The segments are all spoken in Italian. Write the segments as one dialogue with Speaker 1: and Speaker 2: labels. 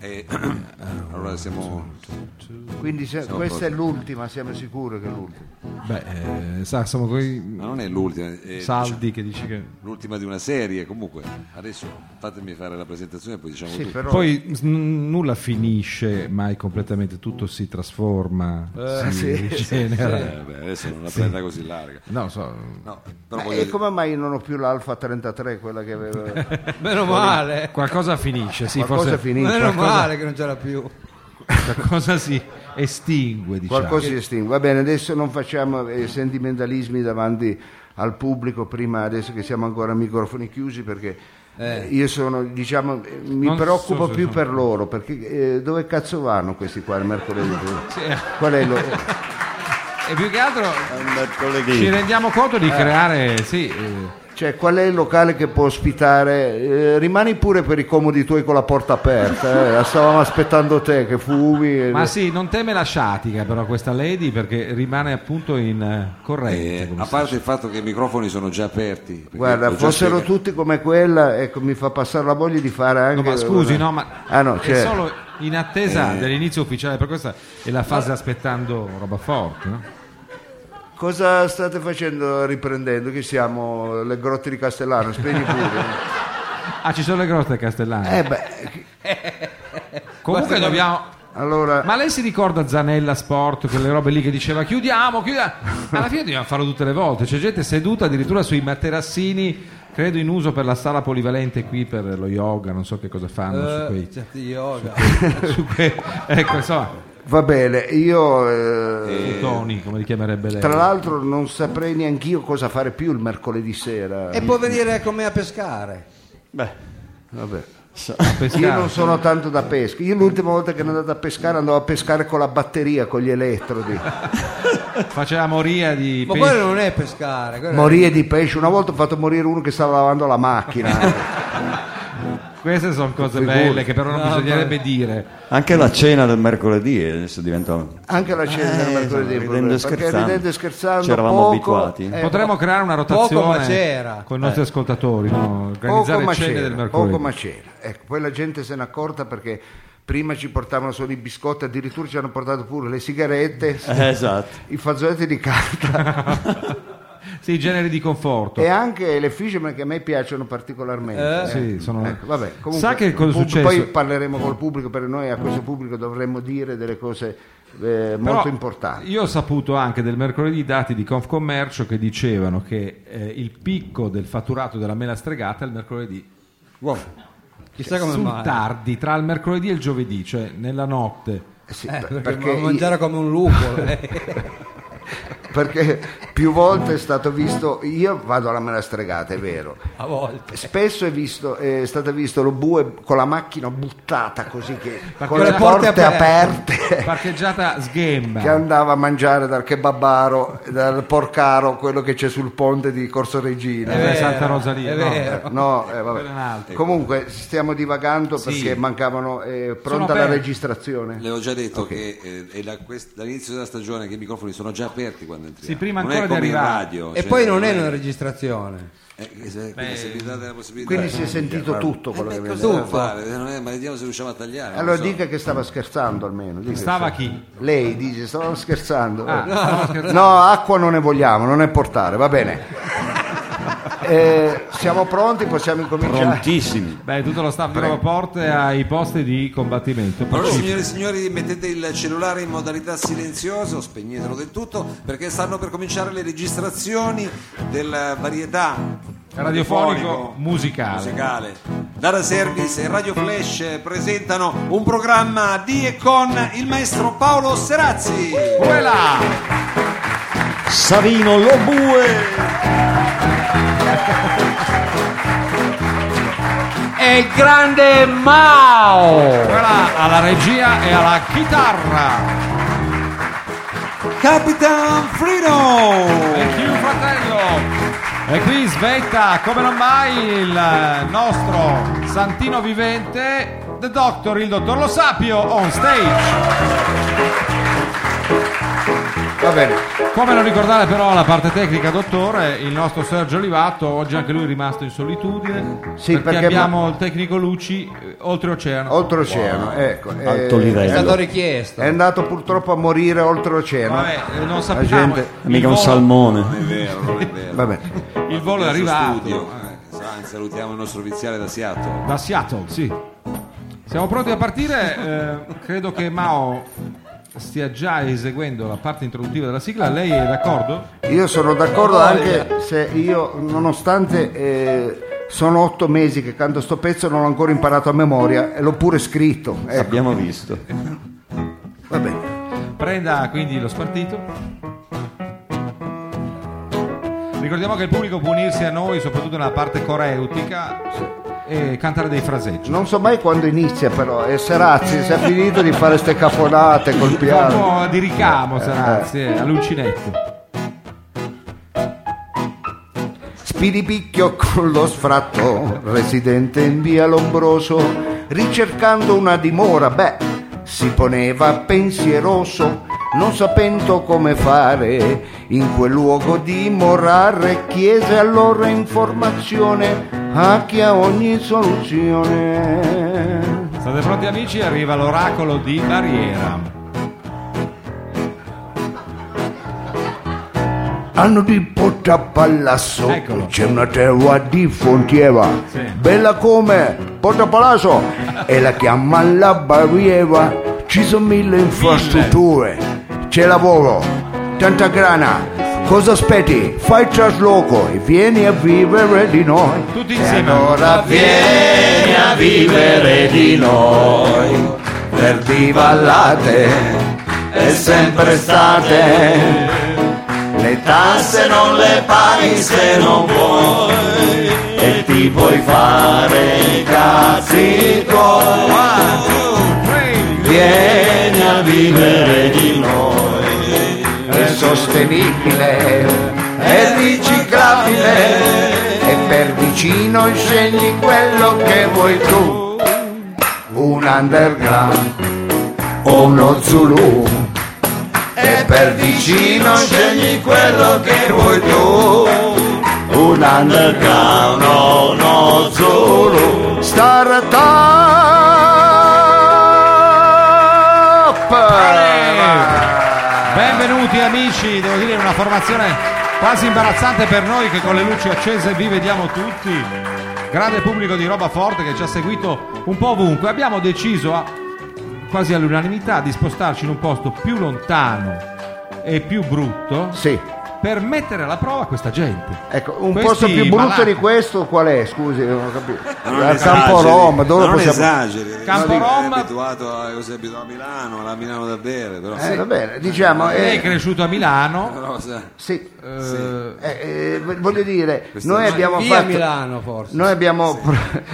Speaker 1: E allora siamo...
Speaker 2: Quindi se-
Speaker 1: Siamo
Speaker 2: questa è
Speaker 1: pronti.
Speaker 2: l'ultima, siamo sicuri che è l'ultima.
Speaker 3: Beh, eh, sa, siamo con i
Speaker 1: Ma non è l'ultima, è diciamo,
Speaker 3: saldi che dici che...
Speaker 1: l'ultima di una serie. Comunque, adesso fatemi fare la presentazione e poi diciamo
Speaker 2: Sì,
Speaker 1: tutto.
Speaker 2: però
Speaker 3: Poi s- n- nulla finisce mai completamente, tutto si trasforma, si
Speaker 2: sì,
Speaker 3: rigenera.
Speaker 1: Eh, beh, adesso non la prenda così larga.
Speaker 3: No, so,
Speaker 1: No, però
Speaker 4: Eh,
Speaker 2: Ma
Speaker 1: voglio
Speaker 2: e
Speaker 1: dire-
Speaker 2: come mai io non ho più l'Alfa 33, quella che aveva...
Speaker 4: Meno male.
Speaker 3: qualcosa finisce, sì,
Speaker 2: Qualcosa
Speaker 3: forse
Speaker 2: finisce.
Speaker 4: Meno
Speaker 3: qualcosa-
Speaker 4: male che non c'era più.
Speaker 3: qualcosa si estingue, diciamo.
Speaker 2: Qualcosa di estingue. Va bene, adesso non facciamo eh, sentimentalismi davanti al pubblico, prima adesso che siamo ancora a microfoni chiusi, perché eh, io sono, diciamo, eh, mi
Speaker 3: Non
Speaker 2: preoccupo
Speaker 3: so se
Speaker 2: più
Speaker 3: sono-
Speaker 2: per loro, perché eh, dove cazzo vanno questi qua il mercoledì? Qual è lo...
Speaker 3: E più che altro
Speaker 1: eh,
Speaker 3: ci rendiamo conto di creare, sì, eh,
Speaker 2: Cioè, qual è il locale che può ospitare? Eh, rimani pure per i comodi tuoi con la porta aperta. eh. La Stavamo aspettando te che Eh, fumi. e-
Speaker 3: ma sì, non teme la sciatica però questa lady perché rimane appunto in eh, corrente.
Speaker 1: Eh,
Speaker 3: come
Speaker 1: a
Speaker 3: si
Speaker 1: parte il fatto che i microfoni sono già aperti. perché
Speaker 2: Guarda,
Speaker 1: l'ho già
Speaker 2: fossero
Speaker 1: spiegato.
Speaker 2: tutti come quella, ecco, mi fa passare la voglia di fare anche.
Speaker 3: No, ma scusi, no, ma
Speaker 2: Ah, no,
Speaker 3: è
Speaker 2: cioè- Eh.
Speaker 3: solo in attesa dell'inizio ufficiale, per questa è la fase aspettando roba forte, no?
Speaker 2: Cosa state facendo riprendendo? Che siamo le grotte di Castellano, spegni pure.
Speaker 3: Ah, ci sono le grotte castellane.
Speaker 2: eh beh,
Speaker 3: Comunque dobbiamo.
Speaker 2: allora.
Speaker 3: Ma lei si ricorda Zanella Sport, quelle robe lì che diceva chiudiamo, chiudiamo. Alla fine dobbiamo farlo tutte le volte. C'è gente seduta addirittura sui materassini, credo in uso per la sala polivalente qui per lo yoga, non so che cosa fanno su
Speaker 4: Eh,
Speaker 3: quei.
Speaker 4: certo, yoga.
Speaker 3: su quei- ecco, insomma,
Speaker 2: Va bene, io eh,
Speaker 3: Tony, come li chiamerebbe lei.
Speaker 2: tra l'altro non saprei neanche io cosa fare più il mercoledì sera.
Speaker 4: E può venire con me a pescare.
Speaker 5: Beh,
Speaker 2: Vabbè.
Speaker 5: so-
Speaker 2: Io
Speaker 3: Pescare.
Speaker 2: non sono tanto da pesca. Io l'ultima volta che ero andato a pescare andavo a pescare con la batteria, con gli elettrodi.
Speaker 3: Faceva moria di
Speaker 4: Ma
Speaker 3: pesci.
Speaker 4: quello non è pescare.
Speaker 5: Eh.
Speaker 4: quello è-
Speaker 2: Morire di pesce. Una volta ho fatto morire uno che stava lavando la macchina.
Speaker 3: Queste sono cose
Speaker 2: Figurati.
Speaker 3: belle che però non
Speaker 4: No,
Speaker 3: bisognerebbe dire.
Speaker 5: anche la cena del mercoledì adesso diventa...
Speaker 2: Anche la cena del
Speaker 5: Eh,
Speaker 2: mercoledì. è
Speaker 5: ridendo e
Speaker 2: un problema, perché
Speaker 5: scherzando.
Speaker 2: ridendo e scherzando.
Speaker 5: Ci eravamo
Speaker 2: poco,
Speaker 5: abituati.
Speaker 2: eh,
Speaker 3: Potremmo creare una
Speaker 4: Poco ma
Speaker 3: rotazione
Speaker 4: c'era. Eh.
Speaker 3: con i nostri ascoltatori, no?
Speaker 2: poco
Speaker 3: organizzare
Speaker 2: ma
Speaker 3: cene del
Speaker 2: c'era,
Speaker 3: mercoledì.
Speaker 2: poco ma c'era. Ecco, poi la gente se n'è accorta perché prima ci portavano solo i biscotti, addirittura ci hanno portato pure le sigarette,
Speaker 5: Eh, esatto.
Speaker 2: i fazzoletti di carta
Speaker 3: Sì, i generi di conforto.
Speaker 2: e anche le fisherman che a me piacciono particolarmente. eh.
Speaker 3: Sì, sono-
Speaker 2: Ecco, vabbè, comunque,
Speaker 3: Sa che cosa è
Speaker 2: pub-
Speaker 3: successo?
Speaker 2: Poi parleremo col pubblico, perché noi a questo pubblico dovremmo dire delle cose eh,
Speaker 3: Però
Speaker 2: molto importanti.
Speaker 3: Io ho saputo anche del mercoledì dati di Confcommercio che dicevano che eh, il picco del fatturato della mela stregata è il mercoledì. Cioè,
Speaker 4: Wow. Chissà come
Speaker 3: sul
Speaker 4: mai.
Speaker 3: tardi, tra il mercoledì e il giovedì, cioè nella notte.
Speaker 2: Sì,
Speaker 4: Eh,
Speaker 2: per-
Speaker 4: perché,
Speaker 2: perché
Speaker 4: ma mangiare come un lupo. eh. lei.
Speaker 2: perché più volte è stato visto io vado alla mela stregata è vero
Speaker 3: Ah,
Speaker 4: a volte.
Speaker 2: spesso è, visto, è stato visto lo bue con la macchina buttata così che con
Speaker 4: con
Speaker 2: le
Speaker 4: le porte
Speaker 2: porte, aperte,
Speaker 4: aperte.
Speaker 3: Parcheggiata
Speaker 2: che
Speaker 3: sghemba. Eh,
Speaker 2: andava a mangiare dal kebabaro dal porcaro quello che c'è sul ponte di Corso Regina
Speaker 3: Eh,
Speaker 4: vero,
Speaker 3: Santa Rosalia,
Speaker 4: è
Speaker 3: no?
Speaker 4: vero.
Speaker 2: No, eh, vabbè.
Speaker 3: Quello è un altro.
Speaker 2: comunque stiamo divagando
Speaker 3: Sì.
Speaker 2: perché mancavano eh, pronta la
Speaker 3: Sono aperti.
Speaker 2: registrazione
Speaker 1: Le ho già detto che eh, è da quest- dall'inizio della stagione che i microfoni sono già aperti quando entriamo.
Speaker 3: Sì, prima
Speaker 1: non
Speaker 3: ancora
Speaker 1: è
Speaker 3: di
Speaker 1: come in
Speaker 3: arrivare.
Speaker 1: radio.
Speaker 4: E
Speaker 1: cioè,
Speaker 4: poi non è una registrazione.
Speaker 1: eh, che se, quindi se vi date la possibilità...
Speaker 2: quindi si è sentito tutto quello che
Speaker 1: Eh,
Speaker 2: mi
Speaker 1: cosa
Speaker 2: ha detto.
Speaker 1: devo fare? Eh, non è- ma vediamo se riusciamo a tagliare. non
Speaker 2: allora
Speaker 1: lo so.
Speaker 2: dica che stava scherzando almeno dica.
Speaker 3: Stava chi?
Speaker 2: Lei dice stavamo scherzando.
Speaker 3: Ah,
Speaker 2: Eh.
Speaker 3: stavo
Speaker 2: no.
Speaker 3: scherzando.
Speaker 2: acqua non ne vogliamo, non ne portare, va bene. Eh, siamo pronti, possiamo incominciare.
Speaker 5: Prontissimi.
Speaker 3: Beh, tutto lo staff di Rovaporte ai posti di combattimento.
Speaker 1: Allora, signore e signori, mettete il cellulare in modalità silenzioso, spegnetelo del tutto, perché stanno per cominciare le registrazioni della varietà
Speaker 3: Radiofonico musicale.
Speaker 1: musicale. Data Service e Radio Flash presentano un programma di e con il maestro Paolo Serazzi.
Speaker 3: Come là?
Speaker 5: Savino Lobue.
Speaker 4: È il grande Mao!
Speaker 3: Quella alla regia e alla chitarra.
Speaker 1: Capitan Freedom!
Speaker 3: E Chiu fratello. E qui svetta come non mai il nostro santino vivente, The Doctor, il dottor Lo Sapio, on stage.
Speaker 2: Va bene.
Speaker 3: Come non ricordare però la parte tecnica, dottore, il nostro Sergio Olivato oggi anche lui è rimasto in solitudine
Speaker 2: Sì,
Speaker 3: perché,
Speaker 2: perché
Speaker 3: abbiamo il tecnico Luci eh, oltreoceano.
Speaker 2: Oltreoceano, ecco. eh,
Speaker 5: Alto livello.
Speaker 4: È stato richiesto.
Speaker 2: È andato purtroppo a morire oltreoceano.
Speaker 3: Vabbè, eh, non sappiamo.
Speaker 2: gente-
Speaker 3: Cioè, il
Speaker 5: Mica un
Speaker 3: volo-
Speaker 5: salmone.
Speaker 2: Ecco.
Speaker 1: Non è vero, non è vero.
Speaker 2: Vabbè.
Speaker 3: Il volo è
Speaker 1: Adesso
Speaker 3: arrivato
Speaker 1: studio. Eh, sa- salutiamo il nostro viziale da Seattle.
Speaker 3: da Seattle, sì. Siamo pronti a partire, eh, credo che Mao stia già eseguendo la parte introduttiva della sigla, lei è d'accordo?
Speaker 2: Io sono d'accordo anche se io, nonostante eh, sono otto mesi che canto sto pezzo, non l'ho ancora imparato a memoria e l'ho pure scritto. Ecco,
Speaker 5: Abbiamo visto.
Speaker 2: va bene.
Speaker 3: Prenda quindi lo spartito. Ricordiamo che il pubblico può unirsi a noi, soprattutto nella parte coreutica, e cantare dei fraseggi.
Speaker 2: Non so mai quando inizia però, e Serazzi si è finito di fare ste cafonate col
Speaker 3: Un
Speaker 2: piano.
Speaker 3: po' di ricamo, Sarazzi, eh, all'uncinetto.
Speaker 2: Spiripicchio con lo sfratto, residente in via Lombroso, ricercando una dimora, beh, si poneva pensieroso, non sapendo come fare, in quel luogo dimorare, chiese allora informazione a chi ha ogni soluzione.
Speaker 3: State pronti amici? Arriva l'oracolo di Barriera.
Speaker 2: Hanno di porta a palazzo
Speaker 3: Eccolo.
Speaker 2: c'è una terra di frontiera, bella come porta palazzo e la chiamano la barriera. Ci sono mille infrastrutture, c'è lavoro, tanta grana. Cosa aspetti? Fai trasloco e vieni a vivere di noi.
Speaker 3: Tutti
Speaker 2: E
Speaker 3: insieme.
Speaker 2: Allora vieni a vivere di noi, per divallate è sempre state. Le tasse non le paghi se non vuoi e ti puoi fare i cazzi tuoi. Vieni a vivere di noi, è sostenibile, è riciclabile e per vicino scegli quello che vuoi tu. Un underground o uno Zulu e per vicino scegli quello che vuoi tu un underground o uno solo startup Eh,
Speaker 3: Benvenuti amici, devo dire una formazione quasi imbarazzante per noi che con le luci accese vi vediamo tutti. Grande pubblico di roba forte che ci ha seguito un po' ovunque. Abbiamo deciso a- quasi all'unanimità di spostarci in un posto più lontano e più brutto
Speaker 2: sì
Speaker 3: per mettere alla prova questa gente.
Speaker 2: ecco un
Speaker 3: Questi
Speaker 2: posto più brutto
Speaker 3: malati.
Speaker 2: di questo qual è scusi non ho capito
Speaker 1: Ma Ah, non
Speaker 2: al
Speaker 1: esageri,
Speaker 2: campo Roma
Speaker 1: ma
Speaker 2: dove
Speaker 1: non
Speaker 2: possiamo
Speaker 1: esageri,
Speaker 3: Campo
Speaker 1: è
Speaker 3: Rom.
Speaker 1: abituato a, io sono abituato a Milano, alla Milano da bere, però
Speaker 2: eh, va bene diciamo
Speaker 3: Lei è
Speaker 2: eh,
Speaker 3: cresciuto a Milano.
Speaker 1: Però, sa-
Speaker 2: sì
Speaker 3: eh,
Speaker 2: Eh, eh, voglio dire noi
Speaker 1: è
Speaker 2: abbiamo
Speaker 4: Via
Speaker 2: fatto
Speaker 4: Milano forse.
Speaker 2: noi abbiamo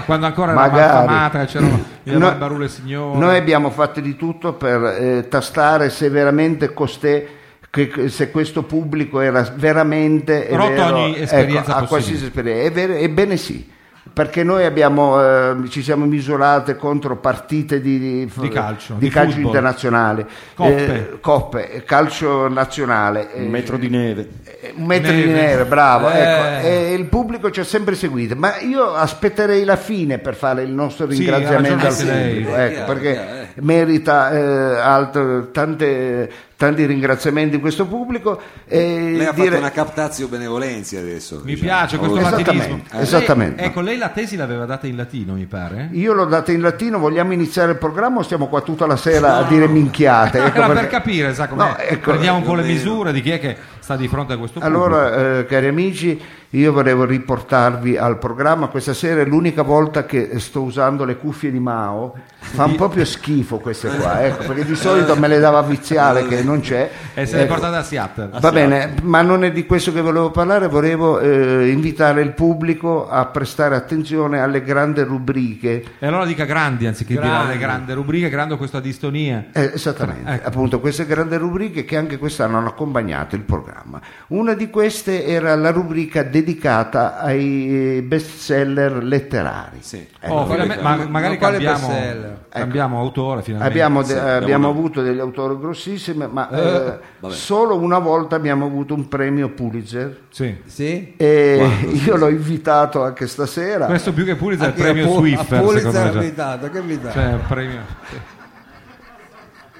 Speaker 3: Quando ancora era
Speaker 2: Magari.
Speaker 3: affamata, c'erano il
Speaker 2: No-
Speaker 3: Barbarule Signore.
Speaker 2: Noi abbiamo fatto di tutto per eh, tastare se veramente costè che- che- se questo pubblico era veramente è
Speaker 3: Rotto
Speaker 2: vero,
Speaker 3: ogni esperienza
Speaker 2: ecco, a
Speaker 3: possibile.
Speaker 2: qualsiasi esperienza. È vero- ebbene sì, perché noi abbiamo, eh, ci siamo misurate contro partite di,
Speaker 3: Di calcio,
Speaker 2: di
Speaker 3: di
Speaker 2: calcio
Speaker 3: football.
Speaker 2: internazionale,
Speaker 3: Coppe.
Speaker 2: eh, coppe, calcio nazionale, eh,
Speaker 5: Un metro di neve.
Speaker 2: eh, un metro
Speaker 3: Neve.
Speaker 2: di neve, bravo.
Speaker 4: Eh.
Speaker 2: ecco, e il pubblico ci ha sempre seguito, ma io aspetterei la fine per fare il nostro
Speaker 3: Sì,
Speaker 2: ringraziamento al
Speaker 3: ragiona anche lei.
Speaker 2: pubblico,
Speaker 1: Eh,
Speaker 2: ecco,
Speaker 1: chiaro,
Speaker 2: perché
Speaker 1: chiaro, eh.
Speaker 2: merita eh, altro- tante- tanti ringraziamenti questo pubblico. E
Speaker 1: lei ha
Speaker 2: dire-
Speaker 1: fatto una captazio benevolenza adesso.
Speaker 3: Mi
Speaker 1: diciamo.
Speaker 3: piace questo
Speaker 2: Esattamente,
Speaker 3: latinismo. Lei-
Speaker 2: esattamente.
Speaker 3: ecco, lei la tesi l'aveva data in latino, mi pare.
Speaker 2: Io l'ho data in latino, vogliamo iniziare il programma o stiamo qua tutta la sera a dire minchiate? Ecco
Speaker 3: Ah, Era per
Speaker 2: perché-
Speaker 3: capire, sa com'è.
Speaker 2: No, ecco,
Speaker 3: Prendiamo un po' le
Speaker 1: almeno.
Speaker 3: misure di chi è che sta di fronte a questo pubblico.
Speaker 2: Allora, eh, cari amici, io volevo riportarvi al programma. Questa sera è l'unica volta che sto usando le cuffie di Mao. Fa un po' più schifo queste qua, ecco, perché di solito me le dava a viziale che non c'è.
Speaker 3: e Eh, se l'è
Speaker 2: Ecco.
Speaker 3: portata a Seattle.
Speaker 2: Va bene, ma non è di questo che volevo parlare, volevo eh, invitare il pubblico a prestare attenzione alle grandi rubriche.
Speaker 3: E allora dica grandi anziché dire
Speaker 4: Grandi.
Speaker 3: le grandi rubriche, grande questa distonia.
Speaker 2: Eh, esattamente, appunto queste grandi rubriche che anche quest'anno hanno accompagnato il programma. programma. Una di queste era la rubrica dedicata ai bestseller letterari.
Speaker 1: Sì.
Speaker 2: Ecco,
Speaker 3: Oh, finalmente- ma, magari
Speaker 4: Ma quale
Speaker 3: cambiamo,
Speaker 4: bestseller?
Speaker 3: cambiamo autore finalmente.
Speaker 2: Abbiamo, de-
Speaker 1: abbiamo-
Speaker 2: abbiamo avuto degli autori grossissimi, ma eh,
Speaker 1: vabbè.
Speaker 2: solo una volta abbiamo avuto un premio Pulitzer.
Speaker 3: Sì.
Speaker 4: Sì?
Speaker 2: E io l'ho invitato anche stasera.
Speaker 3: Questo più che Pulitzer è il
Speaker 4: Anche
Speaker 3: premio
Speaker 4: a Pul-
Speaker 3: Swiffer,
Speaker 4: a Pulitzer
Speaker 3: secondo me.
Speaker 4: invitato, che invitato?
Speaker 3: Cioè, un premio...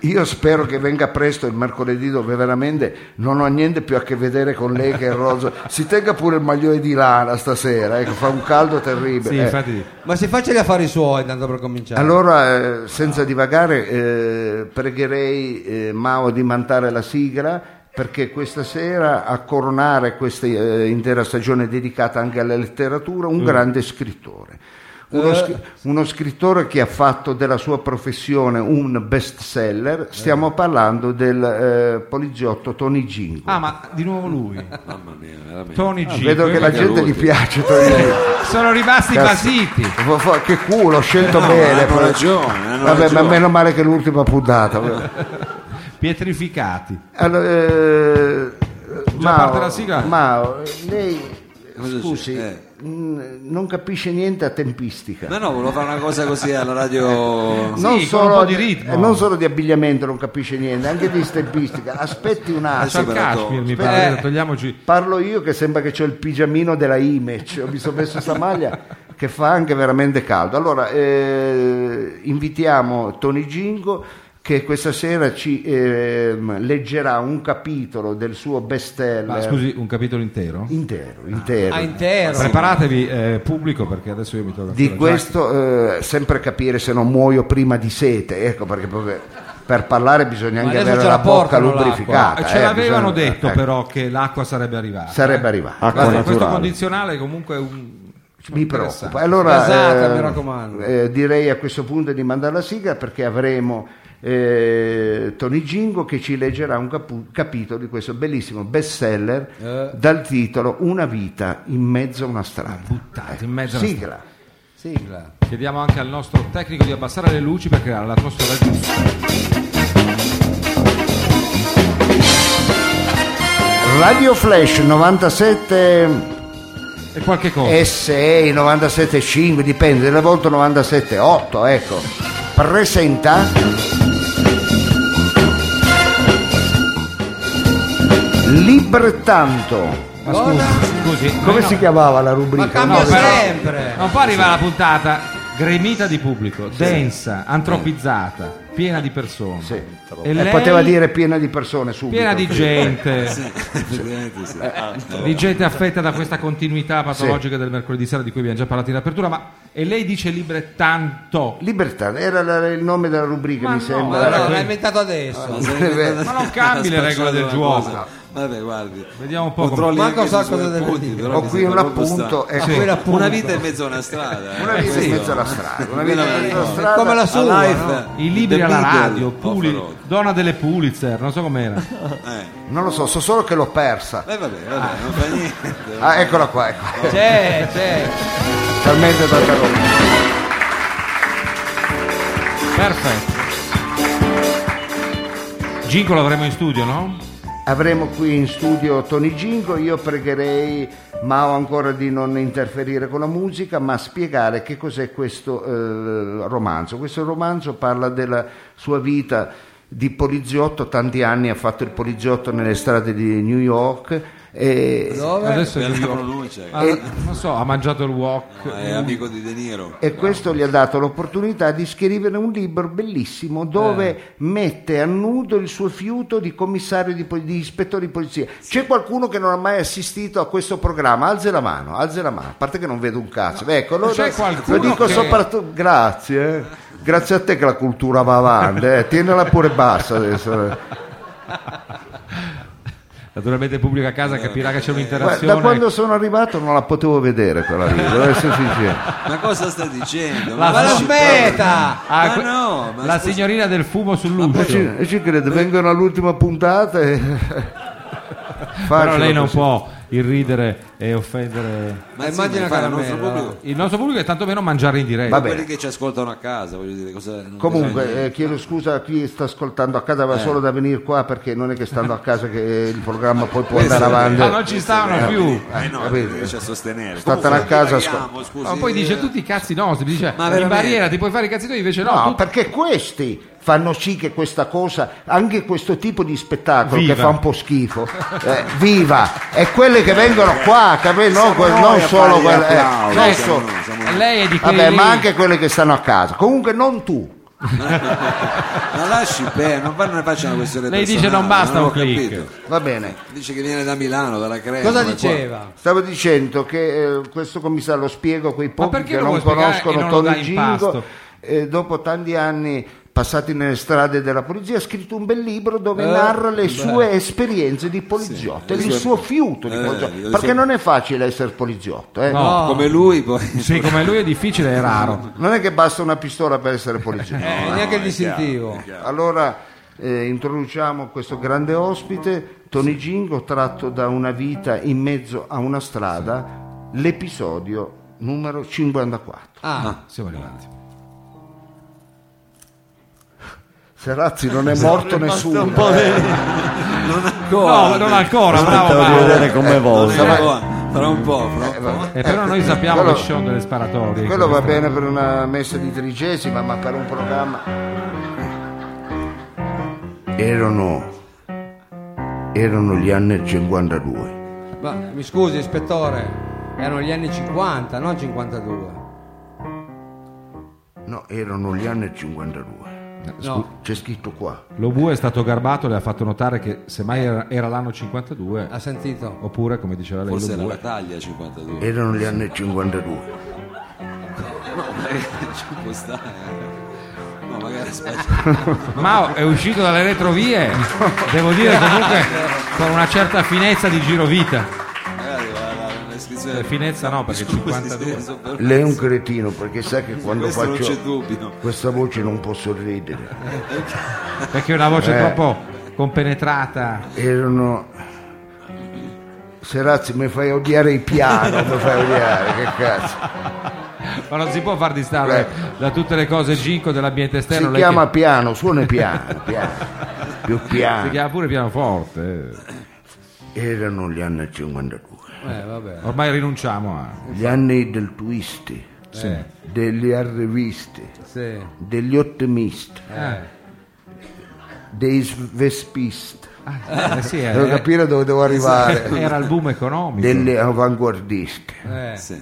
Speaker 2: Io spero che venga presto il mercoledì dove veramente non ho niente più a che vedere con lei che il rosso. Si tenga pure il maglione di lana stasera, ecco, fa un caldo terribile.
Speaker 3: Sì,
Speaker 2: eh.
Speaker 3: infatti...
Speaker 4: Ma si faccia gli affari suoi, tanto per cominciare.
Speaker 2: Allora, eh, senza divagare, eh, pregherei eh, Mao di mandare la sigla perché questa sera a coronare questa eh, intera stagione dedicata anche alla letteratura
Speaker 1: Mm.
Speaker 2: un grande scrittore.
Speaker 1: Eh.
Speaker 2: Uno, scri- uno scrittore che ha fatto della sua professione un best seller, stiamo parlando del eh, poliziotto Tony Gingo.
Speaker 3: Ah, ma di nuovo lui.
Speaker 1: Mamma mia, veramente.
Speaker 3: Tony G.
Speaker 2: Ah, Vedo che la
Speaker 1: perché
Speaker 2: gente
Speaker 1: lui-
Speaker 2: gli piace Tony Gingo.
Speaker 3: Sono rimasti
Speaker 2: Cazzo.
Speaker 3: basiti.
Speaker 2: Fo- fo- Che culo, ho scelto
Speaker 1: No,
Speaker 2: bene.
Speaker 1: hanno
Speaker 2: però-
Speaker 1: ragione, hanno
Speaker 2: Eh, Vabbè, ma
Speaker 1: ragione.
Speaker 2: meno male che l'ultima puntata.
Speaker 3: Pietrificati.
Speaker 2: Allora, eh, Mao,
Speaker 3: parte la sigla?
Speaker 2: Mao, lei
Speaker 1: Cosa
Speaker 2: scusi,
Speaker 3: Eh.
Speaker 1: c'è?
Speaker 2: mh, non capisce niente a tempistica.
Speaker 1: Ma no, volevo fare una cosa così alla radio.
Speaker 3: Sì, con un po' di ritmo.
Speaker 2: eh, non solo di abbigliamento non capisce niente, anche di tempistica. Aspetti un
Speaker 3: C'è
Speaker 2: attimo.
Speaker 1: Adesso
Speaker 3: il
Speaker 1: però to-
Speaker 3: cashmere, mi
Speaker 2: aspetta.
Speaker 3: pare. Togliamoci.
Speaker 2: Parlo io che sembra che ho il pigiamino della Image, mi sono messo questa maglia che fa anche veramente caldo. Allora, eh, invitiamo Tony Gingo che questa sera ci ehm, leggerà un capitolo del suo best
Speaker 3: Ma scusi, un capitolo intero?
Speaker 2: eh, intero, intero.
Speaker 4: a Ah, intero.
Speaker 3: Preparatevi, eh, pubblico, perché adesso io mi tolgo
Speaker 2: di questo eh, sempre capire se non muoio prima di sete, ecco perché proprio per parlare bisl'acqua bisogna
Speaker 4: Ma
Speaker 2: anche
Speaker 4: adesso
Speaker 2: avere
Speaker 4: ce
Speaker 2: la
Speaker 4: la
Speaker 2: bocca
Speaker 4: portano l'acqua.
Speaker 2: lubrificata.
Speaker 3: Ah, Ce
Speaker 2: eh,
Speaker 3: l'avevano
Speaker 2: bisogna-
Speaker 3: detto
Speaker 2: ecco,
Speaker 3: però Ah, che l'acqua sarebbe arrivata.
Speaker 2: Sarebbe arrivato.
Speaker 5: Acqua
Speaker 3: Guarda, questo
Speaker 5: naturale.
Speaker 3: condizionale comunque è un...
Speaker 2: Mi
Speaker 3: interessante.
Speaker 2: preoccupa. Allora,
Speaker 4: Gasata,
Speaker 2: eh,
Speaker 4: mi raccomando.
Speaker 2: eh, direi a questo punto di mandare la sigla perché avremo eh, Tony Gingo che ci leggerà un capu- capitolo di questo bellissimo bestseller
Speaker 4: Eh.
Speaker 2: dal titolo Una vita in mezzo a una strada. Eh,
Speaker 3: Buttato in mezzo alla
Speaker 2: Sigla.
Speaker 4: Sigla.
Speaker 3: Chiediamo anche al nostro tecnico di abbassare le luci per creare l'atmosfera giusta.
Speaker 2: Radio Flash 97
Speaker 3: E qualche
Speaker 2: Oh.
Speaker 3: cosa.
Speaker 2: Eh, SE 97.5, dipende, delle volte 97.8, ecco. Presenta Librettanto.
Speaker 3: Ma scusi, scusi,
Speaker 2: Come
Speaker 3: no,
Speaker 2: si chiamava la
Speaker 4: Ma
Speaker 2: rubrica?
Speaker 4: cambia
Speaker 2: No, però-
Speaker 4: sempre.
Speaker 3: Non può arrivare la puntata gremita di pubblico, densa, antropizzata, piena di persone.
Speaker 2: Eh. Sì.
Speaker 3: E
Speaker 2: Eh,
Speaker 3: lei
Speaker 2: poteva dire piena di persone subito.
Speaker 3: piena di gente,
Speaker 1: Effettivamente
Speaker 2: Eh,
Speaker 1: sì.
Speaker 3: di gente affetta da questa continuità patologica del mercoledì sera di cui abbiamo già parlato in apertura, ma e lei dice librettanto.
Speaker 2: Libertà, era la- il nome della rubrica,
Speaker 3: Ma
Speaker 2: mi
Speaker 3: no,
Speaker 2: sembra.
Speaker 4: Ma
Speaker 3: Guarda
Speaker 4: no,
Speaker 3: qui.
Speaker 4: l'ha inventato adesso.
Speaker 1: Ma
Speaker 2: eh,
Speaker 1: sei-
Speaker 2: Ma
Speaker 3: non cambi le regole del
Speaker 1: Spacciato
Speaker 3: gioco.
Speaker 1: una cosa. Vabbè, guardi.
Speaker 3: Vediamo un po'
Speaker 1: Controlli
Speaker 4: come- Manco
Speaker 1: anche
Speaker 4: sa
Speaker 1: sui
Speaker 4: cosa
Speaker 1: suoi
Speaker 4: deve
Speaker 1: punti,
Speaker 4: dire.
Speaker 1: però
Speaker 2: Ho
Speaker 1: mi
Speaker 2: qui un
Speaker 1: sembra proprio strano.
Speaker 2: appunto, ecco,
Speaker 4: Sì.
Speaker 2: una
Speaker 1: Una vita in mezzo a una strada. eh.
Speaker 2: vita in
Speaker 1: Questo-
Speaker 2: mezzo alla strada, una
Speaker 1: Quella
Speaker 2: vita
Speaker 1: è
Speaker 2: in mezzo
Speaker 1: la-
Speaker 2: alla
Speaker 1: no.
Speaker 2: strada.
Speaker 4: Come la
Speaker 1: A
Speaker 4: sua,
Speaker 1: life,
Speaker 4: no?
Speaker 1: eh,
Speaker 3: I libri
Speaker 1: The
Speaker 3: alla
Speaker 1: Beatles
Speaker 3: radio,
Speaker 1: of
Speaker 3: Puli-
Speaker 1: Rock.
Speaker 3: donna delle Pulitzer, non so com'era.
Speaker 1: Eh,
Speaker 2: Non lo so, so solo che l'ho persa.
Speaker 1: eh, vabbè, vabbè, non fa niente.
Speaker 2: Ah, eccola qua, ecco.
Speaker 4: C'è, c'è.
Speaker 2: Talmente tanta roba.
Speaker 3: Perfetto. Ginko l'avremo in studio, no?
Speaker 2: Avremo qui in studio Tony Gingo, io pregherei Mao ancora di non interferire con la musica, ma spiegare che cos'è questo eh, romanzo. Questo romanzo parla della sua vita di poliziotto, tanti anni ha fatto il poliziotto nelle strade di New York e,
Speaker 4: Dove?
Speaker 3: Adesso
Speaker 1: Per la
Speaker 3: io-
Speaker 1: pronuncia.
Speaker 3: Ah, non so, ha mangiato il wok.
Speaker 1: È amico di De Niro.
Speaker 2: e questo gli ha dato l'opportunità di scrivere un libro bellissimo dove
Speaker 3: Eh.
Speaker 2: mette a nudo il suo fiuto di commissario di, poli- di ispettore di polizia. C'è qualcuno che non ha mai assistito a questo programma? Alze la mano, alze la mano, a parte che non vedo un cazzo. Beh, ecco, allora
Speaker 3: c'è qualcuno
Speaker 2: lo dico
Speaker 3: che-
Speaker 2: soprattutto grazie. eh. Grazie a te che la cultura va avanti, eh. tienila pure bassa adesso. eh.
Speaker 3: Naturalmente il pubblico a
Speaker 1: Eh,
Speaker 3: casa capirà che c'è
Speaker 2: Guarda,
Speaker 3: un'interazione.
Speaker 2: da quando sono arrivato non la potevo vedere quella lì, devo essere sincero.
Speaker 1: Ma cosa sta dicendo?
Speaker 3: La-
Speaker 1: Ma
Speaker 4: Ma la
Speaker 1: ci
Speaker 4: smetta!
Speaker 3: Ah,
Speaker 1: Ma
Speaker 3: que-
Speaker 1: no, ma
Speaker 3: la
Speaker 1: scusi-
Speaker 3: signorina del fumo sull'uscio.
Speaker 2: E ci, e ci credo, vengono all'ultima puntata e...
Speaker 3: Però lei non
Speaker 2: Facciano
Speaker 3: può irridere e offendere
Speaker 1: Ma
Speaker 4: Eh,
Speaker 1: immagina
Speaker 4: immagina
Speaker 1: fare al nostro
Speaker 4: Caramella,
Speaker 1: pubblico
Speaker 3: il nostro pubblico e tanto meno mangiare in diretta.
Speaker 2: Vabbè.
Speaker 1: quelli che ci ascoltano a casa, voglio dire, cosa non bisogna-
Speaker 2: Comunque, eh, chiedo scusa a chi sta ascoltando a
Speaker 3: Eh.
Speaker 2: casa, va solo da venire qua perché non è che stando a casa che il programma poi può andare avanti.
Speaker 3: Ah, non ci stavano più.
Speaker 1: Eh no,
Speaker 2: capito?
Speaker 1: perché c'è a sostenere.
Speaker 2: Statene
Speaker 1: Comunque,
Speaker 2: a casa,
Speaker 1: paghiamo, scusi,
Speaker 3: Ma poi dice
Speaker 1: eh,
Speaker 3: tutti i cazzi nostri, dice
Speaker 1: Ma
Speaker 3: in
Speaker 1: veramente?
Speaker 3: barriera ti puoi fare i cazzi tuoi, invece no,
Speaker 2: No,
Speaker 3: tutti-
Speaker 2: perché questi fanno sì che questa cosa, anche questo tipo di spettacolo
Speaker 3: Viva.
Speaker 2: che fa un po' schifo, eh, viva! E quelli che vengono qua, capito? No,
Speaker 1: Siamo
Speaker 2: quel-
Speaker 1: noi
Speaker 2: non
Speaker 1: a fare
Speaker 2: solo
Speaker 1: gli
Speaker 2: quelli. eh,
Speaker 1: applausi,
Speaker 2: adesso-
Speaker 1: siamo noi, siamo noi.
Speaker 3: lei è di quelli
Speaker 2: vabbè,
Speaker 3: lì.
Speaker 2: ma anche quelli che stanno a casa. Comunque non tu.
Speaker 1: Ma lasci bene, non fanno- ne faccia una questione
Speaker 3: Lei dice
Speaker 1: personale,
Speaker 3: non basta
Speaker 1: ho
Speaker 3: un click.
Speaker 1: capito.
Speaker 2: Va bene.
Speaker 1: Dice che viene da Milano, dalla Crema. da
Speaker 4: Cosa
Speaker 1: qua.
Speaker 4: diceva?
Speaker 2: Stavo dicendo che eh, questo commissario lo spiego a quei pochi
Speaker 3: perché
Speaker 2: che
Speaker 3: lo
Speaker 2: non
Speaker 3: vuoi spiegare
Speaker 2: conoscono
Speaker 3: e non lo dai
Speaker 2: Tony
Speaker 3: in
Speaker 2: Gingo.
Speaker 3: pasto?
Speaker 2: eh, dopo tanti anni passati nelle strade della polizia ha scritto un bel libro dove narra le sue esperienze di poliziotto, il suo fiuto di
Speaker 1: eh,
Speaker 2: poliziotto,
Speaker 1: le
Speaker 2: perché
Speaker 1: sue-
Speaker 2: non è facile essere poliziotto, eh.
Speaker 3: No.
Speaker 1: Come lui poi.
Speaker 3: Sì, come lui è difficile e raro.
Speaker 2: non è che basta una pistola per essere poliziotto.
Speaker 4: Eh, neanche il distintivo.
Speaker 2: Allora eh, introduciamo questo grande ospite, Tony Gingo, tratto da una vita in mezzo a una strada, l'episodio numero 54.
Speaker 4: Ah,
Speaker 3: Siamo arrivati.
Speaker 2: Serazzi non è morto nessuno.
Speaker 5: Un po' di-
Speaker 3: No, non ancora, bravo
Speaker 5: Tanto voglio
Speaker 3: Paolo.
Speaker 5: vedere
Speaker 2: Eh,
Speaker 5: come
Speaker 1: Non
Speaker 5: volta.
Speaker 1: è buono, Fra un po', fra
Speaker 3: Eh,
Speaker 1: un po'.
Speaker 3: E però noi sappiamo
Speaker 2: Quello-
Speaker 3: che ci sono delle sparatorie.
Speaker 2: Eh, Quello va bene per una messa di tredicesima, ma per un programma. Erano. Erano gli anni 52.
Speaker 4: ma mi scusi, ispettore, erano gli anni 50, non 52.
Speaker 2: No, erano gli anni 52.
Speaker 4: No,
Speaker 2: C'è scritto qua.
Speaker 3: L'Obu è stato garbato, le ha fatto notare che semmai era, era l'anno 52,
Speaker 4: ha sentito?
Speaker 3: oppure come diceva lei,
Speaker 1: Forse era
Speaker 3: l'Obu
Speaker 1: la taglia
Speaker 3: Eh.
Speaker 1: 52.
Speaker 2: Erano gli anni 52.
Speaker 1: Ci può stare. eh. No, magari aspetta.
Speaker 3: Mao è uscito dalle retrovie, devo dire comunque con una certa finezza di girovita.
Speaker 1: Magari va la- la descrizione.
Speaker 3: Eh, finezza no, perché
Speaker 1: Scusi,
Speaker 3: 52.
Speaker 1: sì, sono per-
Speaker 2: Lei è un cretino perché sa che quando
Speaker 1: Questo non c'è
Speaker 2: faccio
Speaker 1: dubbio.
Speaker 2: questa voce non posso ridere.
Speaker 3: Perché è una voce
Speaker 2: Eh.
Speaker 3: troppo compenetrata.
Speaker 2: Erano. Serazzi mi fai odiare il piano, mi fai odiare, che cazzo.
Speaker 3: Ma non si può far distare da tutte le cose ginco dell'ambiente esterno.
Speaker 2: Eh. si
Speaker 3: lei
Speaker 2: chiama
Speaker 3: che-
Speaker 2: piano, suona piano, piano, più
Speaker 3: si
Speaker 2: piano.
Speaker 3: chiama pure pianoforte. eh.
Speaker 2: Erano gli anni 52,
Speaker 4: Eh, vabbè.
Speaker 3: Ormai rinunciamo a...
Speaker 2: gli anni del twisti, degli arrivisti,
Speaker 4: Sì.
Speaker 2: degli ottimisti,
Speaker 3: Eh.
Speaker 2: dei svespisti,
Speaker 3: Ah, eh sì, eh, Esatto,
Speaker 2: devo capire dove devo arrivare,
Speaker 3: era il boom economico.
Speaker 2: delle avanguardiste,
Speaker 4: Eh.
Speaker 1: Sì.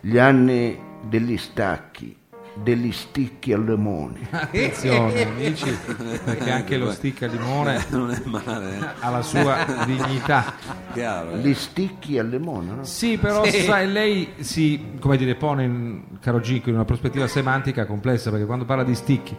Speaker 2: gli anni degli stacchi, degli sticchi al limone,
Speaker 3: Attenzione, amici, perché anche lo stick al limone
Speaker 1: Non è male, eh.
Speaker 3: ha la sua dignità.
Speaker 1: chiaro. eh.
Speaker 2: gli sticchi al limone, no?
Speaker 3: Sì, però sai, lei si come dire, pone, in, caro Ginco, in una prospettiva semantica complessa, perché quando parla di stick,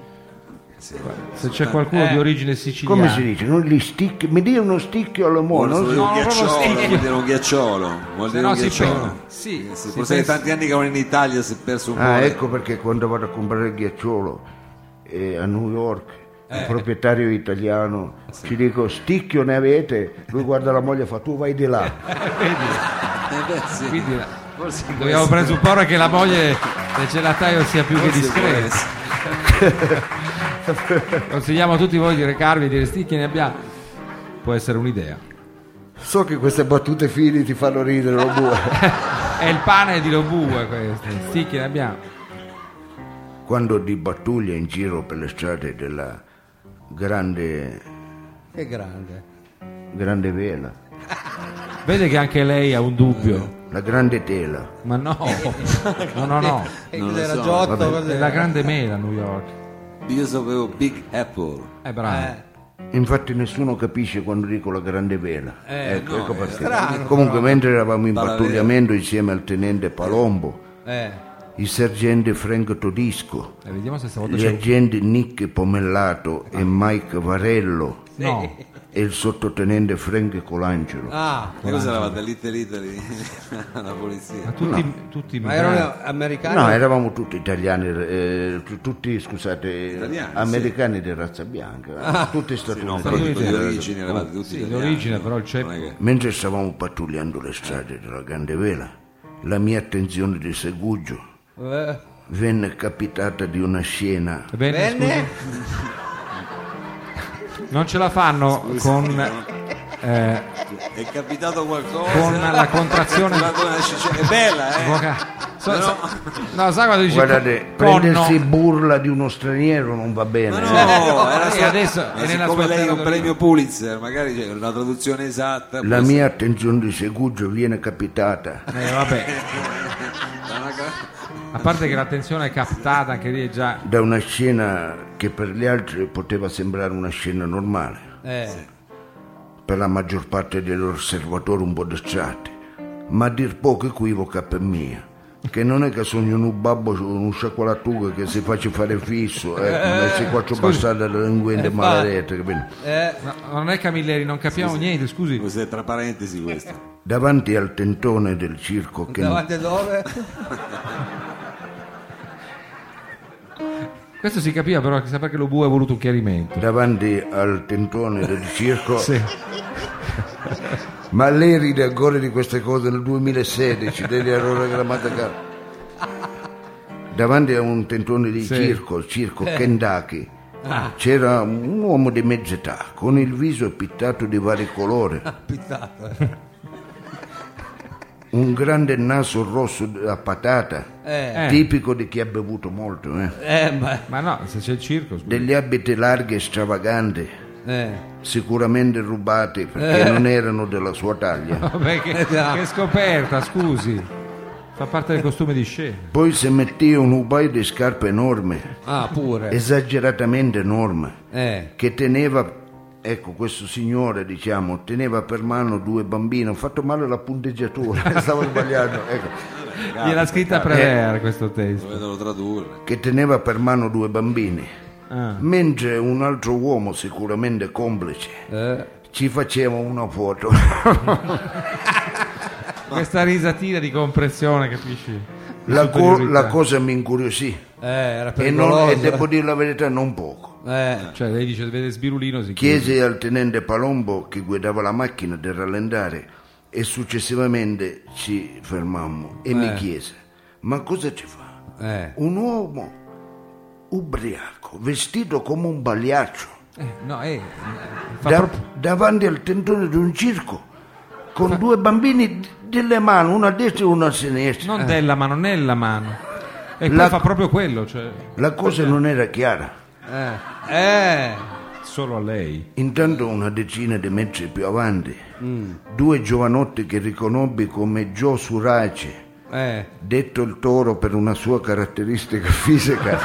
Speaker 3: se c'è qualcuno di origine siciliana...
Speaker 2: Come si dice? Non gli sticchi, mi dia uno sticchio al limone,
Speaker 1: Vuol
Speaker 2: non
Speaker 1: dire
Speaker 2: so-
Speaker 1: un
Speaker 3: no, proprio
Speaker 1: ghiacciolo,
Speaker 3: sticchio.
Speaker 1: vuol dire un ghiacciolo, vuol
Speaker 3: Se
Speaker 1: dire
Speaker 3: no
Speaker 1: un
Speaker 3: si
Speaker 1: ghiacciolo.
Speaker 3: pensa- sì,
Speaker 1: Eh,
Speaker 3: si
Speaker 1: forse è
Speaker 3: pensa-
Speaker 1: tanti anni che vanno in Italia si è perso un po'. eh.
Speaker 2: Ah,
Speaker 1: di-
Speaker 2: ecco perché quando vado a comprare il ghiacciolo eh, a New York, il
Speaker 4: Eh.
Speaker 2: proprietario italiano, ci dico sticchio ne avete? Lui guarda la moglie e fa tu vai di là.
Speaker 1: Eh, beh, sì.
Speaker 3: Quindi
Speaker 1: forse
Speaker 3: dobbiamo presupporre che la moglie del gelataio sia più che
Speaker 1: questo- forse può
Speaker 3: discreta.
Speaker 1: essere.
Speaker 3: Consigliamo a tutti voi di recarvi e dire stick ne abbiamo. Può essere un'idea.
Speaker 2: So che queste battute fili ti fanno ridere, lo bue.
Speaker 3: È il pane di Lobue questo, stick ne abbiamo.
Speaker 2: Quando di battuglia in giro per le strade della grande,
Speaker 4: Che grande.
Speaker 2: grande vela,
Speaker 3: Vede che anche lei ha un dubbio.
Speaker 2: la grande tela,
Speaker 3: Ma no, no, no, no.
Speaker 4: E
Speaker 1: Non lo
Speaker 4: cos'era
Speaker 1: so,
Speaker 4: Eh, Giotto?
Speaker 2: vabbè.
Speaker 3: È
Speaker 4: cos'era?
Speaker 3: la grande mela a New York.
Speaker 1: Io sapevo Big Apple.
Speaker 3: È bravo.
Speaker 2: infatti nessuno capisce quando dico la grande vela.
Speaker 4: Eh,
Speaker 2: ecco,
Speaker 1: no,
Speaker 2: ecco
Speaker 1: è
Speaker 2: perché.
Speaker 4: strano,
Speaker 2: Comunque mentre eravamo in
Speaker 1: Parla vero.
Speaker 2: pattugliamento insieme al tenente Palombo,
Speaker 4: Eh.
Speaker 2: il sergente Frank Todisco,
Speaker 3: Eh, vediamo se stavolta
Speaker 2: gli
Speaker 3: c'è.
Speaker 2: agenti Nick Pomellato e Mike Varello,
Speaker 3: No,
Speaker 2: e il sottotenente Frank Colangelo.
Speaker 4: Ah,
Speaker 1: E cosa eravate dall'Italia Italy alla polizia?
Speaker 3: Ma tutti, tutti i
Speaker 4: ma
Speaker 3: migranti.
Speaker 4: erano
Speaker 1: Ah,
Speaker 4: americani?
Speaker 2: No, eravamo tutti italiani, eh, tu- tutti scusate,
Speaker 1: Italiani, sì. Ah,
Speaker 2: americani di razza bianca, tutti
Speaker 1: No,
Speaker 2: statunitensi.
Speaker 1: però dico di origine eravate tutti
Speaker 3: Sì,
Speaker 1: italiani.
Speaker 3: l'origine, però, il ceppo.
Speaker 1: Non è che-
Speaker 2: Mentre stavamo pattugliando le strade della Grande Vela, la mia attenzione di segugio
Speaker 4: Eh,
Speaker 2: venne capitata di una scena.
Speaker 3: Bene,
Speaker 4: Bene?
Speaker 3: scusi, non ce la fanno con, eh,
Speaker 1: È capitato qualcosa?
Speaker 3: con la contrazione.
Speaker 1: È una ciccia- È bella, eh?
Speaker 3: voca- so- so- no, sai quando dici
Speaker 2: Guardate,
Speaker 3: con-
Speaker 2: prendersi
Speaker 3: no.
Speaker 2: burla di uno straniero non va bene.
Speaker 1: Ma
Speaker 2: eh.
Speaker 1: no, era
Speaker 3: Eh,
Speaker 1: solo-
Speaker 3: adesso
Speaker 1: ma
Speaker 3: è nella
Speaker 1: siccome lei è
Speaker 3: sua terra
Speaker 1: un
Speaker 3: d'origine.
Speaker 1: premio Pulitzer, magari c'è una traduzione esatta.
Speaker 2: La
Speaker 1: può
Speaker 2: mia attenzione di segugio viene capitata.
Speaker 3: Eh, vabbè.
Speaker 1: essere una ca-
Speaker 3: A parte che l'attenzione è captata anche lì è già.
Speaker 2: da una scena che per gli altri poteva sembrare una scena normale,
Speaker 4: eh.
Speaker 2: per la maggior parte degli osservatori un po' distratti, ma a dir poco equivoca per mia, che non è che sogno un babbo con un sciacquolatuga che si faccia fare fisso, ecco, ma si faccia passare da delinquente
Speaker 4: Eh, fa-
Speaker 2: maledetto, capito?
Speaker 4: Eh,
Speaker 3: no, non è Camilleri, non capiamo niente, scusi.
Speaker 1: Questo è tra parentesi questo.
Speaker 2: Davanti al tentone del circo che...
Speaker 4: davanti a dove?
Speaker 3: Questo si capiva, però chissà perché lo bue ha voluto un chiarimento.
Speaker 2: Davanti al tentone del circo,
Speaker 3: Sì.
Speaker 2: ma lei ride ancora di queste cose nel 2016, degli errori grammaticali. Davanti a un tentone di
Speaker 3: Sì.
Speaker 2: circo, il circo Kendaki, c'era un uomo di mezz'età con il viso pittato di vari colori,
Speaker 4: Pizzato.
Speaker 2: un grande naso rosso a patata,
Speaker 4: Eh,
Speaker 3: Eh,
Speaker 2: tipico di chi ha bevuto molto, eh.
Speaker 4: eh, ma...
Speaker 3: Ma no, se c'è il circo. scusi.
Speaker 2: degli abiti larghi e stravaganti,
Speaker 4: Eh,
Speaker 2: sicuramente rubati perché non erano della sua taglia.
Speaker 3: Vabbè, che,
Speaker 4: Eh, già.
Speaker 3: che scoperta, scusi. Fa parte del costume di scena.
Speaker 2: Poi si metteva un paio di scarpe enormi,
Speaker 4: ah, pure.
Speaker 2: esageratamente enorme,
Speaker 4: Eh,
Speaker 2: che teneva, ecco questo signore diciamo, teneva per mano due bambini, ho fatto male la punteggiatura, stavo sbagliando, ecco.
Speaker 3: Gliel'ha scritta Prever questo testo.
Speaker 1: Dovettero tradurre.
Speaker 2: che teneva per mano due bambini,
Speaker 3: Ah.
Speaker 2: mentre un altro uomo sicuramente complice
Speaker 4: eh,
Speaker 2: ci faceva una foto.
Speaker 3: Questa risatina di comprensione, capisci?
Speaker 2: La, co-
Speaker 3: Superiorità.
Speaker 2: la cosa mi incuriosì
Speaker 4: eh, era
Speaker 2: e, non,
Speaker 4: pericoloso.
Speaker 2: e devo dire la verità non poco.
Speaker 4: Eh,
Speaker 3: Cioè, lei dice, vede Sbirulino si chiude.
Speaker 2: Chiese al tenente Palombo che guidava la macchina di rallentare e successivamente ci fermammo e
Speaker 3: Eh.
Speaker 2: mi chiese, ma cosa ci fa?
Speaker 4: eh.
Speaker 2: Un uomo ubriaco, vestito come un bagliaccio,
Speaker 3: Eh, no, eh, fa
Speaker 2: da-
Speaker 3: proprio-
Speaker 2: davanti al tentone di un circo, con due bambini d- delle mani, una a destra e una a sinistra.
Speaker 3: non della mano, nella mano. E poi
Speaker 2: La-
Speaker 3: fa proprio quello, cioè,
Speaker 2: La cosa non era chiara.
Speaker 4: Eh, eh,
Speaker 3: solo a lei.
Speaker 2: Intanto una decina di metri più avanti,
Speaker 3: Mm.
Speaker 2: due giovanotti che riconobbi come Joe Surace,
Speaker 4: eh,
Speaker 2: detto il toro per una sua caratteristica fisica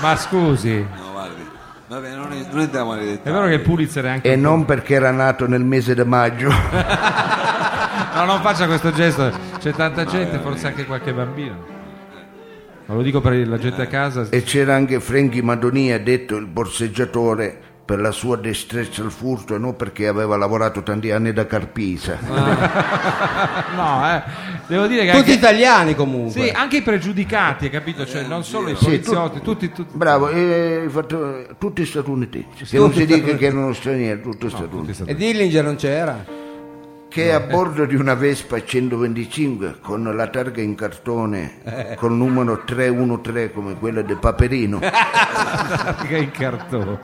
Speaker 3: Ma scusi, è
Speaker 1: No, guardi. Vabbè, non, è, non entriamo nei dettagli. Eh,
Speaker 3: vero che il Pulitzer è anche...
Speaker 2: e non perché era nato nel mese di maggio.
Speaker 3: No, non faccia questo gesto, c'è tanta gente, forse anche qualche bambino. Ma lo dico per la gente a casa.
Speaker 2: E c'era anche Franchi Madonia, detto il borseggiatore, per la sua destrezza al furto e non perché aveva lavorato tanti anni da Carpisa.
Speaker 3: No, eh, devo dire che
Speaker 4: Tutti
Speaker 3: anche,
Speaker 4: italiani comunque.
Speaker 3: sì, anche i pregiudicati, hai capito? Cioè, non solo i
Speaker 2: Sì,
Speaker 3: poliziotti, tutti... tutti
Speaker 2: Bravo, e hai fatto- tutti statunitensi, che non si dica che erano stranieri, tutti
Speaker 3: tutti
Speaker 2: statunitensi.
Speaker 3: sono-
Speaker 4: E Dillinger non c'era?
Speaker 2: che a bordo di una Vespa 125 con la targa in cartone col numero 313 come quella del Paperino
Speaker 3: Che in cartone.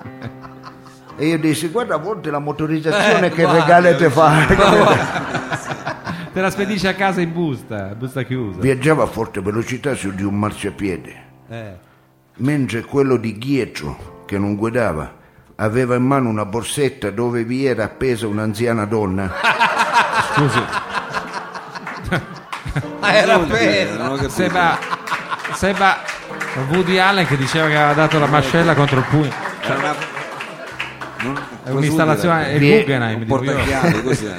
Speaker 2: e io dissi guarda a volte la motorizzazione
Speaker 4: Eh,
Speaker 2: che
Speaker 4: guarda,
Speaker 2: regale te fa
Speaker 3: Te la spedisce a casa in busta, busta chiusa.
Speaker 2: viaggiava a forte velocità su di un marciapiede
Speaker 4: Eh,
Speaker 2: mentre quello di Ghietro che non guidava aveva in mano una borsetta dove vi era appesa un'anziana donna
Speaker 3: Scusi,
Speaker 4: ah, era
Speaker 1: Non
Speaker 4: appena.
Speaker 1: ho capito.
Speaker 3: sembra, sembra Woody Allen che diceva che aveva dato la mascella contro il pugno.
Speaker 1: Era una- non-
Speaker 3: È
Speaker 1: cosa
Speaker 3: un'installazione, è
Speaker 1: vuol
Speaker 3: il
Speaker 2: Vie-
Speaker 1: dire?
Speaker 3: Guggenheim,
Speaker 1: eh. Un
Speaker 3: dico io.
Speaker 1: portachiavi, cos'è?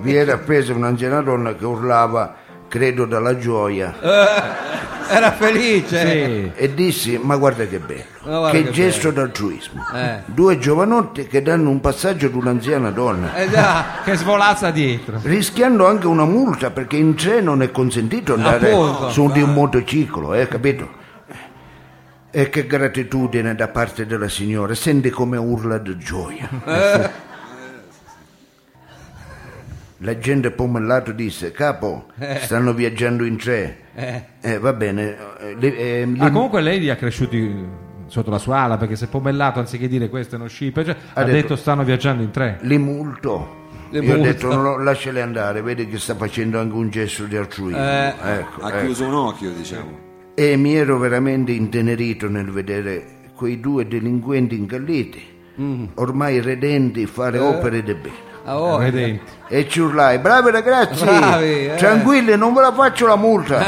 Speaker 2: vi era appesa un'anziana donna che urlava credo dalla gioia,
Speaker 4: Eh. Era felice.
Speaker 3: Sì.
Speaker 2: e dissi: Ma guarda che bello,
Speaker 4: Ma guarda
Speaker 2: che,
Speaker 4: che
Speaker 2: gesto d'altruismo.
Speaker 4: Eh.
Speaker 2: Due giovanotti che danno un passaggio ad un'anziana donna.
Speaker 4: Eh già.
Speaker 3: Che svolazza dietro.
Speaker 2: Rischiando anche una multa perché in treno non è consentito andare
Speaker 4: Appunto.
Speaker 2: su di un motociclo, eh, capito? E che gratitudine da parte della signora, sente come urla di gioia.
Speaker 4: Eh.
Speaker 2: La gente pomellato disse, capo, stanno viaggiando in tre.
Speaker 4: Eh.
Speaker 2: Eh, va bene. eh, le- eh,
Speaker 3: Ah,
Speaker 2: le-
Speaker 3: comunque lei li ha cresciuti sotto la sua ala perché se pomellato anziché dire questo è uno scipper cioè, ha, detto,
Speaker 2: detto,
Speaker 3: stanno viaggiando in tre
Speaker 2: le multo.
Speaker 4: Le
Speaker 2: Io ho
Speaker 4: multo.
Speaker 2: detto no, lasciale andare, vedi che sta facendo anche un gesto di altruismo.
Speaker 4: Eh.
Speaker 2: Ecco,
Speaker 1: ha
Speaker 2: ecco.
Speaker 1: chiuso un occhio diciamo
Speaker 2: E mi ero veramente intenerito nel vedere quei due delinquenti incalliti, ormai redenti, fare opere di bene.
Speaker 4: Ah, oh.
Speaker 3: redenti
Speaker 2: E ci urlai, bravi ragazzi,
Speaker 4: Bravi, eh."
Speaker 2: tranquilli, non ve la faccio la multa.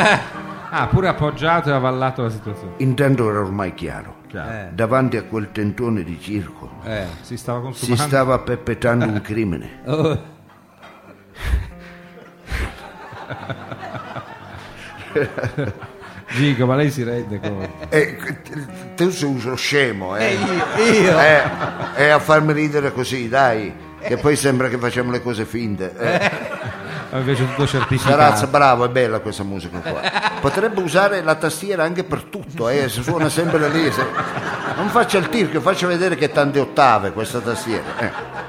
Speaker 3: ah pure appoggiato e avallato la situazione
Speaker 2: Intanto era ormai chiaro, Eh.
Speaker 3: Chiaro.
Speaker 2: davanti a quel tentone di circo
Speaker 4: Eh.
Speaker 3: si stava
Speaker 2: si
Speaker 3: consumando
Speaker 2: stava perpetrando un crimine.
Speaker 4: Oh.
Speaker 3: Gigo ma lei si rende conto
Speaker 2: Eh, te- tu sei uno scemo, eh.
Speaker 4: Io.
Speaker 2: Eh, eh, a farmi ridere così, dai. Che poi sembra che facciamo le cose finte. Eh,
Speaker 3: Ma invece tutto
Speaker 2: Sarazza,
Speaker 3: certificato
Speaker 2: bravo, è bella questa musica qua. Potrebbe usare la tastiera anche per tutto, eh, si suona sempre lì. se- Non faccia il tirchio, faccia vedere che tante ottave questa tastiera. eh.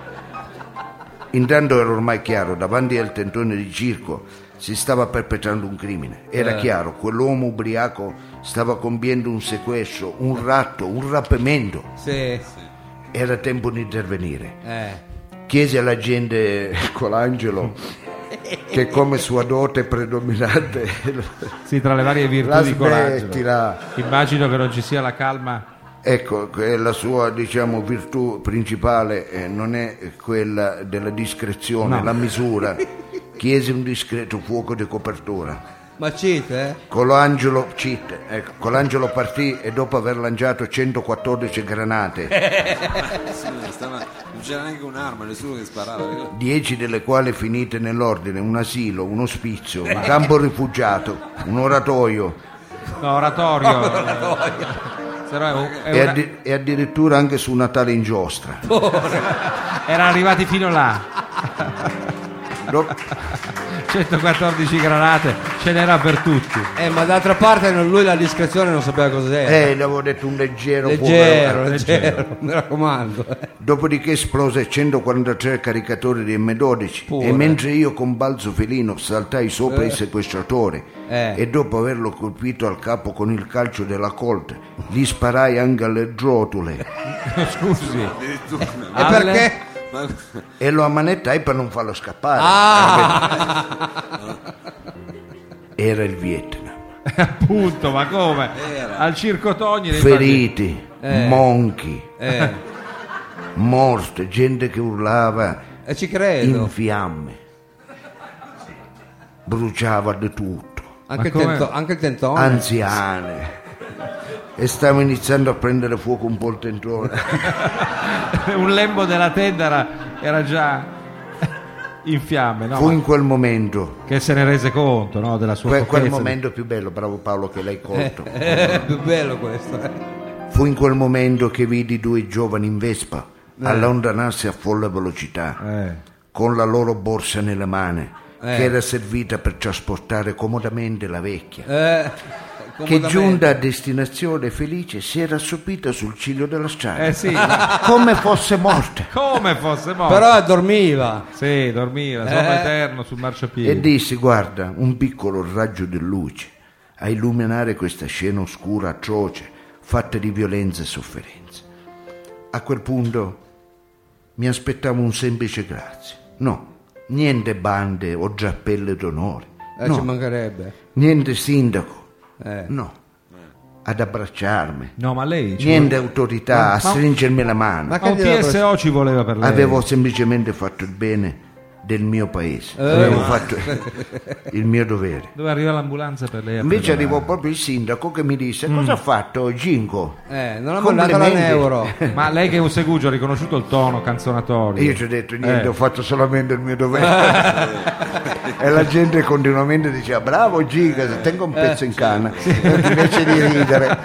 Speaker 2: Intanto era ormai chiaro, davanti al tentone di circo si stava perpetrando un crimine. Era chiaro, quell'uomo ubriaco stava compiendo un sequestro, un ratto, un rapimento.
Speaker 4: Sì.
Speaker 2: Era tempo di intervenire.
Speaker 4: Eh.
Speaker 2: Chiese alla gente Colangelo che come sua dote predominante
Speaker 3: sì tra le varie
Speaker 2: la
Speaker 3: virtù di coraggio
Speaker 2: smettila.
Speaker 3: immagino che non ci sia la calma
Speaker 2: Ecco, che la sua diciamo, virtù principale eh, non è quella della discrezione,
Speaker 3: No.
Speaker 2: la misura. Chiese un discreto fuoco di copertura.
Speaker 4: Ma cite, eh?
Speaker 2: Colangelo, cheat, ecco, Colangelo partì e dopo aver lanciato 114 granate
Speaker 1: Sì, stava- Eh, non c'era neanche un'arma nessuno che sparava
Speaker 2: dieci delle quali finite nell'ordine, un asilo, un ospizio, un campo rifugiato, un oratoio
Speaker 3: no oratorio eh, se no è un- è
Speaker 2: e,
Speaker 3: una-
Speaker 2: addi- e addirittura anche su Natale in giostra.
Speaker 3: erano arrivati fino là
Speaker 2: Do-
Speaker 3: 114 granate ce n'era per tutti
Speaker 4: Eh, ma d'altra parte non- lui la discrezione non sapeva cos'era.
Speaker 2: eh, gli avevo detto un leggero,
Speaker 4: leggero,
Speaker 2: fuoco.
Speaker 4: leggero, mi raccomando. eh.
Speaker 2: Dopodiché esplose 143 caricatori di M12
Speaker 4: Pure.
Speaker 2: e mentre io con balzo felino saltai sopra il sequestratore
Speaker 4: Eh.
Speaker 2: e dopo averlo colpito al capo con il calcio della colt gli sparai anche alle rotule
Speaker 3: scusi
Speaker 1: addirittura
Speaker 4: E
Speaker 3: Alle-
Speaker 4: perché?
Speaker 1: ma
Speaker 2: e lo ammanettai per non farlo scappare.
Speaker 4: Ah!
Speaker 2: Era il Vietnam.
Speaker 3: Appunto, ma come? Al circo Togni nei
Speaker 2: feriti, monchi,
Speaker 4: Eh,
Speaker 2: morte, gente che urlava
Speaker 4: eh, ci
Speaker 2: in
Speaker 4: credo.
Speaker 2: fiamme, bruciava di tutto,
Speaker 4: Anche il,
Speaker 3: Ma come-
Speaker 4: tento- anche il tentone.
Speaker 2: Ah, anziane. E stavo iniziando a prendere fuoco un po' il tentone.
Speaker 3: bagni- un lembo della tenda era, era già in fiamme, no?
Speaker 2: Fu in quel momento,
Speaker 3: Che se ne rese conto, no? Della sua
Speaker 2: que- quel
Speaker 3: pochezza.
Speaker 2: momento più bello, bravo Paolo che l'hai colto.
Speaker 4: Eh, più bello questo. eh.
Speaker 2: Fu in quel momento che vidi due giovani in Vespa
Speaker 4: Eh.
Speaker 2: allontanarsi a folle velocità.
Speaker 3: Eh.
Speaker 2: con la loro borsa nelle mani,
Speaker 4: Eh.
Speaker 2: che era servita per trasportare comodamente la vecchia, che
Speaker 4: Eh, comodamente.
Speaker 2: giunta a destinazione felice si era assopita sul ciglio della strada,
Speaker 3: Eh sì,
Speaker 2: come fosse morta,
Speaker 3: come fosse morto.
Speaker 4: Però dormiva.
Speaker 3: Sì, dormiva, sopra
Speaker 4: Eh.
Speaker 3: eterno sul
Speaker 2: e
Speaker 3: marciapiede.
Speaker 2: dissi, guarda, un piccolo raggio di luce a illuminare questa scena oscura, atroce, fatta di violenza e sofferenza. A quel punto mi aspettavo un semplice grazie, no, niente bande o giappelle d'onore,
Speaker 4: Eh, Ci
Speaker 2: no,
Speaker 4: mancherebbe.
Speaker 2: niente sindaco,
Speaker 4: Eh.
Speaker 2: No, ad abbracciarmi,
Speaker 3: No, ma lei... ci
Speaker 2: niente autorità, a
Speaker 3: ma-
Speaker 2: stringermi la mano.
Speaker 4: ma-
Speaker 3: voleva- Ma un TSO ci voleva per lei.
Speaker 2: Avevo semplicemente fatto il bene del mio paese, avevo fatto il mio dovere.
Speaker 3: Dove arriva l'ambulanza per lei? a
Speaker 2: Invece
Speaker 3: prelevare.
Speaker 2: arrivò proprio il sindaco che mi disse cosa ha fatto Gingo?
Speaker 4: Eh, non ha
Speaker 2: Complimenti.
Speaker 4: mandato un euro.
Speaker 3: Ma lei che è un segugio ha riconosciuto il tono
Speaker 2: E
Speaker 3: canzonatorio.
Speaker 2: Io ci ho detto niente,
Speaker 3: Eh.
Speaker 2: ho fatto solamente il mio dovere. e la gente continuamente diceva bravo Giga, se tengo un pezzo
Speaker 3: Eh,
Speaker 2: in canna invece di ridere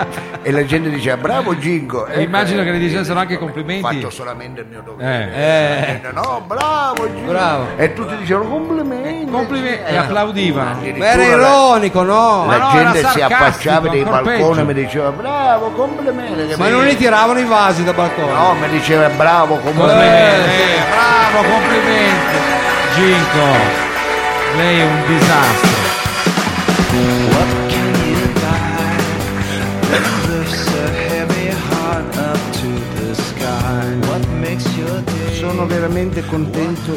Speaker 2: e la gente diceva bravo Gigo
Speaker 3: E Eh, immagino che le dicessero anche
Speaker 2: ho
Speaker 3: complimenti.
Speaker 2: fatto solamente il mio dovere
Speaker 3: Eh.
Speaker 2: Eh, no bravo Gigo
Speaker 4: Bravo.
Speaker 2: e tutti dicevano complimenti
Speaker 3: Complimenti
Speaker 2: Eh,
Speaker 3: e applaudivano.
Speaker 2: addirittura
Speaker 4: Ma era ironico, no?
Speaker 2: la, la
Speaker 3: Ma no, era
Speaker 2: gente si
Speaker 3: sarcastico,
Speaker 2: affacciava dai
Speaker 3: ancora
Speaker 2: balconi e
Speaker 3: peggio.
Speaker 2: mi diceva bravo complimenti che
Speaker 4: Ma
Speaker 2: mi-
Speaker 4: non li tiravano i vasi da balcone.
Speaker 2: no mi diceva bravo complimenti
Speaker 3: Complimenti, eh, bravo, complimenti. Ginko, lei è un disastro.
Speaker 2: Sono veramente contento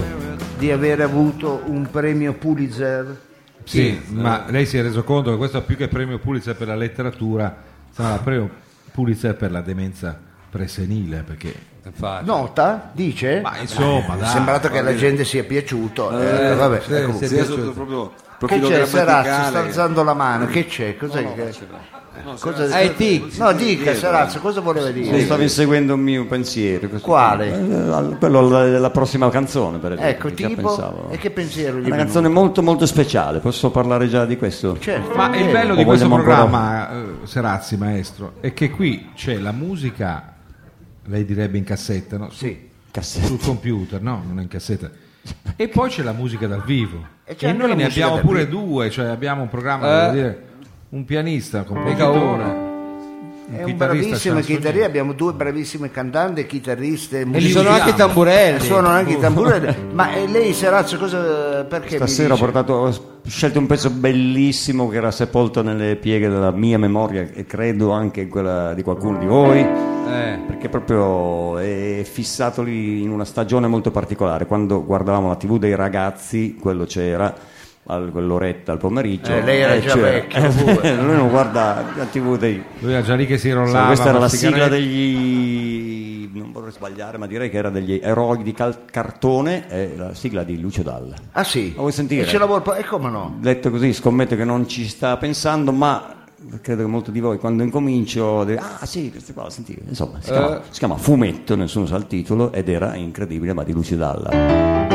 Speaker 2: di aver avuto un premio Pulitzer.
Speaker 3: Sì, ma lei si è reso conto che questo più che premio Pulitzer per la letteratura, sarà premio Pulitzer per la demenza presenile, perché
Speaker 4: Infatti.
Speaker 2: Nota, dice?
Speaker 3: ma insomma,
Speaker 2: Mi è
Speaker 3: dai.
Speaker 2: sembrato che alla gente sia piaciuto. eh, vabbè, ecco.
Speaker 1: Sì, è sotto proprio
Speaker 2: Che
Speaker 1: profilo
Speaker 2: c'è, Serazzo? Sta
Speaker 1: grammaticale.
Speaker 2: alzando la mano. Che c'è? Cos'è che... cosa...
Speaker 4: Serazzo. Eh, tic.
Speaker 2: No, dica, Serazzo, cosa voleva dire?
Speaker 5: Non Stavo inseguendo un mio pensiero. questo-
Speaker 2: Quale?
Speaker 5: Eh, al- Quello della della prossima canzone, per esempio.
Speaker 2: Ecco,
Speaker 5: già
Speaker 2: tipo...
Speaker 5: pensavo.
Speaker 2: E che pensiero gli
Speaker 5: Una
Speaker 2: è venuto?
Speaker 5: canzone molto molto speciale, posso parlare già di questo?
Speaker 2: Certo.
Speaker 3: Ma il
Speaker 2: eh,
Speaker 3: bello
Speaker 5: O
Speaker 3: di questo
Speaker 5: vogliamo
Speaker 3: programma, eh, Serazzi, maestro, è che qui c'è la musica, lei direbbe in cassetta, no? Su-
Speaker 2: Sì.
Speaker 5: Cassetta.
Speaker 3: sul computer, no, non è in cassetta. E poi c'è la musica dal vivo.
Speaker 2: E
Speaker 3: E,
Speaker 2: c'è anche la
Speaker 3: noi ne
Speaker 2: musica
Speaker 3: abbiamo
Speaker 2: dal
Speaker 3: pure due, cioè abbiamo un programma,
Speaker 4: Eh.
Speaker 3: devo dire, un pianista, un
Speaker 4: Mica
Speaker 3: compositore, un
Speaker 4: uno.
Speaker 2: È un
Speaker 3: chitarrista,
Speaker 2: bravissimo
Speaker 3: chansonnier.
Speaker 2: chitarrista, abbiamo due bravissime cantanti, chitarriste,
Speaker 4: E ci
Speaker 3: li
Speaker 2: musicisti.
Speaker 4: sono
Speaker 3: usiamo.
Speaker 4: anche i tamburelli.
Speaker 2: Suonano anche i tamburelli. Ma eh, lei, Serazzo, cosa... perché mi
Speaker 5: Stasera ho,
Speaker 2: dice?
Speaker 5: portato- ho scelto un pezzo bellissimo che era sepolto nelle pieghe della mia memoria e credo anche in quella di qualcuno di voi.
Speaker 4: Eh.
Speaker 5: Perché proprio è fissato lì in una stagione molto particolare. Quando guardavamo la TV dei ragazzi, quello c'era al- quell'oretta al pomeriggio.
Speaker 2: Eh, lei era
Speaker 5: e
Speaker 2: già
Speaker 5: c'era.
Speaker 2: vecchio, pure.
Speaker 5: Lui non guarda la TV dei.
Speaker 3: Lui era già lì che si
Speaker 5: Sai,
Speaker 3: rollava.
Speaker 5: questa era
Speaker 3: con
Speaker 5: la sigla
Speaker 3: sigarette.
Speaker 5: degli. non vorrei sbagliare, ma direi che era degli eroi di cal- cartone. È la sigla di Lucio Dalla.
Speaker 2: Ah sì?
Speaker 5: La vuoi sentire?
Speaker 2: E ce la vuol... po- E come no?
Speaker 5: Detto così, scommetto che non ci sta pensando, ma credo che molti di voi quando incomincio dire, ah sì, questo qua, sentite, insomma, si chiama, si chiama Fumetto, nessuno sa il titolo, ed era incredibile, ma di Lucio Dalla.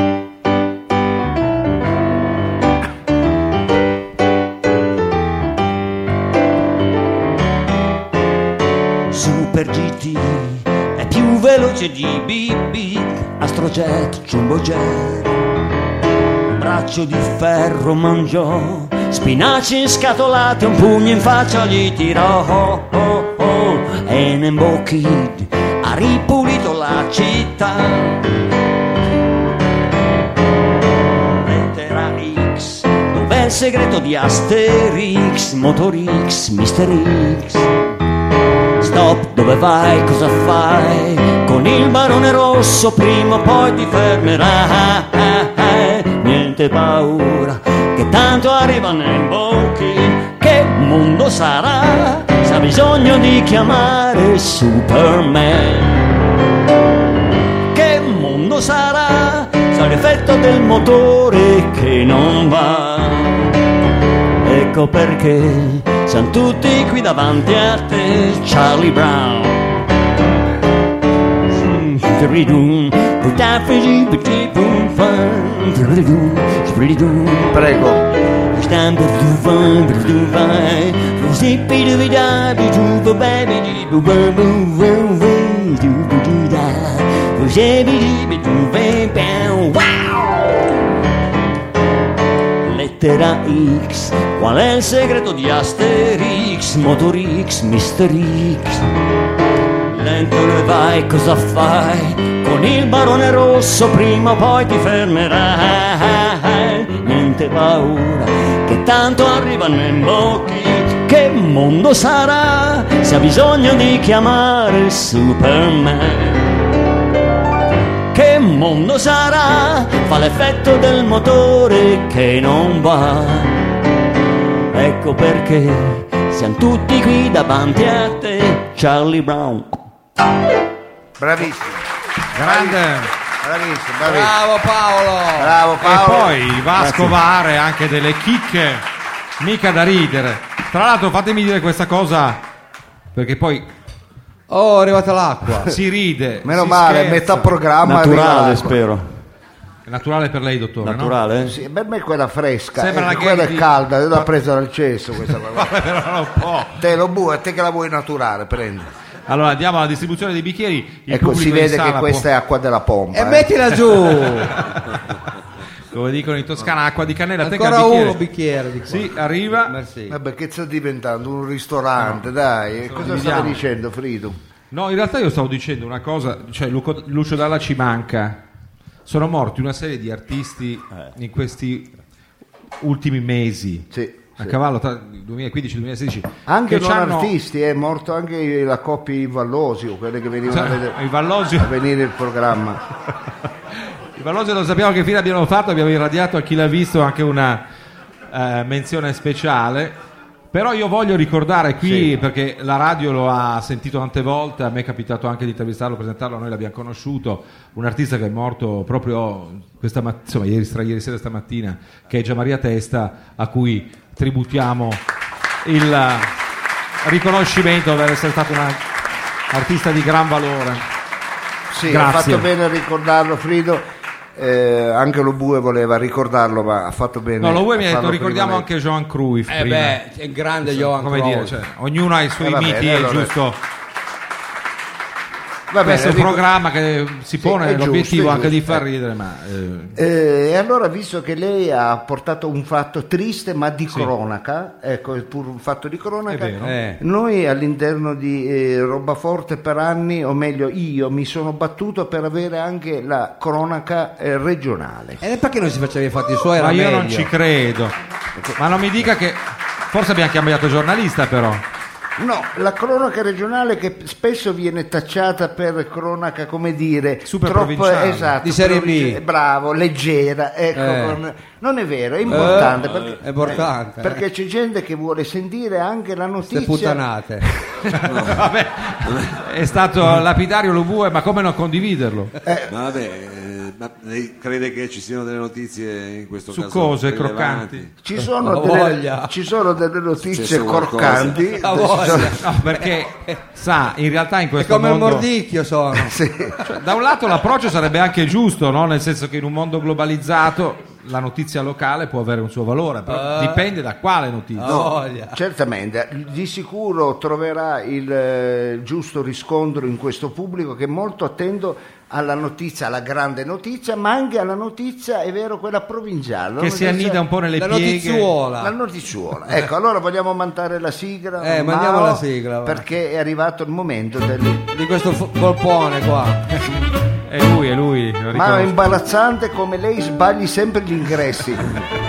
Speaker 5: Super GT è più veloce di BB, Astrojet, Jumbo Jet braccio di ferro mangiò, spinaci scatolati un pugno in faccia gli tirò oh, oh, oh, e Nembo Kid ha ripulito la città. Lettera X, dov'è il segreto di Asterix, Motor X, Mister X? Stop, dove vai, cosa fai? Con il barone rosso prima o poi ti fermerai. Niente paura, che tanto arriva nei bocchi. Che mondo sarà se ha bisogno di chiamare Superman? Che mondo sarà se ha l'effetto del motore che non va? Ecco perché siamo tutti qui davanti a te, Charlie Brown. Tridum, tridafigi, bitifum, fun, tridum, tridum.
Speaker 2: Prego.
Speaker 5: Stand up to fun, to do fine. Zippy do we die, do do the baby, do do do do do do do do da. Zippy do do do bam bam. Wow! Lettera X, qual è il segreto di Asterix, Motor X, Mister X? Lento dove vai, cosa fai? Con il barone rosso prima o poi ti fermerai. Niente paura, che tanto arrivano in bocchi. Che mondo sarà se ha bisogno di chiamare Superman? Che mondo sarà? Fa l'effetto del motore che non va. Ecco perché siamo tutti qui davanti a te, Charlie Brown.
Speaker 2: Bravissimo.
Speaker 3: Grande.
Speaker 2: Bravissimo, bravissimo.
Speaker 4: Bravo Paolo.
Speaker 2: Bravo
Speaker 3: E
Speaker 2: Paolo.
Speaker 3: poi Vasco Vare ha anche delle chicche, mica da ridere. Tra l'altro fatemi dire questa cosa, perché poi
Speaker 4: Oh, è arrivata l'acqua.
Speaker 3: si ride.
Speaker 2: Meno
Speaker 3: si
Speaker 2: male,
Speaker 3: scherza.
Speaker 2: metà programma. arriva
Speaker 5: naturale
Speaker 2: l'acqua.
Speaker 5: spero
Speaker 3: È naturale per lei, dottore,
Speaker 5: Naturale?
Speaker 2: Sì, per me quella fresca,
Speaker 3: Sembra
Speaker 2: eh,
Speaker 3: la
Speaker 2: quella
Speaker 3: Gandhi.
Speaker 2: è calda, l'ha presa dal cesso questa qua.
Speaker 3: no? Però non può.
Speaker 2: Te lo bue, a te che la vuoi naturale, prendi.
Speaker 3: Allora andiamo alla distribuzione dei bicchieri. Il
Speaker 2: Ecco, si
Speaker 3: pubblico in
Speaker 2: vede che
Speaker 3: sala può-
Speaker 2: questa è acqua della pompa.
Speaker 4: E
Speaker 2: eh.
Speaker 4: mettila giù!
Speaker 3: come dicono in Toscana, acqua di cannella, tenga il
Speaker 4: Ancora
Speaker 3: bicchiere.
Speaker 4: uno bicchiere di qua.
Speaker 3: Sì, arriva.
Speaker 4: Merci.
Speaker 2: Vabbè, che sta diventando un ristorante, dai. eh, Cosa
Speaker 3: dividiamo.
Speaker 2: stai dicendo, Frido?
Speaker 3: No, in realtà io stavo dicendo una cosa, cioè Luco- Lucio Dalla ci manca. Sono morti una serie di artisti in questi ultimi mesi.
Speaker 2: Eh. Sì,
Speaker 3: A
Speaker 2: sì.
Speaker 3: cavallo tra 2015-2016.
Speaker 2: Anche
Speaker 3: che
Speaker 2: non
Speaker 3: c'hanno-
Speaker 2: artisti, è morto anche la coppia in Vallosio, quelle che venivano a, vedere,
Speaker 3: Il
Speaker 2: a
Speaker 3: Vallosio,
Speaker 2: venire il programma.
Speaker 3: il Vallosio lo sappiamo che fine abbiamo fatto, abbiamo irradiato a chi l'ha visto anche una eh, menzione speciale. Però io voglio ricordare qui, perché la radio lo ha sentito tante volte, a me è capitato anche di intervistarlo, presentarlo, noi l'abbiamo conosciuto, un artista che è morto proprio questa mat- insomma, ieri, stra- ieri sera stamattina, che è Gian Maria Testa, a cui tributiamo il eh, riconoscimento per essere stato un artista di gran valore.
Speaker 2: Sì, ha
Speaker 3: Grazie.
Speaker 2: fatto bene a ricordarlo, Frido. eh, anche lo Bue voleva ricordarlo, ma ha fatto bene.
Speaker 3: No, lo vuoi
Speaker 2: a
Speaker 3: mi ha detto,
Speaker 2: farlo
Speaker 3: ricordiamo
Speaker 2: prima lei.
Speaker 3: anche Joan Cruyff.
Speaker 4: Eh
Speaker 3: prima.
Speaker 4: beh, è grande Johan
Speaker 3: Come
Speaker 4: Cruyff.
Speaker 3: dire, cioè, ognuno ha i suoi
Speaker 2: Eh, va bene,
Speaker 3: miti, è
Speaker 2: allora.
Speaker 3: giusto.
Speaker 2: Va bene,
Speaker 3: Questo è un
Speaker 2: ricordiamo-
Speaker 3: programma che si pone
Speaker 2: è giusto,
Speaker 3: l'obiettivo
Speaker 2: è
Speaker 3: anche di
Speaker 2: giusto,
Speaker 3: far
Speaker 2: eh.
Speaker 3: ridere, ma eh,
Speaker 2: Eh, e allora, visto che lei ha portato un fatto triste ma di cronaca, ecco, è pur un fatto di cronaca,
Speaker 3: È vero.
Speaker 4: Eh.
Speaker 2: noi all'interno di eh, Robaforte per anni, o meglio io, mi sono battuto per avere anche la cronaca eh, regionale.
Speaker 4: E perché non si faceva i fatti suoi? Era
Speaker 3: ma io
Speaker 4: meglio.
Speaker 3: non ci credo. Ma non mi dica che forse abbiamo cambiato giornalista però.
Speaker 2: No, la cronaca regionale che spesso viene tacciata per cronaca, come dire,
Speaker 3: Super
Speaker 2: troppo
Speaker 3: provinciale.
Speaker 2: esatto,
Speaker 4: Di serie B.
Speaker 2: provinci- bravo, leggera, ecco,
Speaker 4: Eh.
Speaker 2: con- non è vero, è importante
Speaker 4: Eh,
Speaker 2: perché,
Speaker 4: è importante,
Speaker 2: eh, perché c'è gente che vuole sentire anche la
Speaker 4: Ste
Speaker 2: notizia.
Speaker 4: puttanate.
Speaker 3: Vabbè, è stato lapidario lo bue, ma come non condividerlo?
Speaker 1: Ma vabbè, eh, ma lei crede che ci siano delle notizie in questo
Speaker 3: Su
Speaker 1: caso?
Speaker 3: cose
Speaker 1: rilevanti?
Speaker 3: croccanti.
Speaker 2: Ci sono,
Speaker 4: La
Speaker 2: delle,
Speaker 4: voglia.
Speaker 2: ci sono delle notizie
Speaker 1: Successo qualcosa.
Speaker 2: corcanti.
Speaker 4: La
Speaker 2: ci sono-
Speaker 4: voglia.
Speaker 3: No, perché sa, in realtà in
Speaker 4: È
Speaker 3: questo
Speaker 4: come il
Speaker 3: mondo
Speaker 4: mordicchio sono.
Speaker 2: sì.
Speaker 3: Cioè, da un lato l'approccio sarebbe anche giusto, no? nel senso che in un mondo globalizzato la notizia locale può avere un suo valore, però
Speaker 4: Eh.
Speaker 3: dipende da quale notizia.
Speaker 4: La voglia.
Speaker 2: Oh, Certamente, di sicuro troverà il eh, giusto riscontro in questo pubblico che è molto attento alla notizia, alla grande notizia, ma anche alla notizia, è vero, quella provinciale. la
Speaker 3: Che si
Speaker 2: notizia-
Speaker 3: annida un po' nelle
Speaker 4: La
Speaker 3: pieghe.
Speaker 2: La
Speaker 4: notizuola.
Speaker 2: notiziuola. Ecco, allora vogliamo mandare la sigla?
Speaker 4: Eh, mandiamo
Speaker 2: Mao,
Speaker 4: la sigla, va.
Speaker 2: Perché è arrivato il momento del...
Speaker 4: Di questo fo- polpone qua.
Speaker 3: È Eh, lui, è lui. lo
Speaker 2: Ma è
Speaker 3: riconosco.
Speaker 2: imbarazzante come lei sbagli sempre gli ingressi,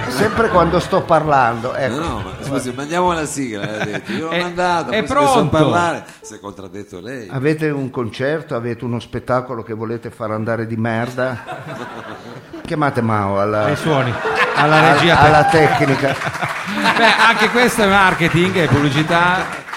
Speaker 2: sempre quando sto parlando.
Speaker 1: No,
Speaker 2: Ecco.
Speaker 1: no, ma scusi, mandiamo la sigla, l'ha detto. Io l'ho
Speaker 3: È-
Speaker 1: mandata,
Speaker 3: Eh, è
Speaker 1: poi si è messo a
Speaker 3: pronto.
Speaker 1: parlare, si è contraddetto lei.
Speaker 2: Avete un concerto, avete uno spettacolo che volete far andare di merda? Chiamate Mao alla,
Speaker 3: Ai suoni, alla regia.
Speaker 2: alla- alla tecnica.
Speaker 3: Beh, anche questo è marketing, è pubblicità.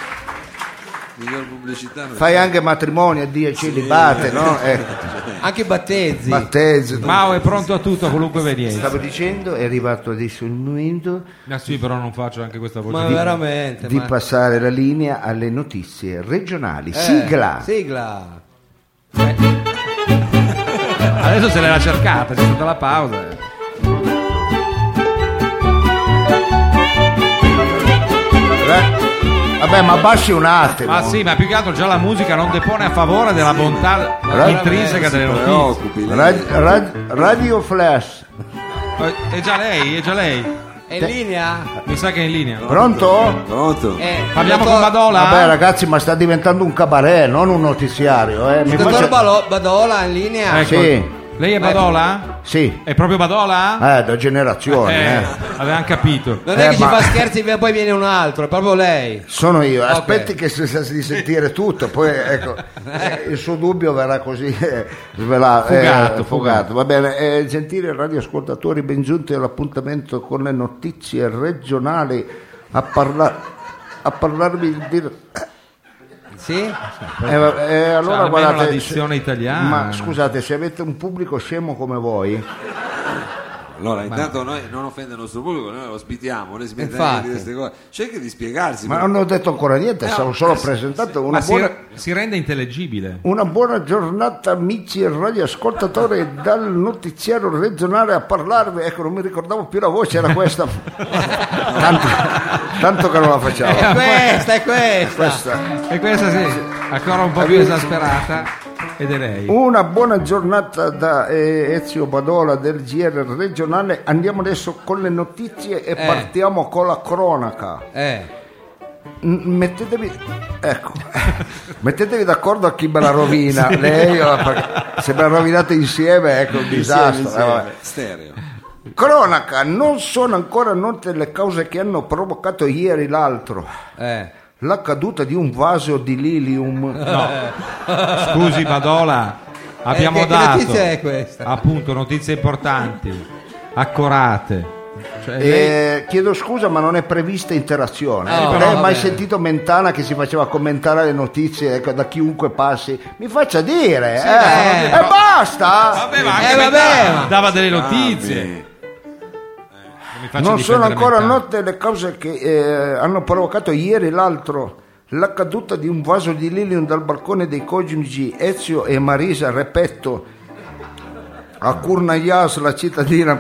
Speaker 1: Miglior pubblicità. non
Speaker 2: Fai
Speaker 1: c'è.
Speaker 2: anche matrimonio, addio celibate, no? Ecco,
Speaker 4: Anche i battezzi.
Speaker 2: battezzo.
Speaker 3: Mao è pronto a tutto, a qualunque evenienza.
Speaker 2: Stavo dicendo, è arrivato adesso il momento
Speaker 3: Ma sì, però non faccio anche questa voce.
Speaker 4: ma
Speaker 3: di-
Speaker 4: veramente.
Speaker 2: di
Speaker 4: ma-
Speaker 2: passare la linea alle notizie regionali.
Speaker 4: Eh,
Speaker 2: Sigla!
Speaker 4: Sigla.
Speaker 3: Adesso se l'era cercata, c'è stata la pausa.
Speaker 2: Ra- Vabbè, ma bassi un attimo.
Speaker 3: Ma sì, ma più che altro già la musica non depone a favore della bontà
Speaker 2: Ra-
Speaker 3: intrinseca delle
Speaker 1: Si
Speaker 3: notizie.
Speaker 1: preoccupi, lei.
Speaker 2: Ra- ra- radio Flash,
Speaker 3: Eh, È già lei, è già lei.
Speaker 4: È in linea?
Speaker 3: Mi sa che è in linea.
Speaker 2: pronto?
Speaker 1: Pronto?
Speaker 4: Eh,
Speaker 3: Parliamo con
Speaker 4: dottor-
Speaker 3: Badola?
Speaker 2: Vabbè ragazzi, ma sta diventando un cabaret, non un notiziario. Eh. Mi
Speaker 4: Dottor
Speaker 2: faccia-
Speaker 4: Balo- Badola è in linea?
Speaker 3: Ecco.
Speaker 2: Sì.
Speaker 3: Lei è Badola?
Speaker 2: Sì,
Speaker 3: È proprio Badola?
Speaker 2: eh, da generazioni.
Speaker 3: Eh,
Speaker 2: eh.
Speaker 3: avevamo capito.
Speaker 4: Non
Speaker 2: Eh,
Speaker 4: è che ci
Speaker 2: ma-
Speaker 4: fa scherzi e poi viene un altro, è proprio lei.
Speaker 2: Sono io, aspetti
Speaker 4: Ok.
Speaker 2: che si, si- di sentire tutto, poi ecco, eh, il suo dubbio verrà così eh, svelato, eh,
Speaker 3: Fugato, fugato.
Speaker 2: Va bene, eh, gentili radioascoltatori, ben giunti all'appuntamento con le notizie regionali a, parla- a parlarvi di...
Speaker 4: Sì?
Speaker 2: Eh, va- eh, allora,
Speaker 3: Cioè, almeno
Speaker 2: guardate,
Speaker 3: la dizione
Speaker 2: se-
Speaker 3: italiana. Ah,
Speaker 2: Ma scusate, se avete un pubblico scemo come voi,
Speaker 1: Allora, intanto noi non offende il nostro pubblico, noi lo ospitiamo, noi si mette
Speaker 4: Infatti.
Speaker 1: anche di queste cose. Cerchi di spiegarsi.
Speaker 2: Ma
Speaker 1: perché-
Speaker 2: non ho detto ancora niente,
Speaker 1: No,
Speaker 2: stavo solo
Speaker 1: sì,
Speaker 2: presentando una
Speaker 3: Ma si,
Speaker 2: buona...
Speaker 3: si rende intellegibile.
Speaker 2: Una buona giornata amici e radioascoltatori dal notiziario regionale a parlarvi, ecco non mi ricordavo più la voce, era questa, tanto, tanto che non la
Speaker 4: È
Speaker 2: facciamo.
Speaker 4: questa, è questa.
Speaker 2: Questa.
Speaker 3: E questa sì, ancora un po' più esasperata ed è lei.
Speaker 2: Una buona giornata da eh, Ezio Badola del GR regionale, andiamo adesso con le notizie e
Speaker 4: Eh.
Speaker 2: partiamo con la cronaca.
Speaker 4: Eh,
Speaker 2: Mm, Mettetevi, ecco, mettetevi d'accordo a chi me la rovina, lei o la- perché se me la rovinate insieme ecco un disastro. eh, vabbè.
Speaker 1: Stereo.
Speaker 2: Cronaca, non sono ancora note le cause che hanno provocato ieri l'altro.
Speaker 4: eh.
Speaker 2: La caduta di un vaso di lilium.
Speaker 3: Scusi Badola, abbiamo
Speaker 4: che- che
Speaker 3: dato
Speaker 4: notizia è questa?
Speaker 3: appunto notizie importanti, accorate. Cioè, lei-
Speaker 2: Eh, chiedo scusa, ma non è prevista interazione.
Speaker 4: No,
Speaker 2: non
Speaker 4: no,
Speaker 2: hai mai
Speaker 4: vabbè.
Speaker 2: sentito Mentana che si faceva commentare le notizie ecco, da chiunque passi? Mi faccia dire, eh.
Speaker 4: no,
Speaker 2: e basta!
Speaker 3: Vabbè, ma anche
Speaker 4: eh, vabbè,
Speaker 3: Mentana
Speaker 4: ma-
Speaker 3: dava delle notizie. mi faccio
Speaker 2: Non sono
Speaker 3: difendere
Speaker 2: ancora
Speaker 3: Mentana.
Speaker 2: note le cause che eh, hanno provocato ieri l'altro la caduta di un vaso di lilium dal balcone dei coniugi Ezio e Marisa Repetto a Curnaias, la cittadina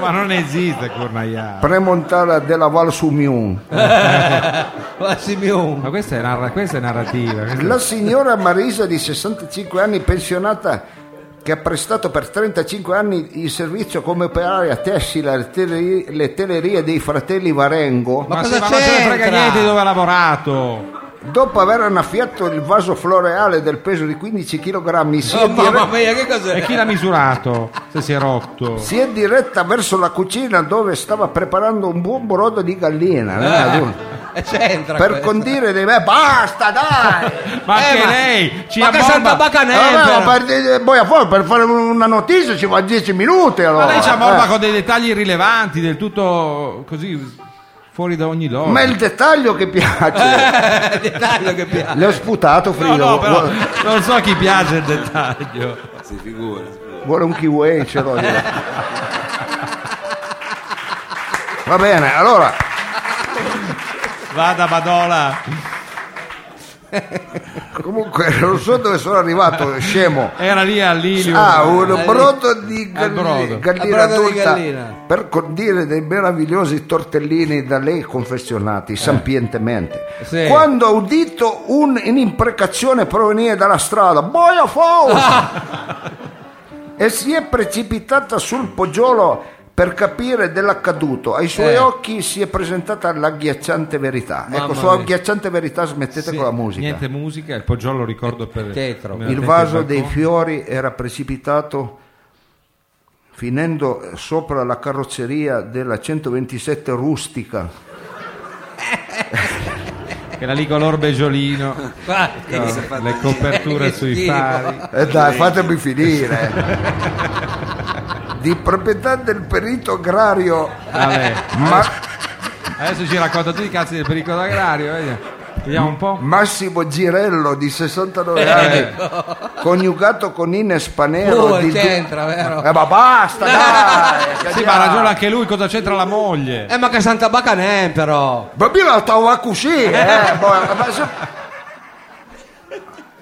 Speaker 3: Ma non esiste Cornaia.
Speaker 2: premontana della Val Sumion.
Speaker 4: Ma Simeon.
Speaker 3: Ma questa è, narra- questa è narrativa. questa-
Speaker 2: La signora Marisa di 65 anni, pensionata, che ha prestato per 35 anni il servizio come operaria tessile alle tele- le telerie dei fratelli Varengo.
Speaker 4: Ma
Speaker 3: se-
Speaker 4: cosa
Speaker 3: non ce ne frega
Speaker 4: c'entra?
Speaker 3: niente di dove ha lavorato.
Speaker 2: Dopo aver annaffiato il vaso floreale del peso di 15 kg, si,
Speaker 4: Oh,
Speaker 2: è dire-
Speaker 4: mamma mia, che cos'è?
Speaker 3: E chi l'ha misurato? Se si è rotto.
Speaker 2: si è diretta verso la cucina dove stava preparando un buon brodo di gallina. non era duro.
Speaker 4: Eh, c'entra
Speaker 2: Per
Speaker 4: questo.
Speaker 2: condire dei me, basta dai!
Speaker 3: Ma
Speaker 4: Eh,
Speaker 3: anche
Speaker 4: ma-
Speaker 3: lei ci
Speaker 4: ma che Santa
Speaker 3: ammorba.
Speaker 2: Allora,
Speaker 4: Bacanella.
Speaker 2: per, eh, poi a fuori, per fare una notizia ci va 10 minuti allora.
Speaker 3: Ma lei ci
Speaker 2: Eh.
Speaker 3: ammorba con dei dettagli irrilevanti, del tutto così fuori da ogni logica.
Speaker 2: Ma è il dettaglio che piace.
Speaker 4: Eh, dettaglio che piace.
Speaker 2: Le ho sputato Frido.
Speaker 3: No, no, però
Speaker 2: Vuole-
Speaker 3: non so a chi piace il dettaglio.
Speaker 1: Si figura. si figura.
Speaker 2: Vuole un kiwi, eh, ce l'ho io. Va bene, allora,
Speaker 3: Vada Badola.
Speaker 2: comunque non so dove sono arrivato, scemo.
Speaker 3: Era lì a Lilio.
Speaker 2: Ah, un brodo di
Speaker 3: Al
Speaker 2: galli-
Speaker 3: brodo.
Speaker 2: gallina
Speaker 4: Al brodo di
Speaker 2: adulta
Speaker 4: gallina.
Speaker 2: per condire dei meravigliosi tortellini da lei confezionati sampientemente.
Speaker 4: Eh. Sì.
Speaker 2: Quando ho udito un- un'imprecazione provenire dalla strada, boia Faust! e si è precipitata sul poggiolo per capire dell'accaduto. Ai suoi
Speaker 4: Eh.
Speaker 2: occhi si è presentata l'agghiacciante verità. ecco,
Speaker 4: Mamma
Speaker 2: sulla
Speaker 4: mia.
Speaker 2: agghiacciante verità smettete con la musica.
Speaker 3: Niente musica, il poggiolo lo ricordo per
Speaker 4: Tetro.
Speaker 3: me la
Speaker 2: Il
Speaker 3: testa
Speaker 2: vaso
Speaker 3: in
Speaker 2: dei
Speaker 3: balcone.
Speaker 2: fiori era precipitato finendo sopra la carrozzeria della 127 rustica.
Speaker 3: che era lì color beggiolino,
Speaker 4: Infatti.
Speaker 1: Si è fatta
Speaker 3: le
Speaker 1: dire.
Speaker 3: coperture
Speaker 4: Che
Speaker 3: sui
Speaker 4: schifo.
Speaker 3: fari.
Speaker 2: E dai, fatemi finire. Di proprietà del perito agrario,
Speaker 3: Vabbè,
Speaker 2: Ma-
Speaker 3: adesso ci racconta tutti i cazzi del pericolo agrario, vedi? vediamo un po'.
Speaker 2: Massimo Girello di 69
Speaker 3: Eh,
Speaker 2: anni, coniugato con Ines Panero
Speaker 4: Oh,
Speaker 2: di
Speaker 4: c'entra, vero?
Speaker 2: Eh, ma basta, dai!
Speaker 3: Sì, ma ha ragione anche lui, cosa c'entra la moglie?
Speaker 4: Eh, ma che Santa Bacanè, però.
Speaker 2: Bambino la stavo a così, eh, boh, ma se-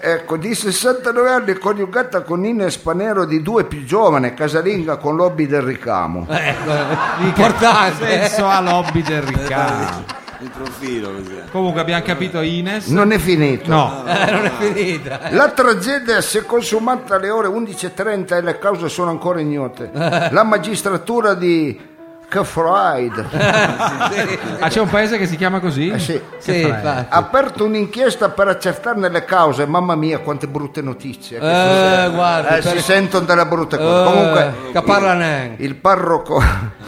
Speaker 2: Ecco, di 69 anni coniugata con Ines Panero di due più giovane, casalinga con l'hobby del ricamo.
Speaker 4: Ecco,
Speaker 3: Ah, Che
Speaker 4: l'importante.
Speaker 3: senso ha l'hobby del
Speaker 2: Ah.
Speaker 3: ricamo?
Speaker 1: Il profilo così. eh.
Speaker 3: Comunque abbiamo capito Ines.
Speaker 2: Non è finito.
Speaker 3: No,
Speaker 4: Eh, non è finita.
Speaker 2: La tragedia si è consumata alle ore 11.30 e le cause sono ancora ignote. La magistratura di Cafraid
Speaker 3: ah, c'è un paese che si chiama così?
Speaker 2: Eh sì.
Speaker 3: Che
Speaker 4: Eh, Sì,
Speaker 3: frega.
Speaker 4: infatti.
Speaker 2: ha aperto un'inchiesta per accertarne le cause. Mamma mia, quante brutte notizie. che
Speaker 4: Eh,
Speaker 2: succedono.
Speaker 4: guarda.
Speaker 2: Eh, si
Speaker 4: per-
Speaker 2: sentono delle brutte cose.
Speaker 4: eh,
Speaker 2: Comunque,
Speaker 4: Che parla neanche.
Speaker 2: il parroco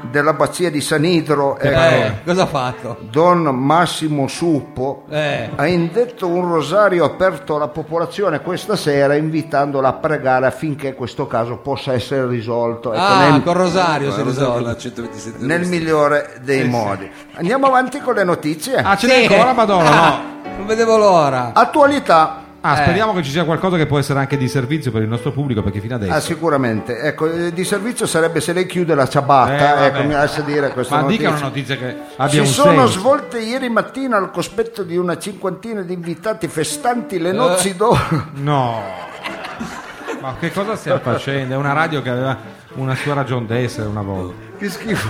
Speaker 2: dell'abbazia di Sanidro, ecco,
Speaker 4: Eh, cosa ha fatto?
Speaker 2: Don Massimo Suppo,
Speaker 4: Eh.
Speaker 3: Ecco,
Speaker 2: ha indetto un rosario aperto alla popolazione questa sera invitandola a pregare affinché questo caso possa essere risolto ecco,
Speaker 4: Ah,
Speaker 2: nel,
Speaker 4: col Rosario
Speaker 1: Guarda,
Speaker 4: si
Speaker 1: guarda
Speaker 4: risolve.
Speaker 1: la 127
Speaker 2: nel
Speaker 1: russa.
Speaker 2: migliore dei modi. Andiamo avanti con le notizie.
Speaker 3: Ah, ce n'è ancora, Madonna, no.
Speaker 4: Non vedevo l'ora.
Speaker 2: Attualità.
Speaker 3: Ah,
Speaker 4: Eh.
Speaker 3: speriamo che ci sia qualcosa che può essere anche di servizio per il nostro pubblico, perché fino adesso.
Speaker 2: Ah, sicuramente. Ecco, eh, di servizio sarebbe se lei chiude la ciabatta,
Speaker 3: Eh,
Speaker 2: ecco,
Speaker 3: vabbè.
Speaker 2: mi lascia dire questa
Speaker 3: Ma
Speaker 2: notizia.
Speaker 3: dica una notizia che abbia
Speaker 2: si
Speaker 3: un
Speaker 2: sono
Speaker 3: senso.
Speaker 2: svolte ieri mattina al cospetto di una cinquantina di invitati festanti le
Speaker 3: Eh.
Speaker 2: nozze d'oro.
Speaker 3: No. Ma che cosa stiamo facendo? È una radio che aveva una sua ragion d'essere una volta.
Speaker 2: Che schifo.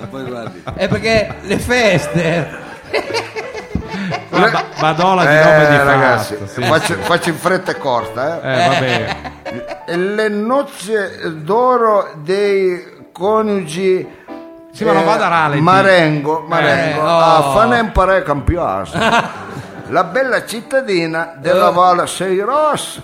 Speaker 1: Ma poi guardi,
Speaker 4: È perché le feste.
Speaker 3: Una ba- badola di roba di
Speaker 2: Eh,
Speaker 3: ragazzi.
Speaker 2: ragazzi, faccio, faccio in fretta e corta. eh.
Speaker 3: Eh, vabbè.
Speaker 2: E Le nozze d'oro dei coniugi eh,
Speaker 3: Sì, ma non vada Eh, a rallenti.
Speaker 2: Marengo, Marengo Ah,
Speaker 4: no.
Speaker 2: a Fanemparè Campiasso. La bella cittadina
Speaker 3: Oh.
Speaker 2: della Valle Seiros.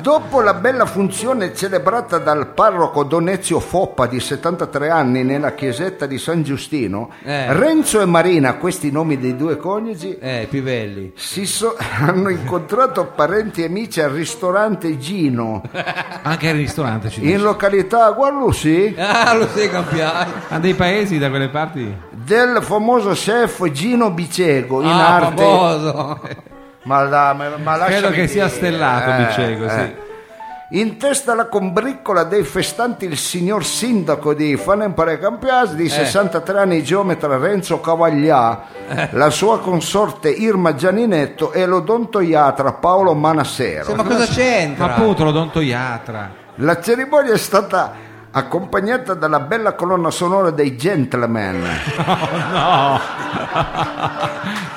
Speaker 2: Dopo la bella funzione celebrata dal parroco Donezio Foppa di 73 anni nella chiesetta di San Giustino,
Speaker 4: Eh.
Speaker 2: Renzo e Marina, questi nomi dei due coniugi,
Speaker 4: Eh, i più belli.
Speaker 2: si so- hanno incontrato parenti e amici al ristorante Gino
Speaker 3: Anche il ristorante ci dice.
Speaker 2: in località Guarlusi
Speaker 4: Ah, lo sei campiato.
Speaker 3: Ha dei paesi da quelle parti?
Speaker 2: del famoso chef Gino Bicego in
Speaker 4: ah,
Speaker 2: arte
Speaker 4: famoso.
Speaker 2: ma, la- ma- ma
Speaker 3: Credo
Speaker 2: lasciami
Speaker 3: che sia
Speaker 2: dire,
Speaker 3: stellato
Speaker 2: eh,
Speaker 3: Bicego, sì.
Speaker 2: eh. in testa alla combriccola dei festanti il signor sindaco di Fanempare Campias
Speaker 3: Eh.
Speaker 2: di 63 anni geometra Renzo Cavaglià
Speaker 3: Eh.
Speaker 2: la sua consorte Irma Gianinetto e l'odontoiatra Paolo Manassero
Speaker 4: Sì, ma cosa c'entra?
Speaker 3: Ma appunto l'odontoiatra.
Speaker 2: La cerimonia è stata accompagnata dalla bella colonna sonora dei gentleman.
Speaker 3: Oh no!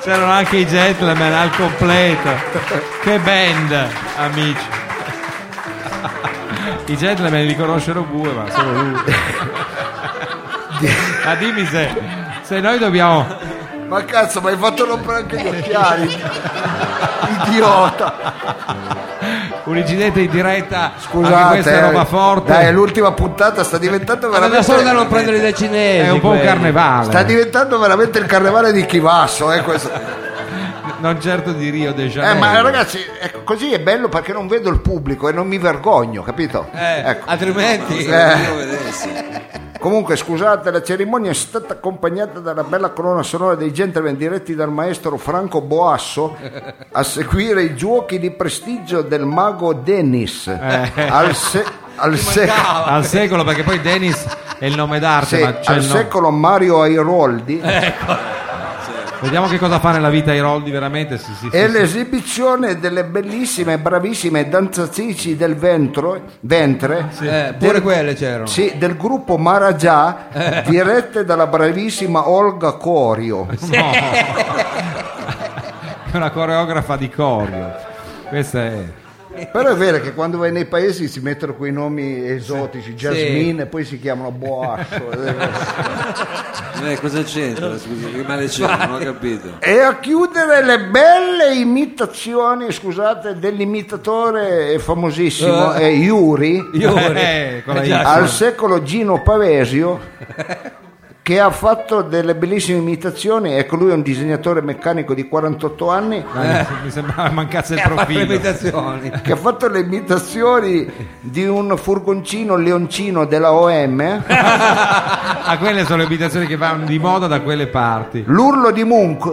Speaker 3: C'erano anche i gentleman al completo. Che band, amici. I gentleman li conoscono due, ma solo lui. Ma dimmi se, se noi dobbiamo...
Speaker 2: Ma cazzo, ma hai fatto rompere anche gli occhiali. Idiota.
Speaker 3: Un incidente in diretta,
Speaker 2: Scusate.
Speaker 3: anche questa è
Speaker 2: eh.
Speaker 3: roba forte.
Speaker 2: Dai, è l'ultima puntata sta diventando
Speaker 4: Aveva solo da
Speaker 2: veramente
Speaker 4: non prendere dai cinesi.
Speaker 3: è un po' un
Speaker 4: quelli.
Speaker 3: carnevale.
Speaker 2: Sta diventando veramente il carnevale di Chivasso, eh, questo.
Speaker 3: Non certo di Rio de
Speaker 2: Eh,
Speaker 3: Janeiro.
Speaker 2: ma ragazzi, ecco, così è bello perché non vedo il pubblico e non mi vergogno, capito?
Speaker 4: Eh,
Speaker 2: Ecco.
Speaker 4: Altrimenti.
Speaker 1: se io vedessi.
Speaker 2: Comunque, scusate, la cerimonia è stata accompagnata dalla bella colonna sonora dei gentleman diretti dal maestro Franco Boasso a seguire i giochi di prestigio del mago Dennis. Al, se- al se-
Speaker 3: Al secolo, perché poi Dennis è il nome d'arte,
Speaker 2: sì,
Speaker 3: ma c'è
Speaker 2: al
Speaker 3: il nome-
Speaker 2: secolo Mario Airoldi
Speaker 3: Vediamo che cosa fa nella vita Iroldi veramente. Sì, sì, sì,
Speaker 2: e
Speaker 3: sì.
Speaker 2: l'esibizione delle bellissime e bravissime danzatrici del ventro- ventre
Speaker 4: Eh, pure
Speaker 2: del-
Speaker 4: quelle c'erano.
Speaker 2: sì, del gruppo Maragia dirette dalla bravissima Olga Corio.
Speaker 3: No. È una coreografa di Corio. Questa è.
Speaker 2: Però è vero che quando vai nei paesi si mettono quei nomi esotici, Jasmine, e poi si chiamano Boasso.
Speaker 1: Eh, cosa c'entra? Scusa, che male c'entra? Non ho capito.
Speaker 2: e a chiudere le belle imitazioni, scusate, dell'imitatore famosissimo è Yuri,
Speaker 4: Iuri.
Speaker 3: Eh, con la
Speaker 4: Eh,
Speaker 3: I.
Speaker 4: già,
Speaker 2: al secolo Gino Pavesio. Che ha fatto delle bellissime imitazioni, ecco lui è un disegnatore meccanico di 48 anni
Speaker 3: Dai, Mi sembrava mancasse il
Speaker 4: ha fatto le
Speaker 3: profilo.
Speaker 4: imitazioni.
Speaker 2: che ha fatto le imitazioni di un furgoncino leoncino della OM.
Speaker 3: Ah, quelle sono le imitazioni che vanno di moda da quelle parti.
Speaker 2: L'urlo di Munch.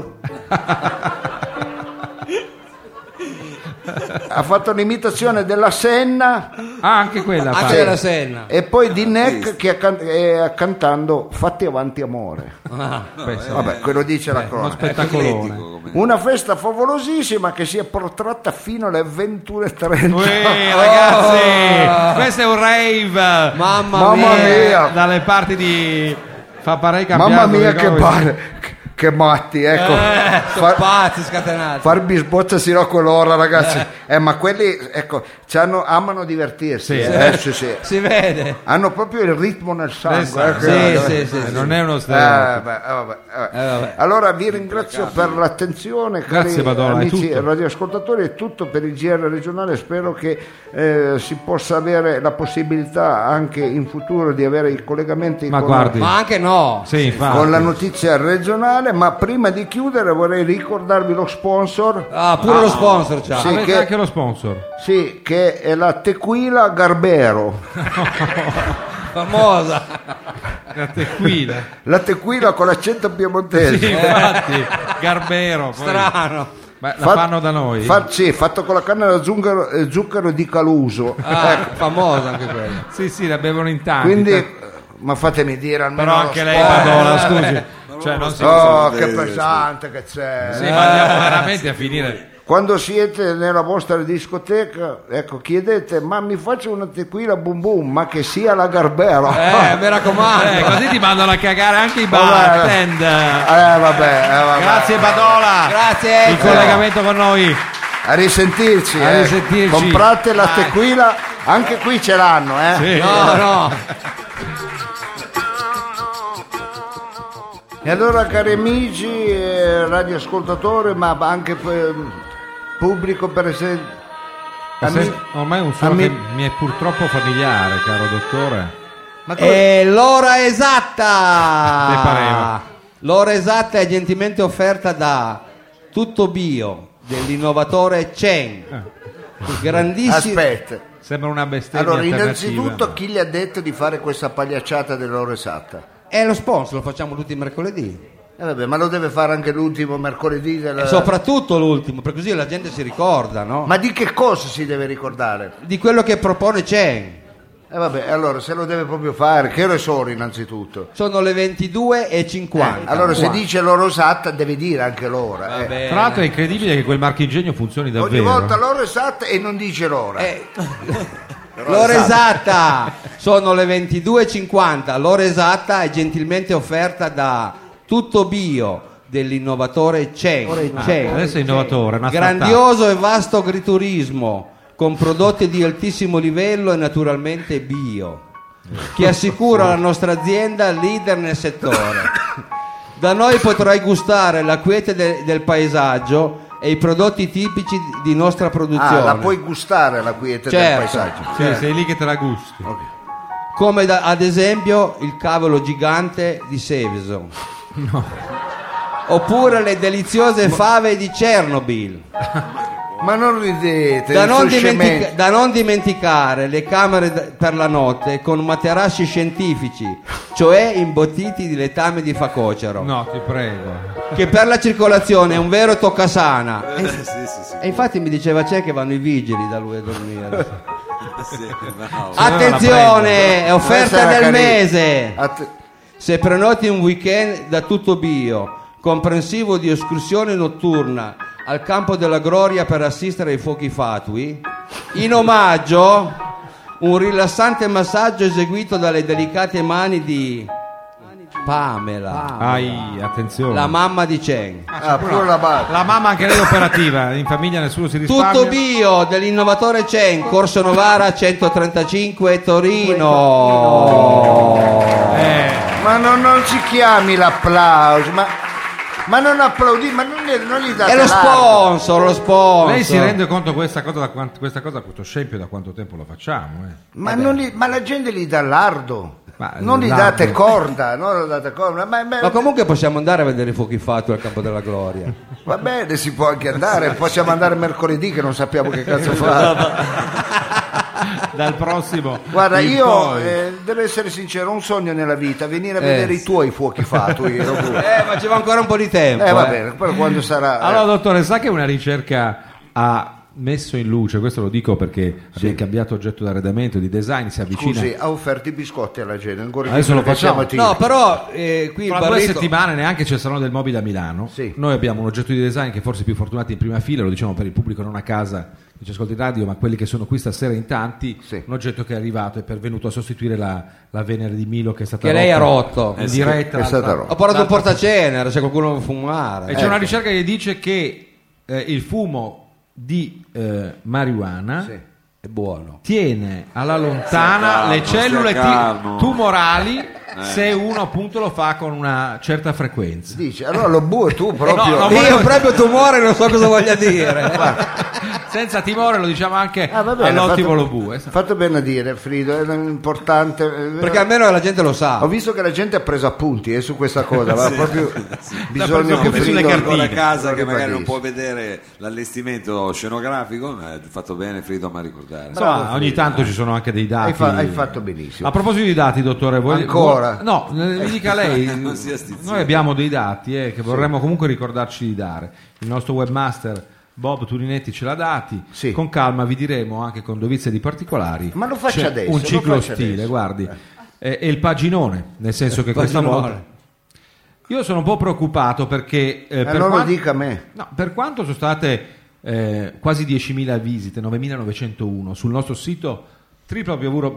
Speaker 2: ha fatto un'imitazione della Senna
Speaker 3: Ah, anche quella
Speaker 4: Anche
Speaker 3: parte.
Speaker 4: della Senna.
Speaker 2: e poi di Neck che è, can- è cantando Fatti avanti amore. Vabbè, quello dice la
Speaker 3: Uno
Speaker 2: cronaca.
Speaker 3: spettacolone.
Speaker 1: Ecletico come-
Speaker 2: Una festa favolosissima che si è protratta fino alle 21.30.
Speaker 3: Uè, ragazzi, questo è un rave.
Speaker 4: Mamma,
Speaker 2: Mamma
Speaker 4: mia.
Speaker 2: mia,
Speaker 3: Dalle parti di. Fa parei
Speaker 2: mamma mia che pare. Che matti, ecco.
Speaker 4: Sono
Speaker 2: Fa-
Speaker 4: pazzi scatenati.
Speaker 2: Far bisbozza sino a quell'ora, ragazzi. Eh, ma quelli, ecco, c'hanno- amano divertirsi.
Speaker 3: Sì.
Speaker 2: eh, sì, sì.
Speaker 4: Si vede.
Speaker 2: Hanno proprio il ritmo nel sangue. eh,
Speaker 4: Sì,
Speaker 2: quello-
Speaker 4: sì,
Speaker 2: eh,
Speaker 4: sì, sì.
Speaker 3: Non è uno stereotipo.
Speaker 2: vabbè, eh, vabbè, eh.
Speaker 4: Eh, vabbè.
Speaker 2: Allora vi ringrazio per l'attenzione, cari
Speaker 3: Grazie, Madonna, è
Speaker 2: amici
Speaker 3: tutto.
Speaker 2: radioascoltatori, è tutto per il GR regionale, spero che eh, si possa avere la possibilità anche in futuro di avere i collegamenti
Speaker 3: Ma
Speaker 2: Eh, con-
Speaker 3: guardi.
Speaker 4: Ma anche no.
Speaker 3: Sì, infatti.
Speaker 2: con la notizia regionale, ma prima di chiudere vorrei ricordarvi lo sponsor.
Speaker 4: Ah, pure lo sponsor c'ha.
Speaker 2: Sì.
Speaker 3: Avete
Speaker 2: che-
Speaker 3: anche lo sponsor.
Speaker 2: Sì, che è la tequila Garbero.
Speaker 4: famosa.
Speaker 3: La tequila.
Speaker 2: La tequila con l'accento piemontese.
Speaker 4: Eh.
Speaker 3: Sì, infatti, Garbero. poi.
Speaker 4: Strano.
Speaker 3: Ma la
Speaker 2: Fa-
Speaker 3: fanno da noi?
Speaker 2: fa- sì, fatto con la canna da zungaro- eh, zucchero di Caluso.
Speaker 4: Ah, famosa anche quella.
Speaker 3: Sì, sì, la bevono in tanti.
Speaker 2: Quindi, eh, ma fatemi dire almeno.
Speaker 3: Però anche lei,
Speaker 2: sport.
Speaker 3: Madonna, scusi. Cioè, non si...
Speaker 2: Oh,
Speaker 1: Sì,
Speaker 2: che
Speaker 1: sì,
Speaker 2: pesante che c'è.
Speaker 3: Sì, ma
Speaker 2: eh.
Speaker 3: andiamo veramente a finire.
Speaker 2: Quando siete nella vostra discoteca, ecco, chiedete, ma mi faccio una tequila bum bum, ma che sia la Garbero.
Speaker 4: Eh, mi raccomando.
Speaker 3: Eh, così ti mandano a cagare anche i
Speaker 2: Vabbè.
Speaker 3: bartend.
Speaker 2: Eh, vabbè, eh, vabbè.
Speaker 3: Grazie Badola.
Speaker 4: Grazie. ecco.
Speaker 3: Il collegamento con noi.
Speaker 2: A risentirci.
Speaker 3: A
Speaker 2: eh.
Speaker 3: risentirci.
Speaker 2: Comprate la
Speaker 3: Vai.
Speaker 2: tequila, anche qui ce l'hanno, eh.
Speaker 3: Sì.
Speaker 4: No, no.
Speaker 2: E allora cari amici, eh, radioascoltatori, ma anche eh, pubblico presente.
Speaker 3: Se- Ormai è un suono
Speaker 2: ami-
Speaker 3: che mi è purtroppo familiare, caro dottore.
Speaker 2: Ma come-
Speaker 4: E Eh, l'ora esatta.
Speaker 3: Te pareva.
Speaker 4: L'ora esatta è gentilmente offerta da Tutto Bio dell'innovatore
Speaker 2: Ah.
Speaker 4: Chen. Grandissimo.
Speaker 2: Aspetta.
Speaker 3: Sembra una bestemmia
Speaker 2: Allora,
Speaker 3: alternativa.
Speaker 2: innanzitutto chi gli ha detto di fare questa pagliacciata dell'ora esatta?
Speaker 4: È lo sponsor, lo facciamo tutti i mercoledì.
Speaker 2: Eh, vabbè, ma lo deve fare anche l'ultimo mercoledì della...
Speaker 4: E soprattutto l'ultimo, perché così la gente si ricorda, no?
Speaker 2: Eh. Ma di che cosa si deve ricordare?
Speaker 4: Di quello che propone Chen.
Speaker 2: E vabbè, allora se lo deve proprio fare, che ore sono innanzitutto?
Speaker 4: Sono le 22 e 50.
Speaker 2: Eh, Allora se dice l'ora esatta deve dire anche l'ora. eh.
Speaker 3: Tra l'altro è incredibile che quel marchingegno funzioni davvero. Eh,
Speaker 2: Ogni volta l'ora esatta e non dice l'ora.
Speaker 4: Eh. L'ora
Speaker 2: esatto.
Speaker 4: esatta sono le 22.50. L'ora esatta è gentilmente offerta da Tutto Bio dell'innovatore Chen. Chen.
Speaker 3: Adesso è innovatore, una startup.
Speaker 4: Grandioso e vasto agriturismo con prodotti di altissimo livello e naturalmente bio, che assicura alla nostra azienda leader nel settore. Da noi potrai gustare la quiete de- del paesaggio e i prodotti tipici di nostra produzione.
Speaker 2: Ah, la puoi gustare la quiete
Speaker 4: Certo.
Speaker 2: del paesaggio.
Speaker 3: Sì, sei lì che te la gusti.
Speaker 4: come da- ad esempio il cavolo gigante di Seveso oppure le deliziose fave di Chernobyl
Speaker 2: Ma non ridete,
Speaker 4: da
Speaker 2: il
Speaker 4: non,
Speaker 2: suo
Speaker 4: dimentica-
Speaker 2: scemento.
Speaker 4: da non dimenticare le camere d- per la notte con materassi scientifici cioè imbottiti di letame di facocero
Speaker 3: No, ti prego.
Speaker 4: che per la circolazione è un vero toccasana
Speaker 1: Eh, sì, sì, sì.
Speaker 4: e infatti mi diceva c'è che vanno i vigili da lui a dormire
Speaker 1: Sì, bravo.
Speaker 3: no la
Speaker 4: attenzione è
Speaker 2: Questa
Speaker 4: offerta
Speaker 2: era
Speaker 4: del
Speaker 2: cari-
Speaker 4: mese
Speaker 2: Att-
Speaker 4: Se prenoti un weekend da tutto bio, comprensivo di escursione notturna al campo della Gloria per assistere ai fuochi fatui, in omaggio un rilassante massaggio eseguito dalle delicate mani di Pamela,
Speaker 3: Ai, attenzione.
Speaker 4: la mamma di Chen.
Speaker 2: ah, pure la barba.
Speaker 3: La mamma anche lei è operativa, in famiglia nessuno si risparmia.
Speaker 4: Tutto bio dell'innovatore Chen, Corso Novara 135 Torino.
Speaker 3: Eh,
Speaker 2: Ma non, non ci chiami l'applauso, ma, ma non applaudi, ma non, le- non gli date
Speaker 4: È lo
Speaker 2: largo.
Speaker 4: sponsor, lo sponsor.
Speaker 3: lei si rende conto questa cosa, da quant- questa cosa, questo scempio da quanto tempo la facciamo? eh?
Speaker 2: Ma, non gli- ma la gente gli dà l'ardo.
Speaker 3: Ma
Speaker 2: non gli
Speaker 3: l'ardo.
Speaker 2: date corda, non gli date corda. Ma, ma-
Speaker 4: Ma comunque possiamo andare a vedere i fuochi fatui al Campo della Gloria.
Speaker 2: va bene, si può anche andare, possiamo andare mercoledì che non sappiamo che cazzo fare.
Speaker 3: Dal prossimo.
Speaker 2: Guarda,
Speaker 3: in
Speaker 2: io
Speaker 3: poi.
Speaker 2: eh, devo essere sincero, ho un sogno nella vita, venire a
Speaker 4: Eh,
Speaker 2: vedere i
Speaker 4: sì.
Speaker 2: tuoi fuochi fatui. Rocco.
Speaker 4: Eh, ma ci va ancora un po' di tempo.
Speaker 2: Eh, va
Speaker 4: eh.
Speaker 2: bene, però quando sarà...
Speaker 3: Allora, dottore, sa che una ricerca ha messo in luce, questo lo dico perché abbiamo cambiato oggetto d'arredamento, di design, si avvicina.
Speaker 2: Scusi, ha offerto i biscotti alla gente, ancora
Speaker 3: Adesso
Speaker 2: di
Speaker 3: lo
Speaker 2: quello che
Speaker 3: facciamo.
Speaker 2: siamo a
Speaker 4: No,
Speaker 2: Tivoli.
Speaker 4: però eh, qui il
Speaker 3: Fra due
Speaker 4: barrico-
Speaker 3: settimane neanche c'è il Salone del Mobile a Milano.
Speaker 2: Sì.
Speaker 3: Noi abbiamo un oggetto di design che forse è più fortunato in prima fila, lo diciamo per il pubblico non a casa che ci ascolta in radio, ma quelli che sono qui stasera in tanti.
Speaker 2: Sì.
Speaker 3: Un oggetto che è arrivato, è pervenuto a sostituire la, la Venere di Milo che è stata
Speaker 4: Che lei ha rotto.
Speaker 3: In diretta.
Speaker 2: è stata
Speaker 3: l'altra-
Speaker 2: rotta. Ecco.
Speaker 4: Ho parlato di un portacenere, se qualcuno vuole fumare.
Speaker 3: E c'è una ricerca che dice che eh, il fumo di eh, marijuana
Speaker 2: Sì.
Speaker 4: È buono.
Speaker 3: tiene alla lontana
Speaker 1: calmo,
Speaker 3: le cellule
Speaker 1: stia
Speaker 3: ti-
Speaker 1: calmo. Eh.
Speaker 3: tumorali se uno appunto lo fa con una certa frequenza.
Speaker 2: Dice, allora lo bue tu proprio...
Speaker 3: Eh, no,
Speaker 4: Io
Speaker 3: volevo-
Speaker 4: Eh.
Speaker 3: eh.
Speaker 4: ho proprio tumore non so cosa voglia dire.
Speaker 3: No, senza timore, lo diciamo anche
Speaker 2: Ah, va bene,
Speaker 3: all'ottimo
Speaker 2: fatto-
Speaker 3: Lobue. esatto.
Speaker 2: Fatto bene a dire, Frido, è importante. eh,
Speaker 4: Perché almeno la gente lo sa.
Speaker 2: Ho visto che la gente ha preso appunti eh, su questa cosa, ma proprio bisogna
Speaker 3: preso
Speaker 2: che
Speaker 3: come sulle
Speaker 2: Frido
Speaker 1: Con la
Speaker 3: cartine.
Speaker 1: casa che
Speaker 2: lo
Speaker 1: magari non può
Speaker 2: ribadisca.
Speaker 1: vedere l'allestimento scenografico, ma ha fatto bene Frido a ricordare.
Speaker 3: Insomma, ogni tanto ci sono anche dei dati.
Speaker 2: Hai, fa- hai fatto benissimo.
Speaker 3: A proposito di dati, dottore, vuoi-
Speaker 2: Ancora?
Speaker 3: vuoi- no, eh, mi dica lei.
Speaker 1: Non sia stizzito.
Speaker 3: noi abbiamo dei dati eh, che vorremmo comunque ricordarci di dare. Il nostro webmaster Bob Turinetti ce l'ha dati.
Speaker 2: Sì.
Speaker 3: Con calma vi diremo anche con dovizie di particolari.
Speaker 2: Ma lo faccia
Speaker 3: C'è
Speaker 2: adesso,
Speaker 3: Un
Speaker 2: lo
Speaker 3: ciclo
Speaker 2: faccia
Speaker 3: stile,
Speaker 2: adesso.
Speaker 3: guardi. Eh, E il paginone, nel senso che questa
Speaker 4: paginone.
Speaker 3: volta. Io sono un po' preoccupato perché. eh, per
Speaker 2: allora
Speaker 3: quanto-
Speaker 2: dica a me.
Speaker 3: No, per quanto sono state eh, quasi 10.000 visite, 9.901 sul nostro sito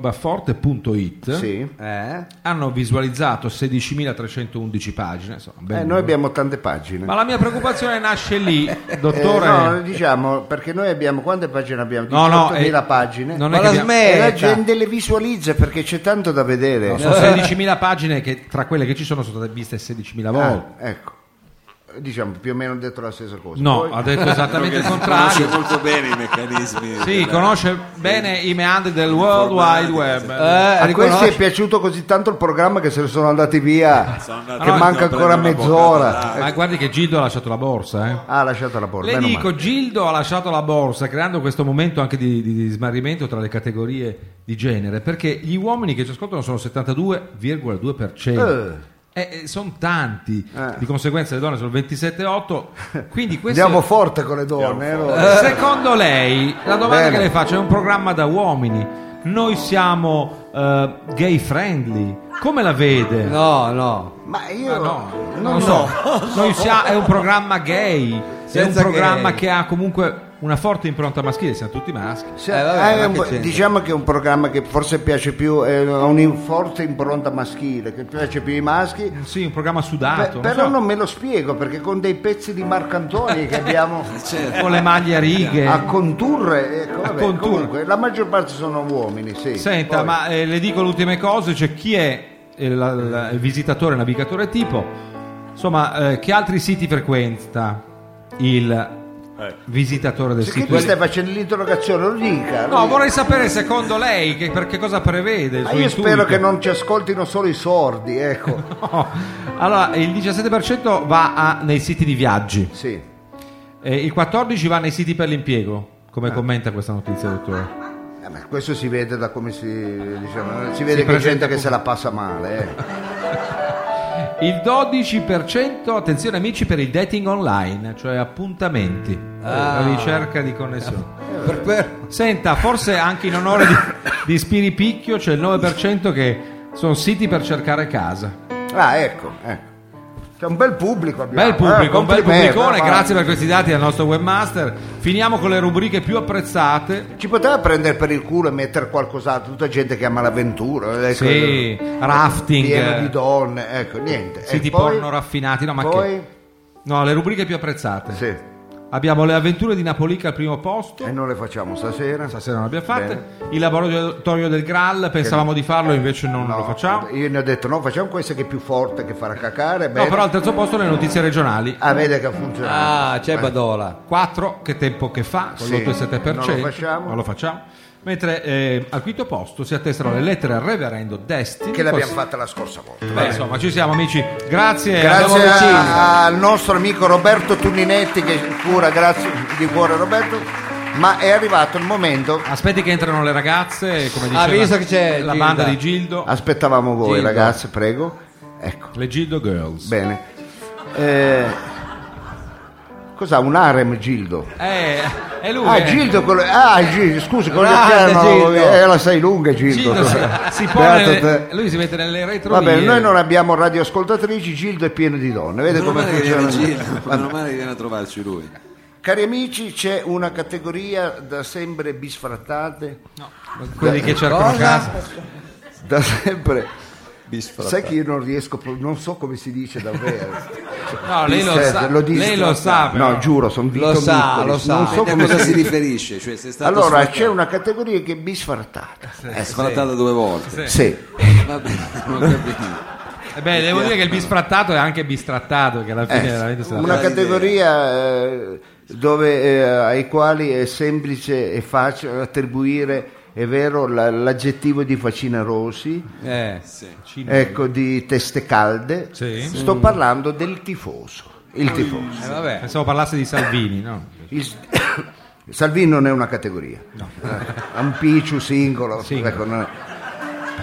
Speaker 3: www.bafforte.it
Speaker 2: Sì.
Speaker 4: Eh?
Speaker 3: hanno visualizzato 16.311 pagine. insomma, un bel
Speaker 2: Eh,
Speaker 3: numero.
Speaker 2: noi abbiamo tante pagine.
Speaker 3: Ma la mia preoccupazione nasce lì,
Speaker 2: Eh,
Speaker 3: dottore.
Speaker 2: no, diciamo perché noi abbiamo quante pagine abbiamo? 18.000
Speaker 3: No, no, eh,
Speaker 2: pagine.
Speaker 3: non
Speaker 4: Ma
Speaker 3: è
Speaker 4: la
Speaker 3: che abbiamo-
Speaker 2: e la
Speaker 4: smetta.
Speaker 2: gente le visualizza perché c'è tanto da vedere.
Speaker 3: sono 16.000 pagine che tra quelle che ci sono sono state viste 16.000
Speaker 2: Ah,
Speaker 3: volte.
Speaker 2: ecco. Diciamo più o meno ho detto la stessa cosa.
Speaker 3: No,
Speaker 2: Poi-
Speaker 3: ha detto esattamente il
Speaker 1: Conosce
Speaker 3: contrario.
Speaker 1: molto bene i meccanismi.
Speaker 3: Sì,
Speaker 1: della-
Speaker 3: conosce bene i meandri del World Wide Web.
Speaker 4: Eh,
Speaker 2: a questi è
Speaker 4: riconosci-
Speaker 2: piace- piaciuto così tanto il programma che se ne sono andati
Speaker 3: Ah,
Speaker 2: via.
Speaker 1: Sono andati
Speaker 2: che
Speaker 1: a
Speaker 2: manca ancora
Speaker 1: prendere una boccata
Speaker 2: mezz'ora.
Speaker 1: d'acqua.
Speaker 3: Ma guardi che Gildo ha lasciato la borsa, eh.
Speaker 2: Ah, ha lasciato la porta.
Speaker 3: Le
Speaker 2: meno
Speaker 3: dico,
Speaker 2: male.
Speaker 3: Gildo ha lasciato la borsa creando questo momento anche di, di- di smarrimento tra le categorie di genere, perché gli uomini che ci ascoltano sono 72,2%.
Speaker 2: Eh.
Speaker 3: sono tanti,
Speaker 2: Eh.
Speaker 3: di conseguenza le donne sono 27,8%. Quindi questo...
Speaker 2: Andiamo forte con le donne. eh, allora.
Speaker 3: Secondo lei, la domanda
Speaker 2: Bene.
Speaker 3: che le faccio è un programma da uomini. Noi siamo eh, gay friendly. Come la vede?
Speaker 4: No, no.
Speaker 2: Ma
Speaker 3: Ma
Speaker 2: io
Speaker 3: no,
Speaker 2: non
Speaker 3: non lo so. Noi sia- è un programma gay,
Speaker 4: Senza
Speaker 3: è un programma
Speaker 4: gay.
Speaker 3: che ha comunque una forte impronta maschile, siamo tutti maschi.
Speaker 2: Se-
Speaker 4: Eh, vabbè,
Speaker 2: ah, è
Speaker 4: ma
Speaker 2: un
Speaker 4: che
Speaker 2: po-
Speaker 4: c'entra?
Speaker 2: diciamo che è un programma che forse piace più, eh, ha una forte impronta maschile, che piace più ai maschi.
Speaker 3: Sì, un programma
Speaker 2: Beh,
Speaker 3: sudato. Ah, non
Speaker 2: però
Speaker 3: so,
Speaker 2: non me lo spiego perché con dei pezzi di Marcantoni che abbiamo
Speaker 1: Certo.
Speaker 3: Con le maglie a righe.
Speaker 2: a condurre, ecco,
Speaker 3: A
Speaker 2: vabbè,
Speaker 3: condurre.
Speaker 2: comunque la maggior parte sono uomini. Sì.
Speaker 3: Senta,
Speaker 2: Poi-
Speaker 3: ma eh, le dico le ultime cose, cioè chi è eh, la- la- il visitatore, il navigatore tipo, insomma, eh, che altri siti frequenta il visitatore del
Speaker 2: perché
Speaker 3: sito?
Speaker 2: tu Cioè, stai facendo l'interrogazione? Lo dica. lo
Speaker 3: No,
Speaker 2: dica.
Speaker 3: vorrei sapere secondo lei che, per che cosa prevede il
Speaker 2: Ma
Speaker 3: suo
Speaker 2: Ah, io spero
Speaker 3: intuito.
Speaker 2: che non ci ascoltino solo i sordi, ecco.
Speaker 3: No. Allora, il 17% va a- nei siti di viaggi,
Speaker 2: Sì.
Speaker 3: eh, il 14% va nei siti per l'impiego, come commenta questa notizia, dottore.
Speaker 2: Eh, ma questo si vede da come si diciamo, si vede che c'è
Speaker 3: presenta
Speaker 2: gente che
Speaker 3: come-
Speaker 2: se la passa male, eh.
Speaker 3: Il 12%, attenzione amici, per il dating online, cioè appuntamenti, la ricerca di connessione.
Speaker 4: Per, per-
Speaker 3: Senta, forse anche in onore di, di Spiripicchio c'è il 9% che sono siti per cercare casa.
Speaker 2: Ah, ecco, ecco. C'è un bel pubblico abbiamo.
Speaker 3: Bel pubblico,
Speaker 2: eh,
Speaker 3: un bel
Speaker 2: complimenti,
Speaker 3: pubblicone,
Speaker 2: eh, ma-
Speaker 3: grazie per questi dati al nostro webmaster. Finiamo con le rubriche più apprezzate.
Speaker 2: Ci poteva prendere per il culo e mettere qualcos'altro, tutta gente che ama l'avventura, ecco,
Speaker 3: Sì, rafting.
Speaker 2: pieno di donne, ecco, niente.
Speaker 3: Siti
Speaker 2: E poi-
Speaker 3: porno raffinati, no, ma
Speaker 2: poi,
Speaker 3: che- No, le rubriche più apprezzate.
Speaker 2: Sì, Eh
Speaker 3: Abbiamo le avventure di Napolica al primo posto.
Speaker 2: e non le facciamo stasera.
Speaker 3: Stasera non le abbiamo fatte. Il laboratorio del Graal, pensavamo di farlo, invece non
Speaker 2: No,
Speaker 3: lo facciamo.
Speaker 2: Io ne ho detto no, facciamo questa che è più forte, che farà cacare.
Speaker 3: No,
Speaker 2: bene.
Speaker 3: però al terzo posto le notizie regionali.
Speaker 2: Ah, vede che ha funzionato.
Speaker 4: Ah, c'è Badola.
Speaker 3: 4, che tempo che fa, con
Speaker 2: Sì,
Speaker 3: l'8,7%.
Speaker 2: non lo facciamo.
Speaker 3: Non lo facciamo. Mentre eh, al quinto posto si attestano le lettere al reverendo Destiny.
Speaker 2: Che l'abbiamo
Speaker 3: Cos-
Speaker 2: fatta la scorsa volta.
Speaker 3: Beh, insomma, ci siamo amici. Grazie.
Speaker 2: Grazie
Speaker 3: abbiamo vicini.
Speaker 2: a- al nostro amico Roberto Tunninetti che cura, grazie di cuore Roberto, ma è arrivato il momento,
Speaker 3: Aspetti che entrano le ragazze, come diceva
Speaker 4: Ah, visto che c'è
Speaker 3: la
Speaker 4: Gilda.
Speaker 3: banda di Gildo,
Speaker 2: aspettavamo voi
Speaker 4: Gildo.
Speaker 2: ragazzi, prego, ecco,
Speaker 3: le Gildo Girls.
Speaker 2: bene. Eh, cos'ha un harem Gildo?
Speaker 3: Eh, è lui.
Speaker 2: Ah
Speaker 3: eh.
Speaker 2: Gildo, quello, ah Gildo, scusi, con gli occhiali
Speaker 4: Grande
Speaker 2: no,
Speaker 4: Gildo.
Speaker 2: eh, la sei lunga Gildo.
Speaker 3: Gildo si, si pone,
Speaker 2: Beato te.
Speaker 3: lui si mette nelle retro.
Speaker 2: Va bene, noi non abbiamo radioascoltatrici, Gildo è pieno di donne, vede
Speaker 1: Meno
Speaker 2: come
Speaker 1: male che viene
Speaker 2: funziona.
Speaker 1: Gildo, meno male che viene a trovarci lui.
Speaker 2: Cari amici, c'è una categoria da sempre bisfrattate,
Speaker 3: quelli che cercano casa.
Speaker 2: da sempre. Sai che io non riesco, pro- non so come si dice davvero.
Speaker 3: No, lei lo
Speaker 2: Bisfrattate,
Speaker 3: sa.
Speaker 2: dici
Speaker 3: lei
Speaker 2: tu?
Speaker 3: lo sa, però.
Speaker 2: No, giuro, sono Vito
Speaker 4: Lo sa,
Speaker 2: Miccoli,
Speaker 4: lo sa.
Speaker 2: Non so
Speaker 1: A
Speaker 2: come
Speaker 1: cosa
Speaker 2: si
Speaker 1: si
Speaker 2: dice.
Speaker 1: riferisce? Cioè, sei stato
Speaker 2: Allora,
Speaker 1: sfrattato-
Speaker 2: c'è una categoria che è bisfrattata.
Speaker 1: è sfrattata due volte.
Speaker 2: Sì.
Speaker 1: Va bene, non ho capito.
Speaker 3: Eh beh, devo dire che il bisfrattato è anche bistrattato, che alla fine
Speaker 2: Eh,
Speaker 3: veramente se la-
Speaker 2: una
Speaker 1: fa l'idea.
Speaker 2: categoria eh, dove, eh, ai quali è semplice e facile attribuire, è vero, la- l'aggettivo di Facina Rossi,
Speaker 4: Eh,
Speaker 2: ecco, di Teste Calde.
Speaker 3: Sì. Ah.
Speaker 2: Sto parlando del tifoso. Il tifoso.
Speaker 4: eh, vabbè.
Speaker 3: Pensavo parlasse di Salvini, no?
Speaker 2: Il- Salvini non è una categoria. Eh, è un picciu singolo.
Speaker 3: Singolo.
Speaker 2: ecco, non, è-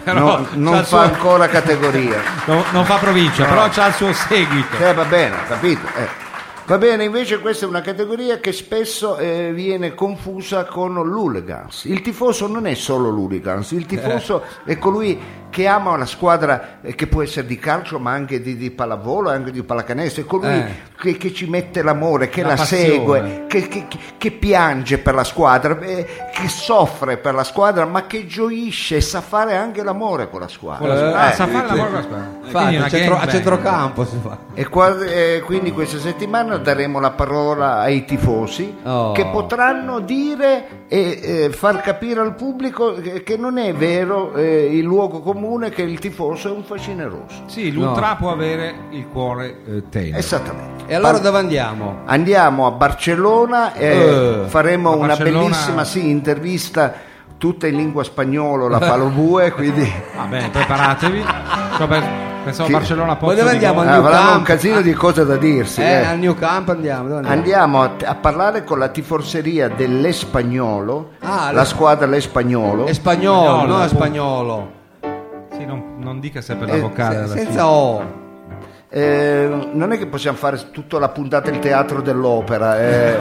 Speaker 3: Però
Speaker 2: non-
Speaker 3: c'ha
Speaker 2: non
Speaker 3: il
Speaker 2: fa
Speaker 3: suo-
Speaker 2: ancora categoria.
Speaker 3: no, non fa provincia, però c'ha il suo seguito.
Speaker 2: Eh, va bene, capito. eh. Va bene, invece questa è una categoria che spesso eh, viene confusa con l'hooligans. Il tifoso non è solo l'hooligans, il tifoso è colui che ama la squadra eh, che può essere di calcio, ma anche di, di pallavolo, anche di pallacanestro, è colui
Speaker 4: Eh.
Speaker 2: che, che ci mette l'amore, che
Speaker 3: La
Speaker 2: la,
Speaker 3: passione.
Speaker 2: segue, che, che- che- che piange per la squadra, eh, che soffre per la squadra, ma che gioisce e sa fare anche l'amore con la squadra.
Speaker 4: Eh,
Speaker 3: Ah,
Speaker 2: Eh.
Speaker 3: sa fare la
Speaker 4: sì.
Speaker 3: morga squadra.
Speaker 4: Infatti,
Speaker 3: Quindi
Speaker 4: a,
Speaker 3: una
Speaker 4: centro- a
Speaker 3: gangbang.
Speaker 4: centrocampo si fa.
Speaker 2: E qua- eh, quindi questa settimana daremo la parola ai tifosi
Speaker 4: Oh.
Speaker 2: che potranno dire e eh, far capire al pubblico che, che non è vero eh, il luogo comune che il tifoso è un fascineroso.
Speaker 3: Sì, l'ultra può avere il cuore eh, tenero.
Speaker 2: Esattamente.
Speaker 4: E allora
Speaker 2: Par-
Speaker 4: dove andiamo?
Speaker 2: Andiamo a Barcellona e
Speaker 4: Eh,
Speaker 2: faremo
Speaker 3: a
Speaker 2: una
Speaker 3: Barcellona-
Speaker 2: bellissima sì, intervista tutta in lingua spagnola,
Speaker 4: Eh.
Speaker 2: la Palobue, quindi...
Speaker 3: Va bene, preparatevi. Cioè, per- pensavo
Speaker 2: Sì.
Speaker 3: a Barcellona Pozzo
Speaker 4: Ma dove
Speaker 3: di
Speaker 4: andiamo?
Speaker 3: Gotha.
Speaker 2: Ah, avranno un
Speaker 4: Camp.
Speaker 2: casino di cose da dirsi.
Speaker 4: eh,
Speaker 2: eh.
Speaker 4: al New Camp andiamo. dove andiamo?
Speaker 2: Andiamo a, a parlare con la tifoseria dell'Espagnolo,
Speaker 4: Ah,
Speaker 2: la
Speaker 4: le-
Speaker 2: squadra l'Espagnolo.
Speaker 4: È spagnolo,
Speaker 3: Spagnolo,
Speaker 4: no? È
Speaker 3: appunto.
Speaker 4: spagnolo.
Speaker 3: Sì, non, non dica se è per
Speaker 2: Eh,
Speaker 3: la vocale
Speaker 4: Se-
Speaker 3: alla fine.
Speaker 4: senza O.
Speaker 2: Eh, non è che possiamo fare tutta la puntata del teatro dell'opera. eh.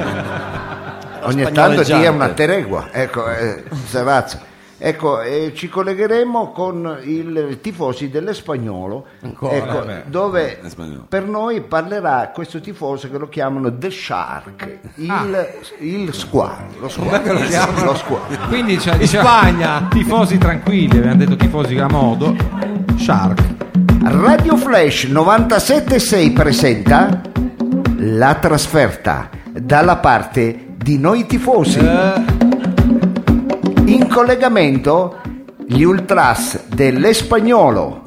Speaker 2: Ogni tanto dia
Speaker 5: Spagnoleggiante.
Speaker 2: una teregua, ecco, eh, Serrazzo. Ecco, eh, ci collegheremo con i tifosi dell'Espagnolo, ecco,
Speaker 3: vabbè.
Speaker 2: dove
Speaker 1: L'Espagnolo.
Speaker 2: per noi parlerà questo tifoso che lo chiamano The Shark, il, il squalo, lo squalo,
Speaker 4: che Ah. lo chiamano?
Speaker 2: lo squalo.
Speaker 3: Quindi c'è,
Speaker 4: In
Speaker 3: c'è-
Speaker 4: Spagna.
Speaker 3: tifosi tranquilli, abbiamo detto tifosi a modo. Shark.
Speaker 2: Radio Flash 976 presenta la trasferta dalla parte di noi tifosi.
Speaker 4: Eh.
Speaker 2: In collegamento gli ultras dell'Espagnolo.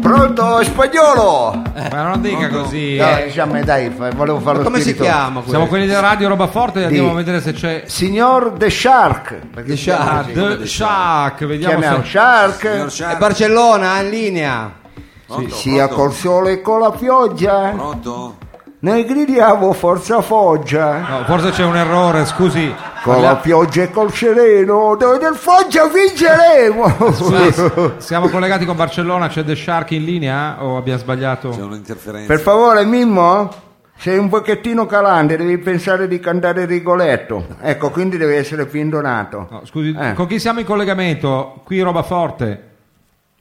Speaker 2: Pronto spagnolo?
Speaker 3: Ma non dica così.
Speaker 2: No,
Speaker 3: eh.
Speaker 2: diciamo, dai, fa- volevo farlo
Speaker 4: Come si chiama questo?
Speaker 3: Siamo quelli della radio roba forte e andiamo
Speaker 2: Di-
Speaker 3: a vedere se c'è
Speaker 2: Signor The Shark.
Speaker 4: The Shark.
Speaker 3: Ah, The Shark. Vediamo
Speaker 2: Chiamiamo
Speaker 3: se
Speaker 1: Signor
Speaker 2: Shark.
Speaker 4: È
Speaker 1: Shark,
Speaker 4: Barcellona in linea.
Speaker 1: pronto,
Speaker 2: Sia
Speaker 1: pronto?
Speaker 2: col sole e con la pioggia.
Speaker 1: Pronto?
Speaker 2: Noi gridiamo Forza Foggia.
Speaker 3: No, forse c'è un errore, scusi.
Speaker 2: Con la pioggia e col sereno, noi del Foggia vinceremo!
Speaker 3: Siamo collegati con Barcellona, c'è The Shark in linea o abbiamo
Speaker 1: C'è
Speaker 3: sbagliato?
Speaker 1: un'interferenza.
Speaker 2: per favore, Mimmo, sei un pochettino calante, devi pensare di cantare Rigoletto. Ecco, quindi devi essere pindonato.
Speaker 3: No, scusi,
Speaker 2: Eh.
Speaker 3: con chi siamo in collegamento? Qui roba forte.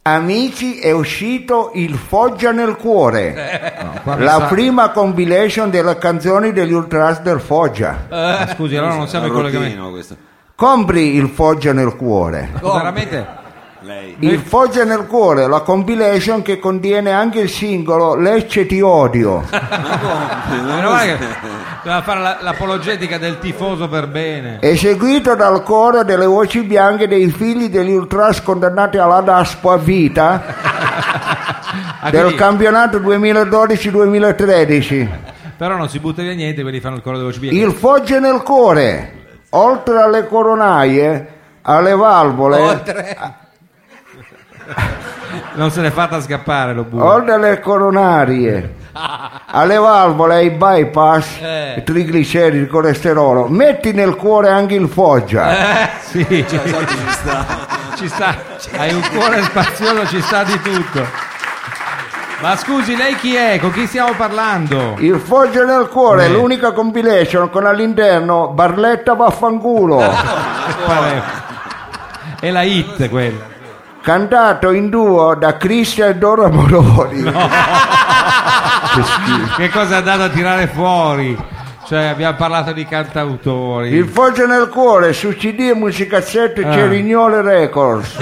Speaker 2: Amici, è uscito il Foggia nel cuore,
Speaker 3: No, qua
Speaker 2: la
Speaker 3: sa-
Speaker 2: prima compilation delle canzoni degli ultras del Foggia.
Speaker 3: Ah, scusi, allora non siamo in
Speaker 1: Rottino,
Speaker 3: collegamento.
Speaker 1: questo.
Speaker 2: Compri il Foggia nel cuore.
Speaker 3: Oh, veramente?
Speaker 1: Lei.
Speaker 3: Eh.
Speaker 2: Il Foggia nel cuore, la compilation che contiene anche il singolo Lecce ti odio.
Speaker 1: Ma come? Non
Speaker 3: Ah, Meno
Speaker 1: lo
Speaker 3: male che
Speaker 1: so.
Speaker 3: doveva fare la- l'apologetica del tifoso per bene.
Speaker 2: Eseguito dal coro delle voci bianche dei figli degli ultras condannati alla DASPO a vita
Speaker 3: Ah,
Speaker 2: del
Speaker 3: quindi-
Speaker 2: campionato 2012-2013.
Speaker 3: però non si butta via niente, quelli fanno il coro dello Cibia.
Speaker 2: Il fogge nel cuore, oltre alle coronaie, alle
Speaker 3: eh,
Speaker 2: valvole,
Speaker 4: Oltre.
Speaker 3: Non se l'è fatta scappare lo burro.
Speaker 2: oltre alle coronarie, alle valvole, ai bypass, i trigliceridi, il colesterolo, metti nel cuore anche il foggia.
Speaker 3: Eh, Sì, ci sta. Hai un cuore spazioso, ci sta di tutto. Ma scusi, lei chi è? Con chi stiamo parlando?
Speaker 2: Il foggia nel cuore,
Speaker 3: Eh.
Speaker 2: l'unica compilation con all'interno Barletta vaffanculo.
Speaker 3: È la hit quella.
Speaker 2: cantato in duo da Cristian Dora Moroni.
Speaker 3: Che cosa ha dato a tirare fuori? Cioè, abbiamo parlato di cantautori.
Speaker 2: Il Foggio nel cuore su CD e musicassette
Speaker 3: Ah. Eh.
Speaker 2: Cerignole Records.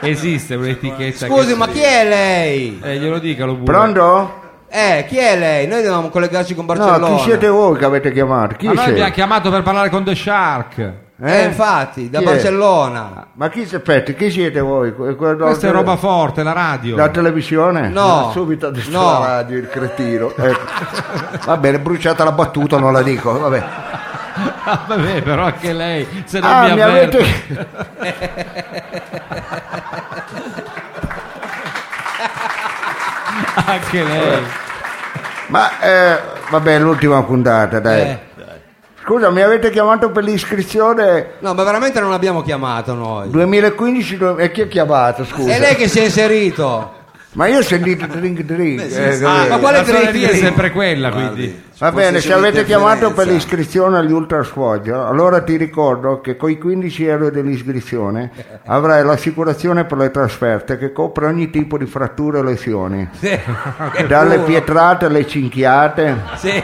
Speaker 3: Esiste un'etichetta.
Speaker 4: Scusi,
Speaker 3: che-
Speaker 4: ma chi è lei?
Speaker 3: Eh, glielo dica lo burro.
Speaker 2: Pronto?
Speaker 4: Eh, chi è lei? Noi dovevamo collegarci con
Speaker 2: No,
Speaker 4: Barcellona. Eh,
Speaker 2: chi siete voi che avete chiamato? Chi
Speaker 3: Ma noi
Speaker 2: siete?
Speaker 3: abbiamo chiamato per parlare con The Shark.
Speaker 4: Eh, infatti, da
Speaker 2: Chi è?
Speaker 4: Barcellona.
Speaker 2: Ma chi si aspetta? Chi siete voi? Que- que-
Speaker 3: Questa è
Speaker 2: della-
Speaker 3: roba forte, la radio.
Speaker 2: La televisione?
Speaker 4: No.
Speaker 2: Ah, Subito ha detto
Speaker 4: No.
Speaker 2: la radio, il cretino. Ecco. Va bene, bruciata la battuta, non la dico. Vabbè.
Speaker 3: Ah, Vabbè, però anche lei se non
Speaker 2: Ah,
Speaker 3: mi
Speaker 2: mi
Speaker 3: avverte.
Speaker 2: avete...
Speaker 3: Anche lei.
Speaker 2: Ma eh, vabbè, l'ultima puntata, dai.
Speaker 3: Eh.
Speaker 2: Scusa, mi avete chiamato per l'iscrizione
Speaker 4: No, ma veramente non l'abbiamo chiamato noi.
Speaker 2: 2015 due- e eh, chi ha chiamato, scusa?
Speaker 4: È Eh, lei che si è inserito.
Speaker 2: Ma io ho sentito drink drink. eh,
Speaker 4: Ah,
Speaker 2: capito?
Speaker 4: ma quale
Speaker 3: la storia lì è
Speaker 4: critiche?
Speaker 3: sempre quella, quindi.
Speaker 2: Va
Speaker 1: Forse
Speaker 2: bene,
Speaker 1: c'è
Speaker 2: se avete chiamato per
Speaker 1: un'interferenza.
Speaker 2: l'iscrizione agli Ultrasfoglio, allora ti ricordo che con i 15 euro dell'iscrizione avrai l'assicurazione per le trasferte che copre ogni tipo di fratture e lesioni, dalle pietrate alle cinchiate,
Speaker 4: Sì.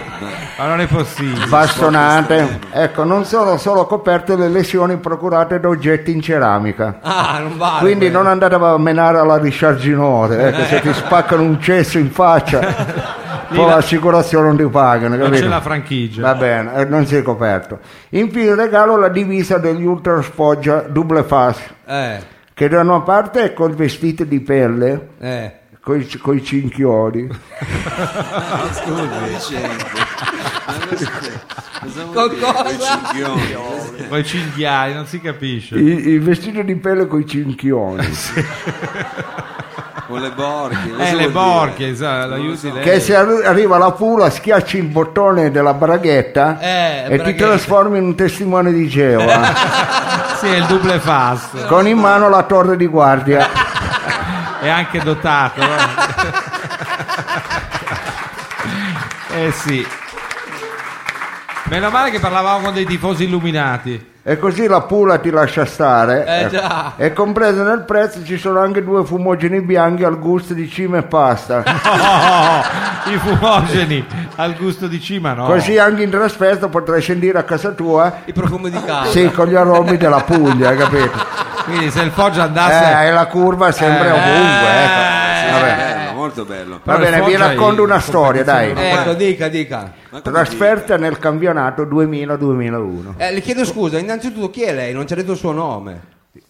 Speaker 3: Ma non è possibile.
Speaker 2: bastonate. Ecco, non sono solo coperte le lesioni procurate da oggetti in ceramica.
Speaker 4: Ah, non vale.
Speaker 2: Quindi
Speaker 4: quello.
Speaker 2: non andate a menare alla risciarginore,
Speaker 3: Eh.
Speaker 2: ecco, se ti spaccano un cesso in faccia, poi l'assicurazione non ti pagano.
Speaker 3: Non c'è
Speaker 2: capito?
Speaker 3: la franchigia.
Speaker 2: Va bene, eh, non si è coperto. Infine regalo la divisa degli Ultra Sfoggia double face,
Speaker 4: Eh,
Speaker 2: che da una parte è col vestito di pelle,
Speaker 4: eh.
Speaker 2: coi, coi cinchioni,
Speaker 1: Scusi, c'è.
Speaker 4: Con cosa?
Speaker 3: Poi cinghiali, non si capisce.
Speaker 2: il, il vestito di pelle coi cinchioni,
Speaker 1: Con le borchie.
Speaker 3: Eh, le borchie, esatto, l'aiuti lei.
Speaker 2: che se arri- arriva la pula schiacci il bottone della braghetta
Speaker 4: Eh,
Speaker 2: e ti
Speaker 4: braghetta.
Speaker 2: trasformi in un testimone di Geova,
Speaker 3: Sì, è il double fast.
Speaker 2: con in mano la torre di guardia.
Speaker 3: È anche dotato. no? eh sì. Meno male che parlavamo con dei tifosi illuminati.
Speaker 2: E così la pula ti lascia stare.
Speaker 4: Eh,
Speaker 2: Ecco.
Speaker 4: già.
Speaker 2: E compreso nel prezzo ci sono anche due fumogeni bianchi al gusto di cima e pasta.
Speaker 3: Oh, I fumogeni al gusto di cima, no?
Speaker 2: Così anche in trasferta potrai scendere a casa tua
Speaker 4: I profumi di casa.
Speaker 2: sì, con gli aromi della Puglia, capito?
Speaker 3: Quindi se il Foggia
Speaker 4: Ah,
Speaker 3: andasse...
Speaker 2: Eh, e la curva sempre
Speaker 3: Eh,
Speaker 2: ovunque. ecco.
Speaker 1: Molto
Speaker 2: Vabbè.
Speaker 1: bello, Eh, molto bello.
Speaker 2: Va
Speaker 3: Però il
Speaker 2: bene, vi
Speaker 3: Foggia è
Speaker 2: racconto
Speaker 3: in
Speaker 2: una storia, dai.
Speaker 4: Ecco, dica, dica.
Speaker 1: Ma come
Speaker 2: Trasferta nel campionato 2000-2001.
Speaker 4: Eh, le chiedo scusa, innanzitutto chi è lei? Non ci ha detto il suo nome.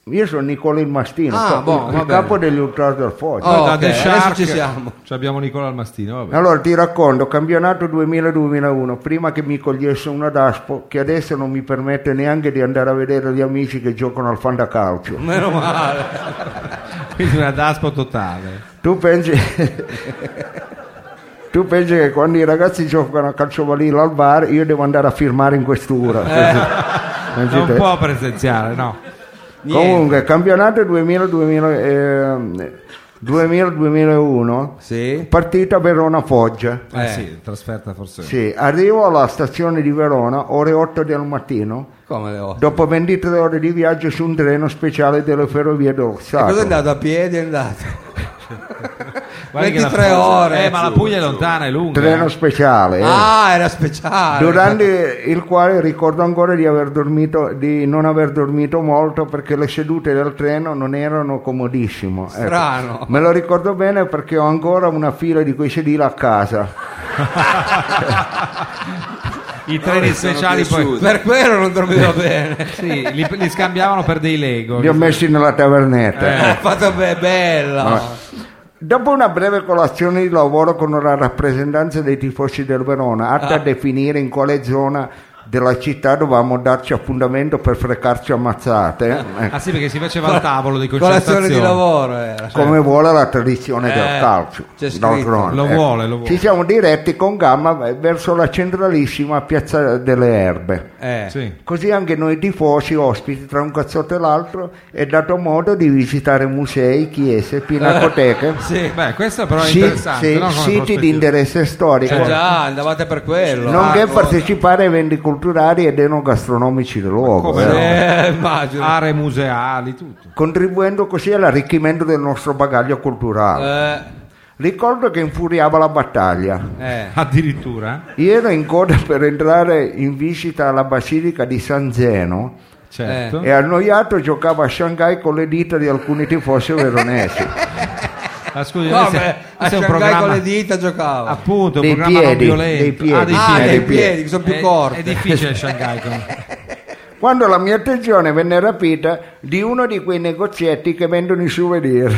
Speaker 2: Io sono Nicolò il Mastino,
Speaker 4: Ah,
Speaker 2: capo-
Speaker 4: boh, va
Speaker 2: il capo degli Ultras del Foggia.
Speaker 4: Oh,
Speaker 3: da
Speaker 4: ok,
Speaker 3: The Shark-
Speaker 4: adesso ci siamo.
Speaker 3: ci abbiamo Nicola Almastino, vabbè.
Speaker 2: Allora ti racconto, campionato 2000-2001, prima che mi cogliesse una daspo che adesso non mi permette neanche di andare a vedere gli amici che giocano al fantacalcio.
Speaker 4: Meno male.
Speaker 3: Quindi una daspo totale.
Speaker 2: Tu pensi... tu pensi che quando i ragazzi giocano a calciovalino al bar io devo andare a firmare in questura? Pensi
Speaker 3: Eh. Non
Speaker 2: te?
Speaker 3: può presenziare, no.
Speaker 4: Niente.
Speaker 2: Comunque, campionato ehm, 2000-2001,
Speaker 4: Sì.
Speaker 2: partita Verona-Foggia.
Speaker 3: Eh,
Speaker 4: Eh.
Speaker 3: sì, trasferta forse.
Speaker 2: Sì, arrivo alla stazione di Verona, ore 8 del mattino.
Speaker 4: Come le ho?
Speaker 2: Dopo 23 ore di viaggio su un treno speciale delle ferrovie
Speaker 4: Cosa è
Speaker 2: d'Orsato.
Speaker 4: andato a piedi? È andato.
Speaker 3: Guarda che la
Speaker 4: 23
Speaker 3: Foggia-
Speaker 4: ore,
Speaker 3: Eh, ma la
Speaker 4: su,
Speaker 3: Puglia è lontana, è lunga.
Speaker 2: Treno speciale. eh.
Speaker 4: Ah, era speciale.
Speaker 2: Durante il quale ricordo ancora di, aver dormito, di non aver dormito molto perché le sedute del treno non erano comodissimo. ecco.
Speaker 4: Strano.
Speaker 2: Me lo ricordo bene perché ho ancora una fila di quei sedili a casa.
Speaker 3: I treni speciali poi...
Speaker 1: piaciuti.
Speaker 4: Per quello non dormivo bene.
Speaker 3: Sì, li, li scambiavano per dei Lego.
Speaker 2: Li ho messi nella tavernetta.
Speaker 3: Eh.
Speaker 4: Ha fatto be- bello.
Speaker 2: Dopo una breve colazione di lavoro con una rappresentanza dei tifosi del Verona,
Speaker 3: Ah.
Speaker 2: atta a definire in quale zona della città dovevamo darci appuntamento per frecarci ammazzate, eh,
Speaker 3: Ah sì, perché si faceva al tavolo di
Speaker 4: Colazione
Speaker 3: concertazione.
Speaker 4: di lavoro era.
Speaker 2: come vuole la tradizione del calcio.
Speaker 4: c'è scritto.
Speaker 2: d'altronde,
Speaker 3: Eh, Lo
Speaker 2: ecco.
Speaker 3: vuole, lo vuole.
Speaker 2: Ci siamo diretti con Gamma verso la centralissima piazza delle Erbe.
Speaker 4: Eh.
Speaker 3: Sì.
Speaker 2: Così anche noi tifosi, ospiti tra un cazzotto e l'altro, è dato modo di visitare musei, chiese, pinacoteche.
Speaker 4: Sì.
Speaker 3: Beh, questo però è
Speaker 2: Sì,
Speaker 3: interessante.
Speaker 2: sì,
Speaker 3: no, come
Speaker 2: siti
Speaker 3: prospettiva. Cioè,
Speaker 2: di interesse storico,
Speaker 4: Eh già, andavate per quello.
Speaker 2: nonché
Speaker 4: Ah,
Speaker 2: partecipare a eventi culturali ed enogastronomici del luogo,
Speaker 3: come
Speaker 2: eh.
Speaker 3: no?
Speaker 4: Eh, immagino.
Speaker 2: Ah.
Speaker 3: Aree museali, tutto.
Speaker 2: contribuendo così all'arricchimento del nostro bagaglio culturale.
Speaker 4: Eh,
Speaker 2: Ricordo che infuriava la battaglia.
Speaker 4: eh.
Speaker 3: Addirittura?
Speaker 2: Io ero in coda per entrare in visita alla Basilica di San Zeno
Speaker 3: Certo.
Speaker 2: e annoiato giocavo a Shanghai con le dita di alcuni tifosi veronesi.
Speaker 3: Ma Ah, scusi,
Speaker 4: No,
Speaker 3: noi siamo-
Speaker 4: beh, a
Speaker 3: questo è un
Speaker 4: Shanghai
Speaker 3: programma...
Speaker 4: con le dita giocava.
Speaker 3: Appunto, un
Speaker 2: Dei
Speaker 3: programma
Speaker 2: piedi,
Speaker 3: non violento.
Speaker 2: dei piedi.
Speaker 3: Ah, dei
Speaker 4: ah,
Speaker 2: dei
Speaker 4: dei
Speaker 3: piedi. eh,
Speaker 2: piedi.
Speaker 4: piedi, che sono più
Speaker 3: È-
Speaker 4: corti.
Speaker 3: È difficile Shanghai. con-
Speaker 2: quando la mia attenzione venne rapita di uno di quei negozietti che vendono i souvenir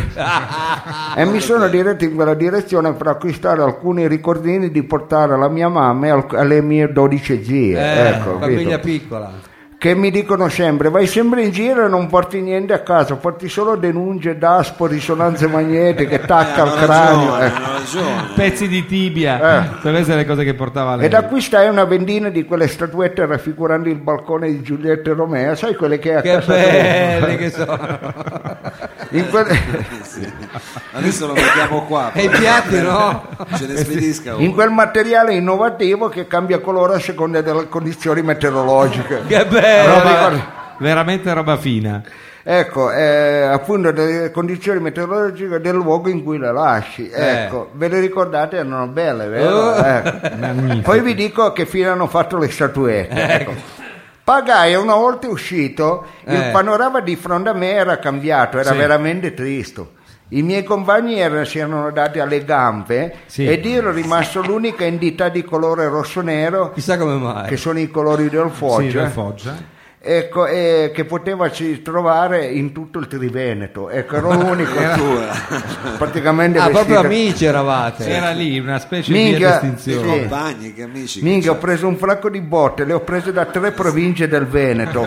Speaker 2: e mi sono diretto in quella direzione per acquistare alcuni ricordini di portare alla mia mamma e al- alle mie 12 zie
Speaker 4: Eh,
Speaker 2: ecco,
Speaker 4: famiglia
Speaker 2: capito?
Speaker 4: piccola.
Speaker 2: che mi dicono sempre vai sempre in giro e non porti niente a casa porti solo denunce, daspo, risonanze magnetiche
Speaker 4: Eh,
Speaker 2: tacca al
Speaker 1: Hanno
Speaker 2: cranio
Speaker 1: ragione,
Speaker 2: ecco.
Speaker 1: hanno ragione.
Speaker 3: Pezzi di
Speaker 2: Eh.
Speaker 3: tibia, queste sono le cose che portava lei.
Speaker 2: Ed acquistai una vendina di quelle statuette raffiguranti il balcone di Giulietta e Romeo, sai quelle che è a
Speaker 4: Che
Speaker 2: casa tua?
Speaker 4: belli che sono.
Speaker 2: In quel...
Speaker 1: Sì. Adesso lo mettiamo qua.
Speaker 4: E i piatti no?
Speaker 1: Ce ne spedisca uno.
Speaker 2: in quel materiale innovativo che cambia colore a seconda delle condizioni meteorologiche.
Speaker 4: Che bello.
Speaker 2: Roba-
Speaker 3: Veramente roba fina.
Speaker 2: Ecco, eh, appunto delle condizioni meteorologiche del luogo in cui la lasci. Ecco, ve le ricordate? Erano belle, vero?
Speaker 4: Oh.
Speaker 2: Ecco.
Speaker 3: Magnifico.
Speaker 2: Poi vi dico che fine hanno fatto le statuette. ecco. Pagai una volta uscito,
Speaker 4: Eh.
Speaker 2: il panorama di fronte a me era cambiato, era
Speaker 3: Sì.
Speaker 2: veramente triste. I miei compagni erano- si erano dati alle gambe
Speaker 3: Sì.
Speaker 2: ed io ero rimasto l'unica entità di colore rosso-nero,
Speaker 4: Chissà come
Speaker 2: che
Speaker 4: mai.
Speaker 2: sono i colori del
Speaker 3: Sì,
Speaker 2: Foggia, eh.
Speaker 3: la Foggia.
Speaker 2: ecco, e che potevaci trovare in tutto il Triveneto. Ecco, ero l'unico, praticamente
Speaker 4: Ah, proprio
Speaker 2: vestito.
Speaker 4: amici eravate.
Speaker 3: Era lì una specie di
Speaker 2: Minchia,
Speaker 3: distinzione.
Speaker 2: sì.
Speaker 1: Bagni, che amici.
Speaker 2: Minchia, ho preso un fracco di botte, le ho prese da tre province del Veneto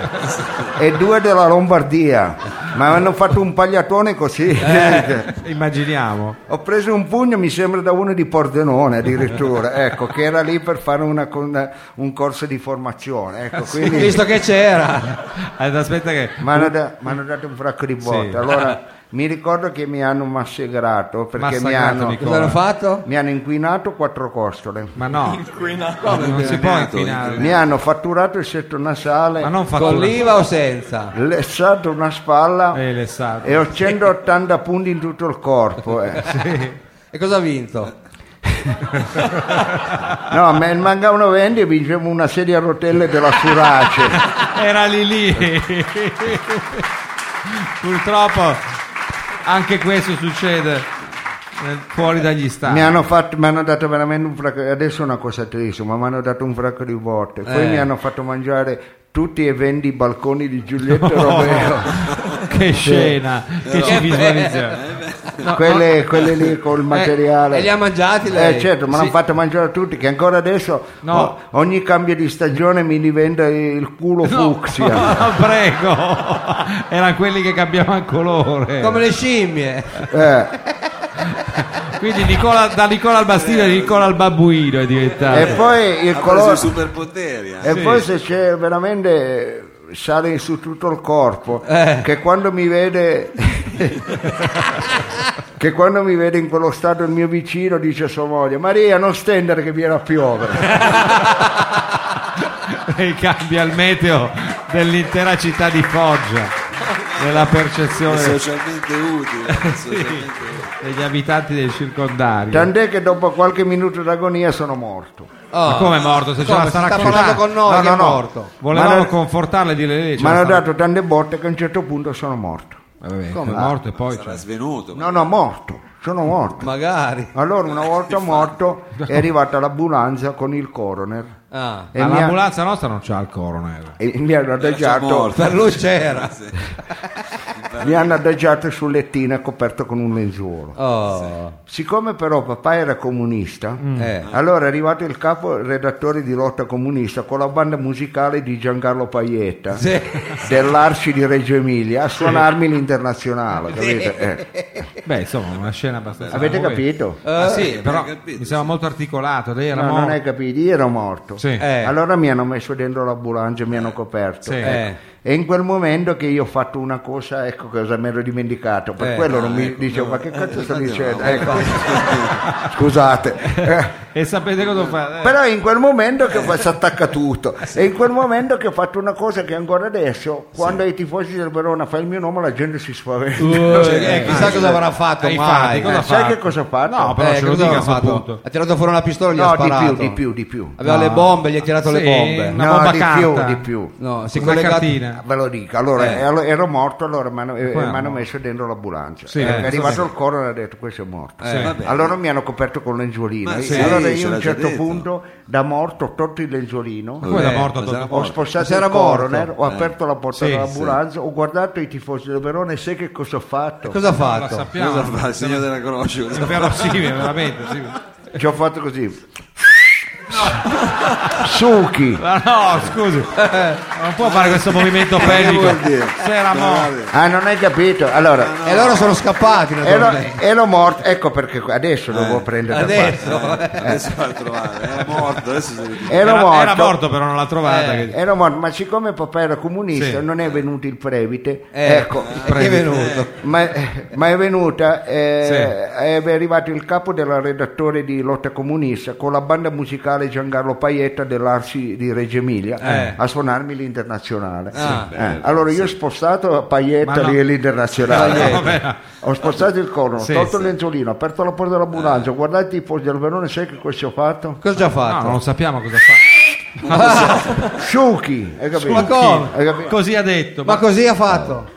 Speaker 2: e due della Lombardia, ma mi hanno fatto un pagliatone così.
Speaker 3: Eh. Immaginiamo.
Speaker 2: Ho preso un pugno, mi sembra, da uno di Pordenone addirittura, ecco, che era lì per fare una con- un corso di formazione. Ecco, quindi
Speaker 4: Visto che c'era.
Speaker 3: Allora, aspetta che...
Speaker 2: mi hanno, da- mi hanno dato un fracco di botte.
Speaker 3: Sì.
Speaker 2: Allora, mi ricordo che mi hanno massacrato perché mi
Speaker 3: Massacrato,
Speaker 2: hanno,
Speaker 3: Nicola.
Speaker 4: Cosa hanno fatto?
Speaker 2: mi hanno inquinato quattro costole.
Speaker 3: Ma no, non si può
Speaker 1: inquinato?
Speaker 3: inquinare.
Speaker 2: Mi hanno fatturato il setto nasale,
Speaker 3: Ma non fatto
Speaker 4: Con l'IVA o senza?
Speaker 2: lessato una spalla
Speaker 3: Eh, le sa-
Speaker 2: e ho 180 punti in tutto il corpo. eh.
Speaker 4: E cosa ha vinto?
Speaker 2: No, me ne mancavano 20 e vincevo una sedia a rotelle della Surace.
Speaker 3: Era lì lì. Purtroppo anche questo succede nel- fuori dagli
Speaker 4: Ah.
Speaker 3: stati.
Speaker 2: Mi hanno, fatto, mi hanno dato veramente un fracco, adesso è una cosa triste, ma mi hanno dato un fracco di volte. Poi
Speaker 4: Eh.
Speaker 2: mi hanno fatto mangiare tutti e 20 i balconi di Giulietto Romeo,
Speaker 3: Che scena, che ci visualizziamo.
Speaker 2: quelle, quelle lì col materiale.
Speaker 4: Eh, e li ha mangiati lei?
Speaker 2: Eh, certo, me l'hanno fatto mangiare tutti, che ancora adesso
Speaker 3: No.
Speaker 2: o- ogni cambio di stagione mi diventa il culo fucsia.
Speaker 3: Ah, prego. Erano quelli che cambiavano colore.
Speaker 4: Come le scimmie.
Speaker 2: Eh,
Speaker 3: Quindi Nicola- da Nicola al Bastino a Nicola al Babbuino è diventato.
Speaker 2: e poi il
Speaker 1: Ha preso i
Speaker 2: colore...
Speaker 1: superpoteri. eh.
Speaker 2: E poi se c'è veramente sale su tutto il corpo
Speaker 3: Eh.
Speaker 2: che quando mi vede che quando mi vede in quello stato il mio vicino dice a sua moglie Maria non stendere che viene a piovere
Speaker 3: e cambia il meteo dell'intera città di Foggia, nella
Speaker 1: È
Speaker 3: percezione
Speaker 1: socialmente utile. è socialmente utile.
Speaker 3: degli abitanti del circondario.
Speaker 2: tant'è che dopo qualche minuto d'agonia sono morto
Speaker 4: Oh.
Speaker 3: Ma come è morto? Se ce
Speaker 4: Come?
Speaker 3: la sarà
Speaker 4: sta
Speaker 3: chiusa.
Speaker 4: parlando con noi
Speaker 2: No,
Speaker 4: che
Speaker 2: no,
Speaker 4: è
Speaker 2: no.
Speaker 4: morto.
Speaker 3: Volevamo
Speaker 2: Ma non-
Speaker 3: confortarle e dire lei. ce
Speaker 2: mi
Speaker 3: la
Speaker 2: hanno
Speaker 3: sarà-
Speaker 2: dato tante botte che a un certo punto sono morto
Speaker 3: Eh, vabbè, come è morto e poi.
Speaker 1: Sarà
Speaker 3: cioè,
Speaker 1: svenuto.
Speaker 2: no no morto sono morto
Speaker 4: Magari.
Speaker 2: allora una volta morto è arrivata l'ambulanza con il coroner
Speaker 4: Ah.
Speaker 2: e
Speaker 3: ma
Speaker 2: mi ha-
Speaker 3: l'ambulanza nostra non c'ha il coroner.
Speaker 2: e mi hanno adagiato
Speaker 1: morto.
Speaker 4: Per lui c'era.
Speaker 2: mi hanno adagiato sul lettino e coperto con un lenzuolo
Speaker 4: Oh.
Speaker 2: Siccome però papà era comunista,
Speaker 4: Eh.
Speaker 2: allora è arrivato il capo redattore di Lotta Comunista con la banda musicale di Giancarlo Paietta
Speaker 4: Sì.
Speaker 2: dell'Arci di Reggio Emilia a suonarmi l'internazionale. capite? Eh.
Speaker 3: Beh, insomma, una scena abbastanza.
Speaker 2: Avete
Speaker 3: Voi-
Speaker 2: capito?
Speaker 3: Ah, sì, però
Speaker 1: Hai capito,
Speaker 3: mi sembra molto articolato. Lei era
Speaker 2: No,
Speaker 3: morto.
Speaker 2: non hai capito, io ero morto.
Speaker 3: Sì.
Speaker 4: Eh.
Speaker 2: Allora mi hanno messo dentro l'ambulanza e mi hanno coperto. Ecco.
Speaker 3: Sì.
Speaker 4: Eh.
Speaker 2: E in quel momento che io ho fatto una cosa, ecco cosa mi ero dimenticato, per
Speaker 4: Eh,
Speaker 2: quello
Speaker 1: ah,
Speaker 2: non mi
Speaker 1: ecco,
Speaker 2: dicevo,
Speaker 1: no,
Speaker 2: ma che
Speaker 1: eh,
Speaker 2: cazzo sto
Speaker 1: infatti no,
Speaker 2: dicendo?
Speaker 1: eh,
Speaker 2: Ecco. Scusate. Eh.
Speaker 3: E sapete cosa fa? Eh,
Speaker 2: Però è in quel momento che si attacca tutto, è in quel momento che ho fatto una cosa che ancora adesso, quando ai tifosi del Verona fa il mio nome, la gente si spaventa.
Speaker 4: Eh, chissà cosa avrà fatto
Speaker 3: Eh, infatti,
Speaker 4: mai?
Speaker 3: Uh, cosa
Speaker 2: Eh,
Speaker 3: ha
Speaker 2: sai
Speaker 3: fatto?
Speaker 2: che cosa ha fatto?
Speaker 3: No, però
Speaker 4: Eh,
Speaker 3: ce lo
Speaker 4: cosa
Speaker 3: dica a
Speaker 4: aveva
Speaker 3: questo
Speaker 4: fatto?
Speaker 3: punto.
Speaker 4: Ha tirato fuori una pistola e gli ha
Speaker 2: no, di
Speaker 4: sparato.
Speaker 2: più, di più, di più.
Speaker 4: Aveva le bombe, gli ha tirato le
Speaker 3: Sì,
Speaker 4: bombe.
Speaker 3: una
Speaker 4: No,
Speaker 3: bomba
Speaker 2: no, di più,
Speaker 3: carta.
Speaker 2: di più.
Speaker 4: si è
Speaker 3: Una
Speaker 4: collegato-
Speaker 3: cartina.
Speaker 2: Ah, Ve lo dico, allora
Speaker 4: Eh.
Speaker 2: eh, allo- ero morto, allora mi hanno, eh,
Speaker 3: Quello.
Speaker 2: mi hanno messo dentro l'ambulanza.
Speaker 3: Sì,
Speaker 2: Eh,
Speaker 3: eh,
Speaker 2: è arrivato
Speaker 3: sì. Ah,
Speaker 2: il coro e ha detto questo è morto.
Speaker 1: Eh, vabbè.
Speaker 2: Allora mi hanno coperto con lenzuolino.
Speaker 1: Ma sì,
Speaker 2: allora
Speaker 1: ce
Speaker 2: io a
Speaker 1: l'ha
Speaker 2: un
Speaker 1: già
Speaker 2: certo
Speaker 1: detto.
Speaker 2: punto da morto ho tolto il lenzuolino.
Speaker 3: Come da morto
Speaker 4: cosa-
Speaker 3: dopo?
Speaker 2: Ho
Speaker 4: Si
Speaker 2: spostato
Speaker 4: era
Speaker 2: il coroner,
Speaker 4: morto.
Speaker 2: ho aperto la porta
Speaker 3: Sì,
Speaker 2: dell'ambulanza, ho guardato i tifosi del Verona e sai che cosa ho fatto?
Speaker 4: Cosa ha
Speaker 3: La
Speaker 4: fatto?
Speaker 3: sappiamo.
Speaker 1: Ma il segno della croce cosa fa?
Speaker 3: Inverosimile, veramente. Sì.
Speaker 2: Ci ho fatto così. Suki.
Speaker 3: Ma no, scusi. Non può fare questo
Speaker 4: Eh,
Speaker 3: movimento pelvico.
Speaker 1: vuol dire?
Speaker 3: Se era morto.
Speaker 2: Ah, non hai capito. Allora,
Speaker 4: E loro sono scappati,
Speaker 2: ero,
Speaker 4: naturalmente.
Speaker 2: ero morto, ecco perché adesso
Speaker 3: Eh.
Speaker 2: lo vuoi prendere da parte.
Speaker 4: Adesso.
Speaker 1: adesso va a trovare era morto adesso si ritrova.
Speaker 2: Ero
Speaker 3: Era,
Speaker 2: morto.
Speaker 3: era morto, però non l'ha trovata.
Speaker 4: Eh.
Speaker 3: che-
Speaker 2: Ero morto, ma siccome papà era comunista
Speaker 3: Sì.
Speaker 2: non è venuto il previte,
Speaker 4: Eh,
Speaker 2: ecco,
Speaker 4: e chi è venuto?
Speaker 2: ma, eh, ma è venuta, eh,
Speaker 3: Sì.
Speaker 2: è arrivato il capo della redattore di Lotta Comunista con la banda musicale Giancarlo Paietta dell'Arsi di Reggio Emilia
Speaker 4: Eh.
Speaker 2: a suonarmi l'internazionale.
Speaker 4: Ah.
Speaker 2: Eh, allora io ho spostato
Speaker 3: Ma
Speaker 2: Paietta
Speaker 3: no.
Speaker 2: lì l'internazionale.
Speaker 3: No, Eh, vabbè.
Speaker 2: Ho spostato il corno,
Speaker 3: Sì,
Speaker 2: ho tolto
Speaker 3: sì.
Speaker 2: il lenzuolino, ho aperto la porta dell'ambulanza, ho guardato i tifosi del Verone, sai che cosa ho fatto?
Speaker 4: Cosa ha
Speaker 3: No,
Speaker 4: fatto?
Speaker 3: non sappiamo cosa fa.
Speaker 2: Sciuchi, hai capito?
Speaker 4: Ma come?
Speaker 2: Hai capito?
Speaker 3: Così ha detto.
Speaker 4: Ma così ha fatto?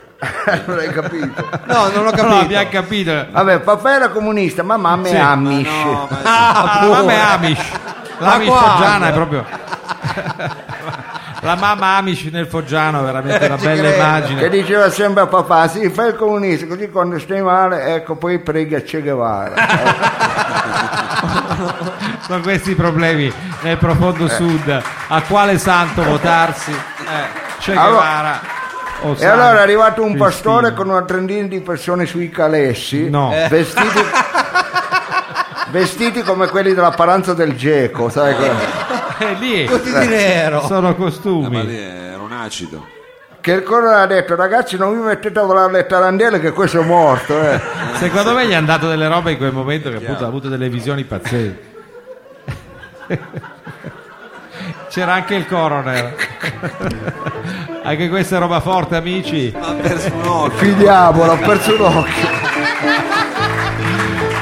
Speaker 2: non hai capito.
Speaker 4: No, non
Speaker 3: No,
Speaker 4: ho capito.
Speaker 3: no, abbiamo capito.
Speaker 2: Vabbè, papà era comunista, ma mamma
Speaker 3: Sì,
Speaker 2: è Amish.
Speaker 1: no ma
Speaker 3: Ah, la mamma è Amish. L'Amish
Speaker 4: quando?
Speaker 3: Foggiana è proprio. La mamma Amish nel Foggiano, veramente una
Speaker 4: ci
Speaker 3: bella
Speaker 4: credo.
Speaker 2: Che
Speaker 3: immagine.
Speaker 2: diceva sempre a papà, sì, fai il comunista, così quando stai male, ecco, poi prega Che Guevara.
Speaker 3: Sono questi i problemi nel profondo
Speaker 2: Eh.
Speaker 3: sud. A quale santo votarsi? Eh, Che
Speaker 2: Allora-
Speaker 3: Guevara o
Speaker 2: e
Speaker 3: San
Speaker 2: allora è arrivato un
Speaker 3: Cristino.
Speaker 2: pastore con una trentina di persone sui calessi,
Speaker 3: No. Eh.
Speaker 2: vestiti, vestiti come quelli della paranza del geco, sai? quello?
Speaker 3: Eh, lì
Speaker 4: Tutti di nero.
Speaker 3: sono
Speaker 1: Ah, Eh, ma
Speaker 3: costumi.
Speaker 1: lì era un acido
Speaker 2: Che il corno ha detto, ragazzi non vi mettete a volare le tarandelle che questo è morto. eh."
Speaker 3: Secondo me gli è andato delle robe in quel momento che appunto ha avuto delle visioni pazzesche. C'era anche il coroner. anche questa è roba forte, amici.
Speaker 1: ma ha perso un occhio
Speaker 2: Figliamolo, ho perso un occhio.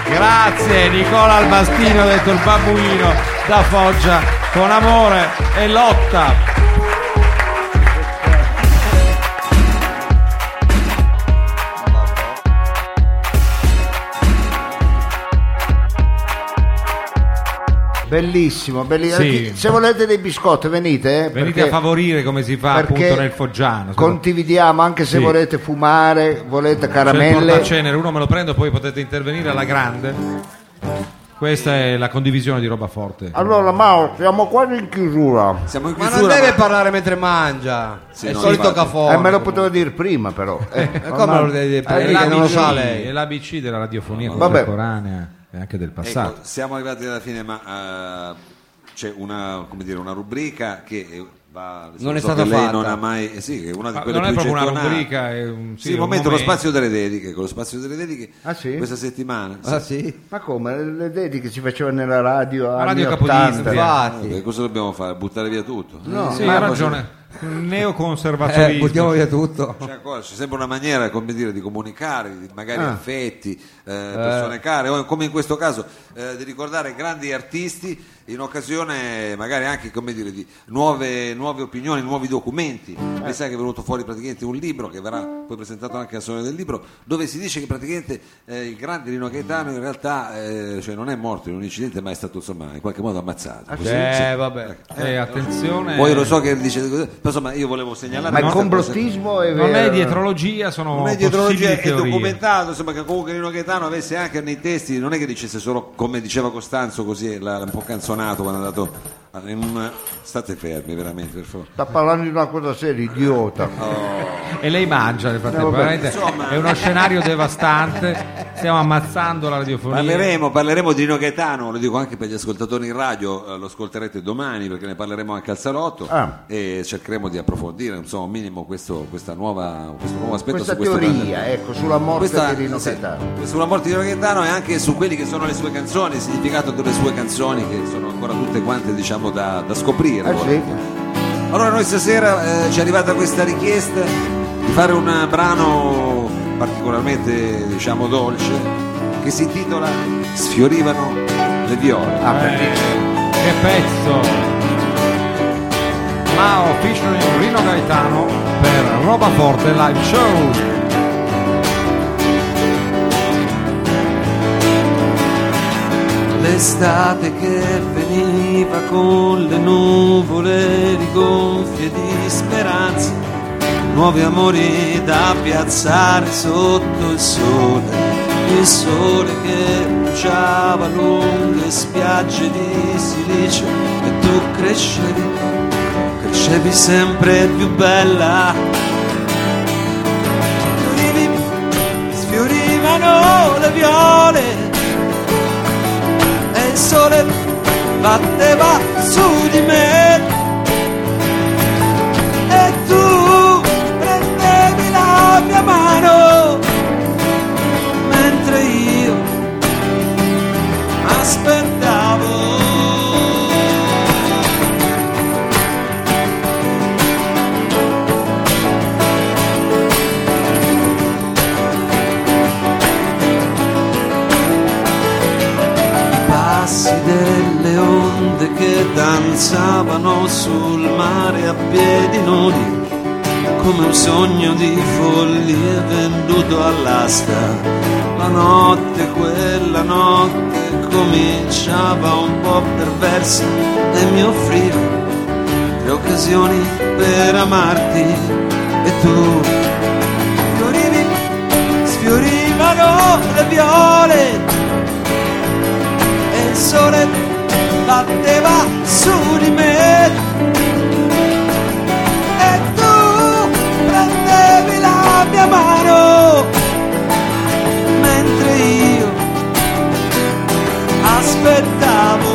Speaker 3: Grazie Nicola Albastino, detto il babbuino da Foggia, con amore e lotta.
Speaker 2: Bellissimo, bellissimo.
Speaker 3: Sì.
Speaker 2: Se volete dei biscotti venite. eh,
Speaker 3: Venite
Speaker 2: perché-
Speaker 3: a favorire come si fa
Speaker 2: perché
Speaker 3: appunto nel Foggiano.
Speaker 2: Condividiamo anche se
Speaker 3: Sì.
Speaker 2: volete fumare, volete
Speaker 3: C'è il
Speaker 2: caramelle.
Speaker 3: portacenere, uno me lo prendo poi potete intervenire alla grande. Questa è la condivisione di roba forte.
Speaker 2: Allora, Mauro, siamo quasi in chiusura.
Speaker 1: siamo in
Speaker 4: Ma non
Speaker 1: chiusura
Speaker 4: deve
Speaker 1: ma-
Speaker 4: parlare mentre mangia.
Speaker 1: Sì,
Speaker 4: è il
Speaker 1: no,
Speaker 4: solito
Speaker 1: infatti.
Speaker 4: cafone.
Speaker 2: eh, me lo poteva dire prima, però. Eh,
Speaker 4: E come
Speaker 2: ormai-
Speaker 4: lo devi dire prima?
Speaker 2: Eh,
Speaker 3: È
Speaker 4: che
Speaker 2: dica, non lo
Speaker 3: l'ABC,
Speaker 2: so.
Speaker 4: sa lei.
Speaker 3: è l'ABC della radiofonia
Speaker 2: Vabbè.
Speaker 3: contemporanea e anche del passato.
Speaker 1: Ecco, siamo arrivati alla fine ma eh, c'è una come dire una rubrica che eh, va
Speaker 4: Non è
Speaker 1: so che
Speaker 4: stata
Speaker 1: lei
Speaker 4: fatta.
Speaker 1: non ha mai eh sì che è una di
Speaker 3: Ma
Speaker 1: quelle
Speaker 3: Ah, non è
Speaker 1: più
Speaker 3: proprio una
Speaker 1: gettonate.
Speaker 3: rubrica, è un- sì,
Speaker 1: sì,
Speaker 3: un
Speaker 1: momento, lo
Speaker 3: momento.
Speaker 1: spazio delle dediche con lo spazio delle dediche
Speaker 2: Ah, sì?
Speaker 1: questa settimana sì.
Speaker 4: Ah, sì?
Speaker 2: Ma come? Le vedi che si faceva nella radio
Speaker 3: La
Speaker 2: anni
Speaker 3: radio
Speaker 2: 80.
Speaker 3: Capodistria.
Speaker 4: Infatti.
Speaker 1: Eh, cosa dobbiamo fare buttare via tutto
Speaker 3: sì,
Speaker 2: ma-
Speaker 3: ha ragione. Un
Speaker 4: Eh,
Speaker 3: neoconservazionismo.
Speaker 4: buttiamo via tutto.
Speaker 1: C'è ancora, ci sembra una maniera come dire, di comunicare, di magari affetti, eh, persone care, o come in questo caso eh, di ricordare grandi artisti in occasione magari anche come dire, di nuove, nuove opinioni, nuovi documenti. Mi sa che è venuto fuori praticamente un libro che verrà poi presentato anche al Salone del Libro, dove si dice che praticamente eh, il grande Rino Gaetano in realtà eh, cioè non è morto in un incidente, ma è stato insomma in qualche modo ammazzato. Così, sì.
Speaker 4: Eh, vabbè.
Speaker 3: Eh, attenzione.
Speaker 1: Poi io lo so che dice così, però insomma io volevo segnalare
Speaker 2: Ma il
Speaker 1: questa cosa.
Speaker 2: complottismo è vero.
Speaker 3: Non è dietrologia, sono
Speaker 1: Non è ideologia,
Speaker 3: possibili
Speaker 1: è
Speaker 3: teorie.
Speaker 1: documentato insomma che comunque Nino Gaetano avesse anche nei testi non è che dicesse solo come diceva Costanzo così l'ha un po' canzonato quando è andato a- in un- state fermi veramente per favore
Speaker 2: Sta parlando di una cosa seria, idiota.
Speaker 3: E lei mangia nel frattempo,
Speaker 2: No, vabbè.
Speaker 3: veramente
Speaker 1: Insomma.
Speaker 3: è uno scenario devastante. Stiamo ammazzando la radiofonia.
Speaker 1: parleremo, parleremo di Nino Gaetano lo dico anche per gli ascoltatori in radio eh, lo ascolterete domani perché ne parleremo anche al salotto
Speaker 2: Ah.
Speaker 1: e cercheremo di approfondire insomma un minimo questo, questa nuova, questo nuovo aspetto
Speaker 2: Questa
Speaker 1: su questo grande-
Speaker 2: teoria, ecco, sulla morte
Speaker 1: Questa-
Speaker 2: di Rino
Speaker 1: sì,
Speaker 2: Gaetano.
Speaker 1: sulla morte di Rino Gaetano e anche su quelli che sono le sue canzoni, il significato delle sue canzoni che sono ancora tutte quante diciamo da, da scoprire.
Speaker 2: Ah, sì?
Speaker 1: eh, Allora noi stasera eh, ci è arrivata questa richiesta di fare un brano particolarmente diciamo dolce che si intitola Sfiorivano le viole.
Speaker 2: Ah, per dire.
Speaker 3: Che pezzo! Mao featuring Rino Gaetano per Roba Forte Live Show.
Speaker 6: L'estate che veniva con le nuvole rigonfie di speranza, nuovi amori da piazzare sotto il sole, il sole che bruciava lunghe spiagge di silicio e tu crescevi, crescevi sempre più bella. Sfiorivi, sfiorivano le viole e il sole batteva su di me e tu prendevi la mia mano mentre io aspettavo passi delle onde che danzavano sul mare a piedi nudi, come un sogno di follia venduto all'asta. La notte, quella notte, cominciava un po' perversa e mi offriva tre occasioni per amarti e tu fiorivi, sfiorivano le viole e il sole batteva su di me. E tu prendevi la mia mano, mentre io aspettavo.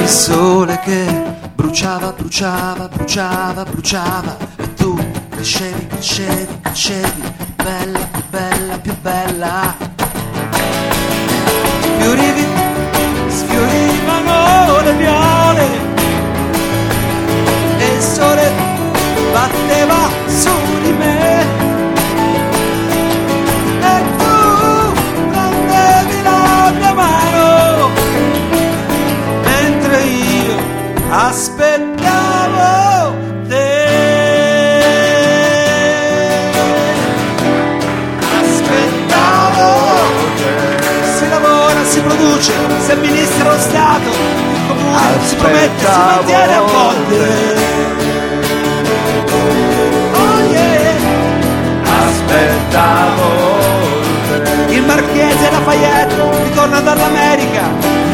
Speaker 6: il sole che bruciava, bruciava, bruciava, bruciava e tu crescevi, crescevi, crescevi, bella, più bella, più bella. Fiorivi, sfiorivano le viole e il sole batteva su di me. E tu prendevi la mia mano mentre io aspettavo te. Aspettavo te. Si lavora, si produce, si amministra lo Stato, il comune si promette, si mantiene a volte. Oh yeah. Il marchese Lafayette ritorna dall'America,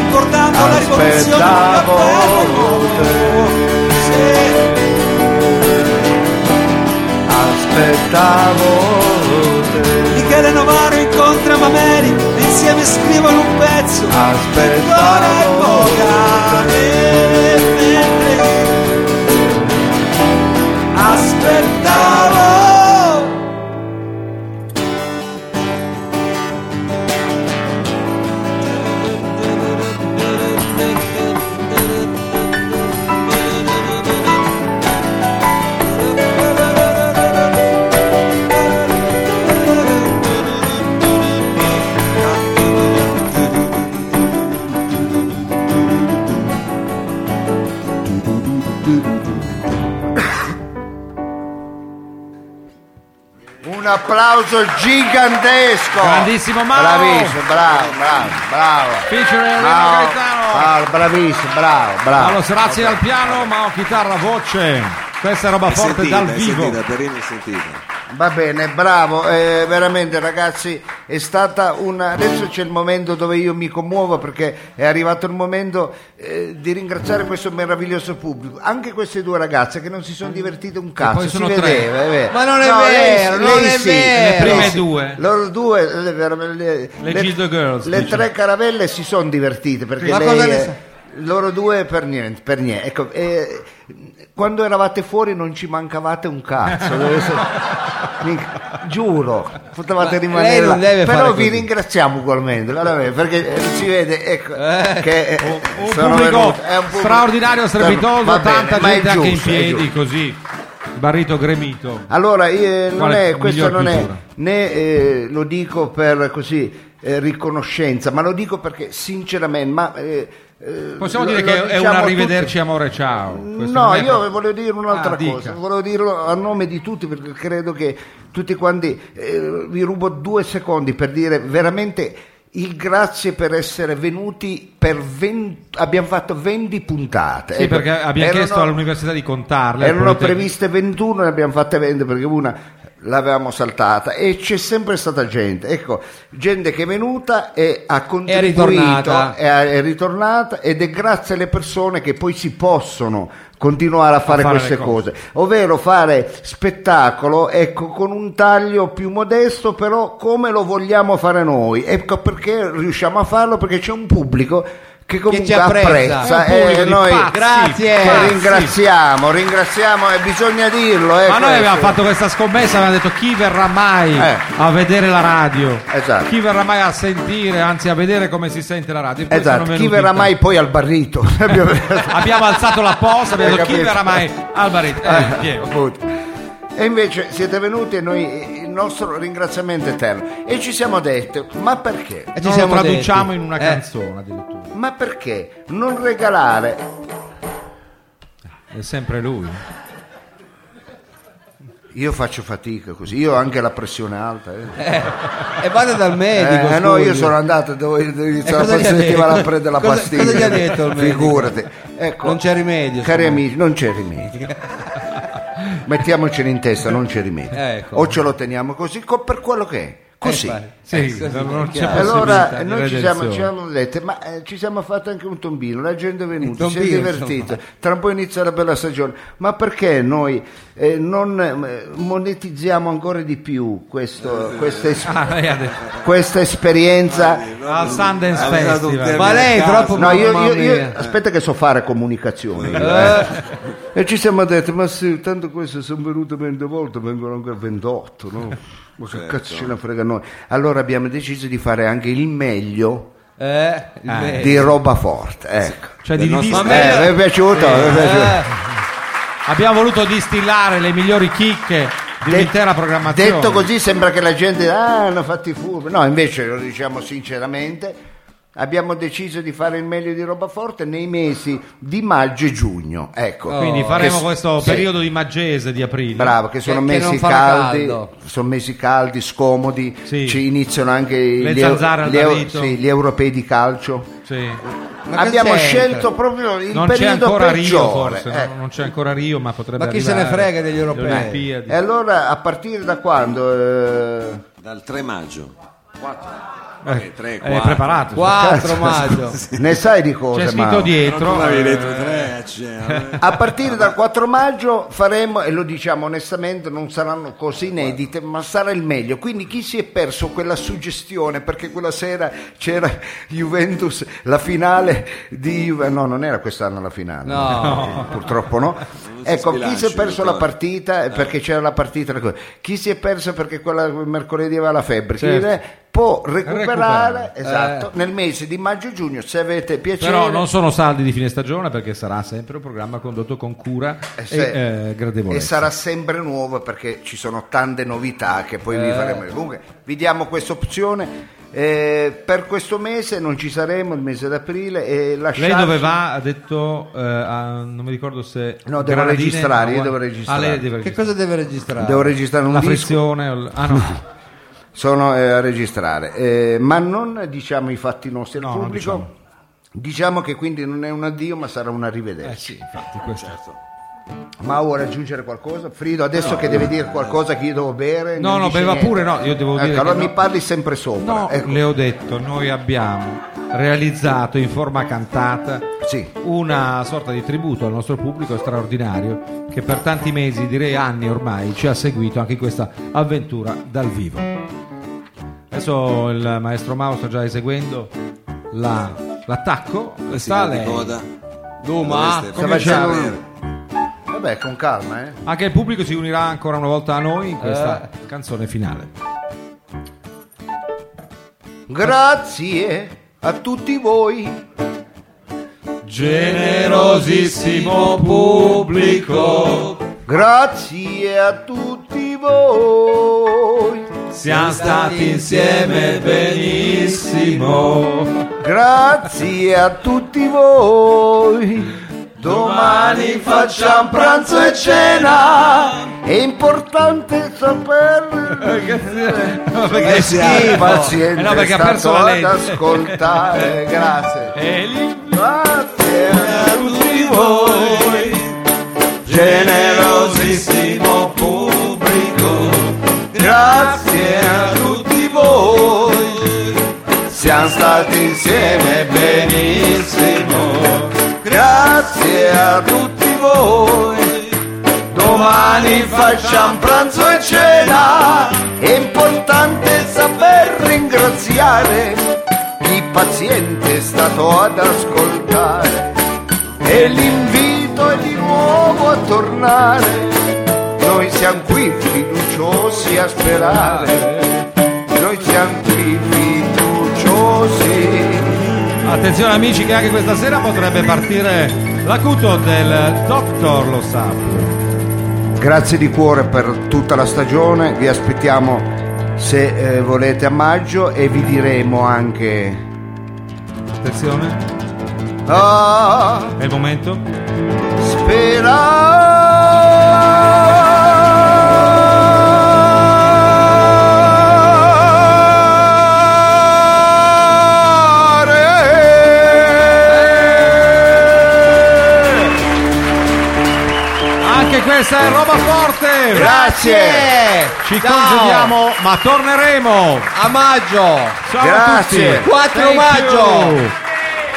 Speaker 6: ricordando la rivoluzione del cappello nuovo. Sì.
Speaker 2: Aspettavo te,
Speaker 6: Michele Novaro incontra Mameli, insieme scrivono un pezzo. Ancora è
Speaker 2: aspettavo
Speaker 6: poca. E mentre Aspettavo.
Speaker 2: Un applauso gigantesco.
Speaker 3: Grandissimo Mao.
Speaker 2: Bravissimo, bravo, bravo, bravo.
Speaker 3: Featuring Rino
Speaker 2: Bravo,
Speaker 3: Gaetano.
Speaker 2: bravo, bravissimo, bravo,
Speaker 3: Paolo
Speaker 2: bravo.
Speaker 3: Serazzi al piano, Mao chitarra, voce. Questa è roba
Speaker 1: È
Speaker 3: forte
Speaker 1: sentita,
Speaker 3: dal
Speaker 1: è
Speaker 3: vivo.
Speaker 1: sentita, Perini è sentita.
Speaker 2: Va bene, bravo, eh, veramente ragazzi è stata una... Adesso c'è il momento dove io mi commuovo perché è arrivato il momento eh, di ringraziare questo meraviglioso pubblico, anche queste due ragazze che non si sono divertite un cazzo,
Speaker 3: poi
Speaker 2: si
Speaker 3: sono tre.
Speaker 2: vedeva, è vero.
Speaker 4: Ma non è vero, non è
Speaker 2: sì,
Speaker 4: vero.
Speaker 2: lei
Speaker 3: Le prime
Speaker 2: sì.
Speaker 3: due.
Speaker 2: Loro due, le, le,
Speaker 3: Le Gildo Girls,
Speaker 2: le
Speaker 3: dice.
Speaker 2: tre caravelle si sono divertite perché
Speaker 4: Ma
Speaker 2: lei...
Speaker 4: cosa ne
Speaker 2: eh,
Speaker 4: sa-
Speaker 2: lei, Loro due per niente, per niente. Ecco, eh, quando eravate fuori non ci mancavate un cazzo. Deve essere- Mica- giuro, potevate
Speaker 4: Ma
Speaker 2: rimanere.
Speaker 4: lei non
Speaker 2: là.
Speaker 4: deve
Speaker 2: Però
Speaker 4: fare
Speaker 2: vi
Speaker 4: così.
Speaker 2: ringraziamo ugualmente, guarda, perché eh, si vede ecco, che eh,
Speaker 3: Oh, un
Speaker 2: sono
Speaker 3: pubblico
Speaker 2: venuti- è un pubblico-
Speaker 3: straordinario, strepitoso,
Speaker 2: Va bene,
Speaker 3: tanta
Speaker 2: ma è
Speaker 3: gente anche in
Speaker 2: giusto, è
Speaker 3: piedi
Speaker 2: giusto.
Speaker 3: così, barrito gremito.
Speaker 2: Allora, io- eh, non
Speaker 3: Quale
Speaker 2: è- questo
Speaker 3: miglior
Speaker 2: non è
Speaker 3: chiusura?
Speaker 2: né eh, lo dico per così eh, riconoscenza, ma lo dico perché sinceramente, ma eh, eh,
Speaker 3: Possiamo
Speaker 2: lo-
Speaker 3: dire
Speaker 2: lo
Speaker 3: che è un
Speaker 2: diciamo
Speaker 3: arrivederci
Speaker 2: tutti.
Speaker 3: amore ciao. Questo
Speaker 2: No,
Speaker 3: non è
Speaker 2: io
Speaker 3: proprio-
Speaker 2: volevo dire un'altra
Speaker 3: Ah, dica.
Speaker 2: cosa, volevo dirlo a nome di tutti perché credo che tutti quanti eh, vi rubo due secondi per dire veramente il grazie per essere venuti per 20 abbiamo fatto 20 puntate.
Speaker 3: Sì,
Speaker 2: Ecco,
Speaker 3: perché abbiamo
Speaker 2: erano-
Speaker 3: chiesto all'università di contarle. al
Speaker 2: erano
Speaker 3: Politecnico.
Speaker 2: previste 21 ne abbiamo fatte 20 perché una l'avevamo saltata e c'è sempre stata gente, ecco, gente che è venuta e ha contribuito,
Speaker 4: ritornata.
Speaker 2: è, è ritornata ed è grazie alle persone che poi si possono continuare a fare,
Speaker 3: fare
Speaker 2: queste
Speaker 3: le cose.
Speaker 2: cose, ovvero fare spettacolo ecco, con un taglio più modesto però come lo vogliamo fare noi, ecco perché riusciamo a farlo perché c'è un pubblico che comunque
Speaker 4: ci apprezza.
Speaker 2: apprezza,
Speaker 3: È un pubblico
Speaker 2: e
Speaker 3: di
Speaker 2: noi
Speaker 3: pazzi,
Speaker 4: Grazie.
Speaker 2: che
Speaker 3: pazzi.
Speaker 2: ringraziamo, ringraziamo e bisogna dirlo. ecco,
Speaker 3: Ma noi abbiamo
Speaker 2: eh,
Speaker 3: fatto questa scommessa, abbiamo detto chi verrà mai
Speaker 2: Eh.
Speaker 3: a vedere la radio?
Speaker 2: Esatto.
Speaker 3: Chi verrà mai a sentire, anzi a vedere come si sente la radio? E poi sono
Speaker 2: Esatto,
Speaker 3: venuti
Speaker 2: chi verrà
Speaker 3: in
Speaker 2: mai poi al barrito? Abbiamo-
Speaker 3: tanti. Abbiamo alzato la posta, abbiamo
Speaker 2: Hai
Speaker 3: detto chi
Speaker 2: capito?
Speaker 3: verrà mai al barito? Eh, Piero.
Speaker 2: Appunto. E invece siete venuti e noi il nostro ringraziamento è eterno. E ci siamo detti, ma perché?
Speaker 4: E
Speaker 3: Non
Speaker 4: ci
Speaker 3: lo
Speaker 4: siamo
Speaker 3: traduciamo
Speaker 4: detti.
Speaker 3: in una
Speaker 4: Eh.
Speaker 3: canzone addirittura.
Speaker 2: Ma perché non regalare?
Speaker 3: È sempre lui.
Speaker 2: Io faccio fatica così, io ho anche la pressione alta. eh.
Speaker 4: E vada dal medico.
Speaker 2: Eh, no, io
Speaker 4: scusi.
Speaker 2: sono andato, devo, devo
Speaker 4: E
Speaker 2: iniziare la
Speaker 4: Eh, cosa gli ha
Speaker 2: prossima settimana
Speaker 4: detto?
Speaker 2: a prendere la
Speaker 4: Cosa-
Speaker 2: pastiglia.
Speaker 4: cosa gli ha detto il medico?
Speaker 2: Figurati. Ecco,
Speaker 4: Non c'è rimedio,
Speaker 2: Cari
Speaker 4: secondo me.
Speaker 2: amici, non c'è rimedio. Mettiamocelo in testa, non c'è rimedio.
Speaker 4: Ecco.
Speaker 2: O ce lo teniamo così, co- per quello che è. Così.
Speaker 4: Eh, infatti.
Speaker 3: Sì, non c'è
Speaker 4: chiaro.
Speaker 3: possibilità
Speaker 2: allora eh,
Speaker 3: di
Speaker 2: noi ci siamo,
Speaker 3: redenzione.
Speaker 2: ci siamo detti, ma eh, ci siamo fatti anche un tombino, la gente è venuta,
Speaker 4: Un
Speaker 2: si è
Speaker 4: tombino,
Speaker 2: divertita, tra un po' inizia la bella stagione, ma perché noi eh, non eh, monetizziamo ancora di più questo, questa esperienza?
Speaker 3: Ah, lei ha detto.
Speaker 2: questa esperienza.
Speaker 3: Al Sundance
Speaker 1: Ha usato un
Speaker 3: Festival.
Speaker 1: termine
Speaker 4: Ma lei è
Speaker 1: a caso.
Speaker 4: troppo-
Speaker 2: No, io, io- io-
Speaker 4: Mamma mia.
Speaker 2: aspetta che so fare comunicazione. Eh. E ci siamo detti, ma sì, tanto queste sono venute 20 volte, vengono anche 28, no? Ma che cazzo ce ne frega a noi? Allora abbiamo deciso di fare anche il meglio
Speaker 4: Eh, il medico.
Speaker 2: di roba forte, ecco.
Speaker 3: Cioè di
Speaker 1: Del nostro-
Speaker 3: distillare-
Speaker 4: Ma me-
Speaker 2: Eh, mi è piaciuto, mi è piaciuto.
Speaker 4: Eh,
Speaker 3: abbiamo voluto distillare le migliori chicche di un'intera programmazione.
Speaker 2: Detto così sembra che la gente ah, hanno fatti furbi. No, invece lo diciamo sinceramente, abbiamo deciso di fare il meglio di roba forte nei mesi di maggio e giugno. Ecco.
Speaker 3: Quindi
Speaker 4: Oh.
Speaker 3: faremo
Speaker 2: Che-
Speaker 3: questo
Speaker 2: sì,
Speaker 3: periodo di maggese di aprile.
Speaker 2: Bravo, che sono
Speaker 4: che
Speaker 2: mesi
Speaker 4: non farà
Speaker 2: caldi,
Speaker 4: caldo.
Speaker 2: sono mesi caldi, scomodi,
Speaker 3: Sì.
Speaker 2: ci iniziano anche
Speaker 3: Le
Speaker 2: gli, eu-
Speaker 3: zanzare al
Speaker 2: gli eu-
Speaker 3: marito.
Speaker 2: sì, gli europei di calcio.
Speaker 3: Sì.
Speaker 4: Ma che
Speaker 2: Abbiamo
Speaker 4: c'entra?
Speaker 2: scelto proprio il
Speaker 3: Non c'è
Speaker 2: periodo
Speaker 3: ancora Rio,
Speaker 2: peggiore.
Speaker 3: forse.
Speaker 2: eh.
Speaker 3: no? Non c'è ancora Rio, ma potrebbe
Speaker 4: Ma chi se ne
Speaker 3: arrivare
Speaker 4: frega degli
Speaker 3: le
Speaker 4: europei?
Speaker 3: Olimpiadi.
Speaker 2: E allora a partire da quando? eh,
Speaker 1: Dal 3 maggio. 4.
Speaker 3: Eh,
Speaker 1: 3,
Speaker 3: è preparato.
Speaker 4: 4 maggio.
Speaker 2: ne sai di cosa?
Speaker 3: C'è scritto
Speaker 2: Mauro?
Speaker 1: Non
Speaker 3: dietro.
Speaker 1: avevi
Speaker 3: eh,
Speaker 1: detto 3, cioè,
Speaker 2: A partire dal 4 maggio faremo, e lo diciamo onestamente, non saranno cose inedite, ma sarà il meglio. Quindi chi si è perso quella suggestione, perché quella sera c'era Juventus, la finale di Juve- no, non era quest'anno la finale,
Speaker 4: No.
Speaker 2: Eh, purtroppo no.
Speaker 1: si
Speaker 2: Ecco, chi si
Speaker 1: sbilanci,
Speaker 2: è perso la
Speaker 1: dottore.
Speaker 2: partita eh, perché c'era la partita, la cosa. chi si è perso perché quella mercoledì aveva la febbre, chi
Speaker 3: Certo.
Speaker 2: ne- può recuperare,
Speaker 3: Recuperare. Eh.
Speaker 2: esatto, nel mese di maggio-giugno, se avete piacere.
Speaker 3: Però non sono saldi di fine stagione perché sarà sempre un programma condotto con cura
Speaker 2: Eh,
Speaker 3: e,
Speaker 2: sì.
Speaker 3: eh,
Speaker 2: E
Speaker 3: gradevolezza.
Speaker 2: sarà sempre nuovo perché ci sono tante novità che poi
Speaker 3: Eh.
Speaker 2: vi faremo. Comunque vi diamo questa opzione. Eh, per questo mese non ci saremo, il mese d'aprile. E
Speaker 3: Lei
Speaker 2: lasciate...
Speaker 3: dove va? Ha detto, eh, a- non mi ricordo se...
Speaker 2: No, devo
Speaker 3: Granadine,
Speaker 2: registrare,
Speaker 3: no,
Speaker 2: io devo
Speaker 3: ah,
Speaker 2: registrare.
Speaker 3: lei deve
Speaker 4: Che
Speaker 3: registrare.
Speaker 4: cosa deve registrare?
Speaker 2: Devo registrare un
Speaker 3: La
Speaker 2: disco,
Speaker 3: frizione... o l- Ah no.
Speaker 2: sono eh, a registrare, Eh, ma non diciamo i fatti nostri al
Speaker 3: No, non
Speaker 2: pubblico. Diciamo.
Speaker 3: diciamo.
Speaker 2: che quindi non è un addio, ma sarà un
Speaker 3: Eh
Speaker 2: arrivederci. Certo.
Speaker 3: sì, infatti questo.
Speaker 2: Ma vuole aggiungere qualcosa? Frido, adesso che deve dire qualcosa che io devo bere.
Speaker 3: No,
Speaker 2: non
Speaker 3: no,
Speaker 2: dice
Speaker 3: beva
Speaker 2: niente.
Speaker 3: pure, no, io devo
Speaker 2: Ecco,
Speaker 3: dire che
Speaker 2: Allora
Speaker 3: no.
Speaker 2: mi parli sempre sopra.
Speaker 3: No,
Speaker 2: ecco.
Speaker 3: le ho detto, noi abbiamo realizzato in forma cantata
Speaker 2: Sì.
Speaker 3: una sorta di tributo al nostro pubblico straordinario che per tanti mesi, direi anni ormai, ci ha seguito anche in questa avventura dal vivo. Adesso il maestro Mao sta già eseguendo la l'attacco
Speaker 1: sigla
Speaker 3: sta a
Speaker 1: di
Speaker 3: lei.
Speaker 1: coda.
Speaker 4: Duma.
Speaker 1: Dovreste
Speaker 2: Sta
Speaker 1: cominciare.
Speaker 2: facendo- Vabbè, con calma, eh.
Speaker 3: Anche il pubblico si unirà ancora una volta a noi in questa canzone finale.
Speaker 2: Grazie a tutti voi.
Speaker 4: Generosissimo pubblico,
Speaker 2: Grazie a tutti voi.
Speaker 3: Siamo
Speaker 4: stati insieme benissimo.
Speaker 2: Grazie a tutti voi. Domani facciamo pranzo e cena. È importante
Speaker 3: Eh,
Speaker 2: sapere.
Speaker 3: perché
Speaker 2: Sì,
Speaker 3: Eh no, perché ha perso la
Speaker 2: ad
Speaker 3: lente.
Speaker 2: ascoltare. Grazie.
Speaker 3: E lì
Speaker 2: Grazie a tutti voi, generosissimo pubblico, grazie a tutti voi, siamo stati insieme benissimo, grazie a tutti voi, domani facciamo pranzo e cena, è importante saper ringraziare chi paziente è stato ad ascoltare e l'invito è di nuovo a tornare. Noi siamo qui fiduciosi a sperare, noi siamo qui fiduciosi.
Speaker 3: Attenzione amici che anche questa sera potrebbe partire l'acuto del Doctor Lo Sapio.
Speaker 2: Grazie di cuore per tutta la stagione, vi aspettiamo se eh, volete a maggio e vi diremo anche...
Speaker 3: Attenzione, è il momento.
Speaker 2: Sperare.
Speaker 3: Anche questa è roba forte.
Speaker 2: Grazie.
Speaker 3: Ci
Speaker 4: Ciao.
Speaker 3: congediamo, ma torneremo.
Speaker 4: A maggio.
Speaker 3: Ciao
Speaker 2: Grazie.
Speaker 3: a tutti.
Speaker 4: 4
Speaker 3: Thank
Speaker 4: maggio.
Speaker 3: you.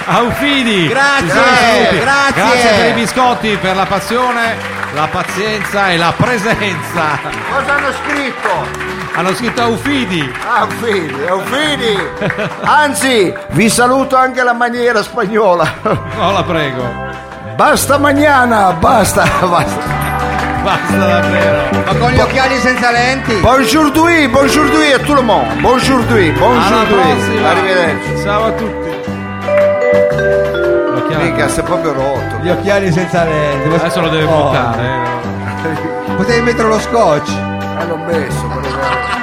Speaker 3: Aufidi.
Speaker 4: Grazie, Eh,
Speaker 3: Ci siamo saluti.
Speaker 4: grazie.
Speaker 3: Grazie per i biscotti, per la passione, la pazienza e la presenza.
Speaker 2: Cosa hanno scritto?
Speaker 3: Hanno scritto Aufidi.
Speaker 2: Ah, fini, oh, fini. Anzi, vi saluto anche la maniera spagnola.
Speaker 3: No, la prego.
Speaker 2: Basta mañana, basta, basta.
Speaker 3: Basta davvero.
Speaker 4: Ma con gli occhiali senza lenti.
Speaker 2: Bonjour d'ui, bonjour d'ui a tout le monde. Bonjour d'ui,
Speaker 3: Alla
Speaker 2: bonjour d'ui.
Speaker 3: prossima.
Speaker 2: Arrivederci.
Speaker 3: Ciao a tutti. L'occhiale-
Speaker 2: Mica, sei proprio rotto.
Speaker 4: Gli occhiali senza lenti. Ma-
Speaker 3: Adesso lo deve
Speaker 4: Oh,
Speaker 3: buttare. eh.
Speaker 4: Potevi mettere lo scotch.
Speaker 2: Eh, l'ho messo, però.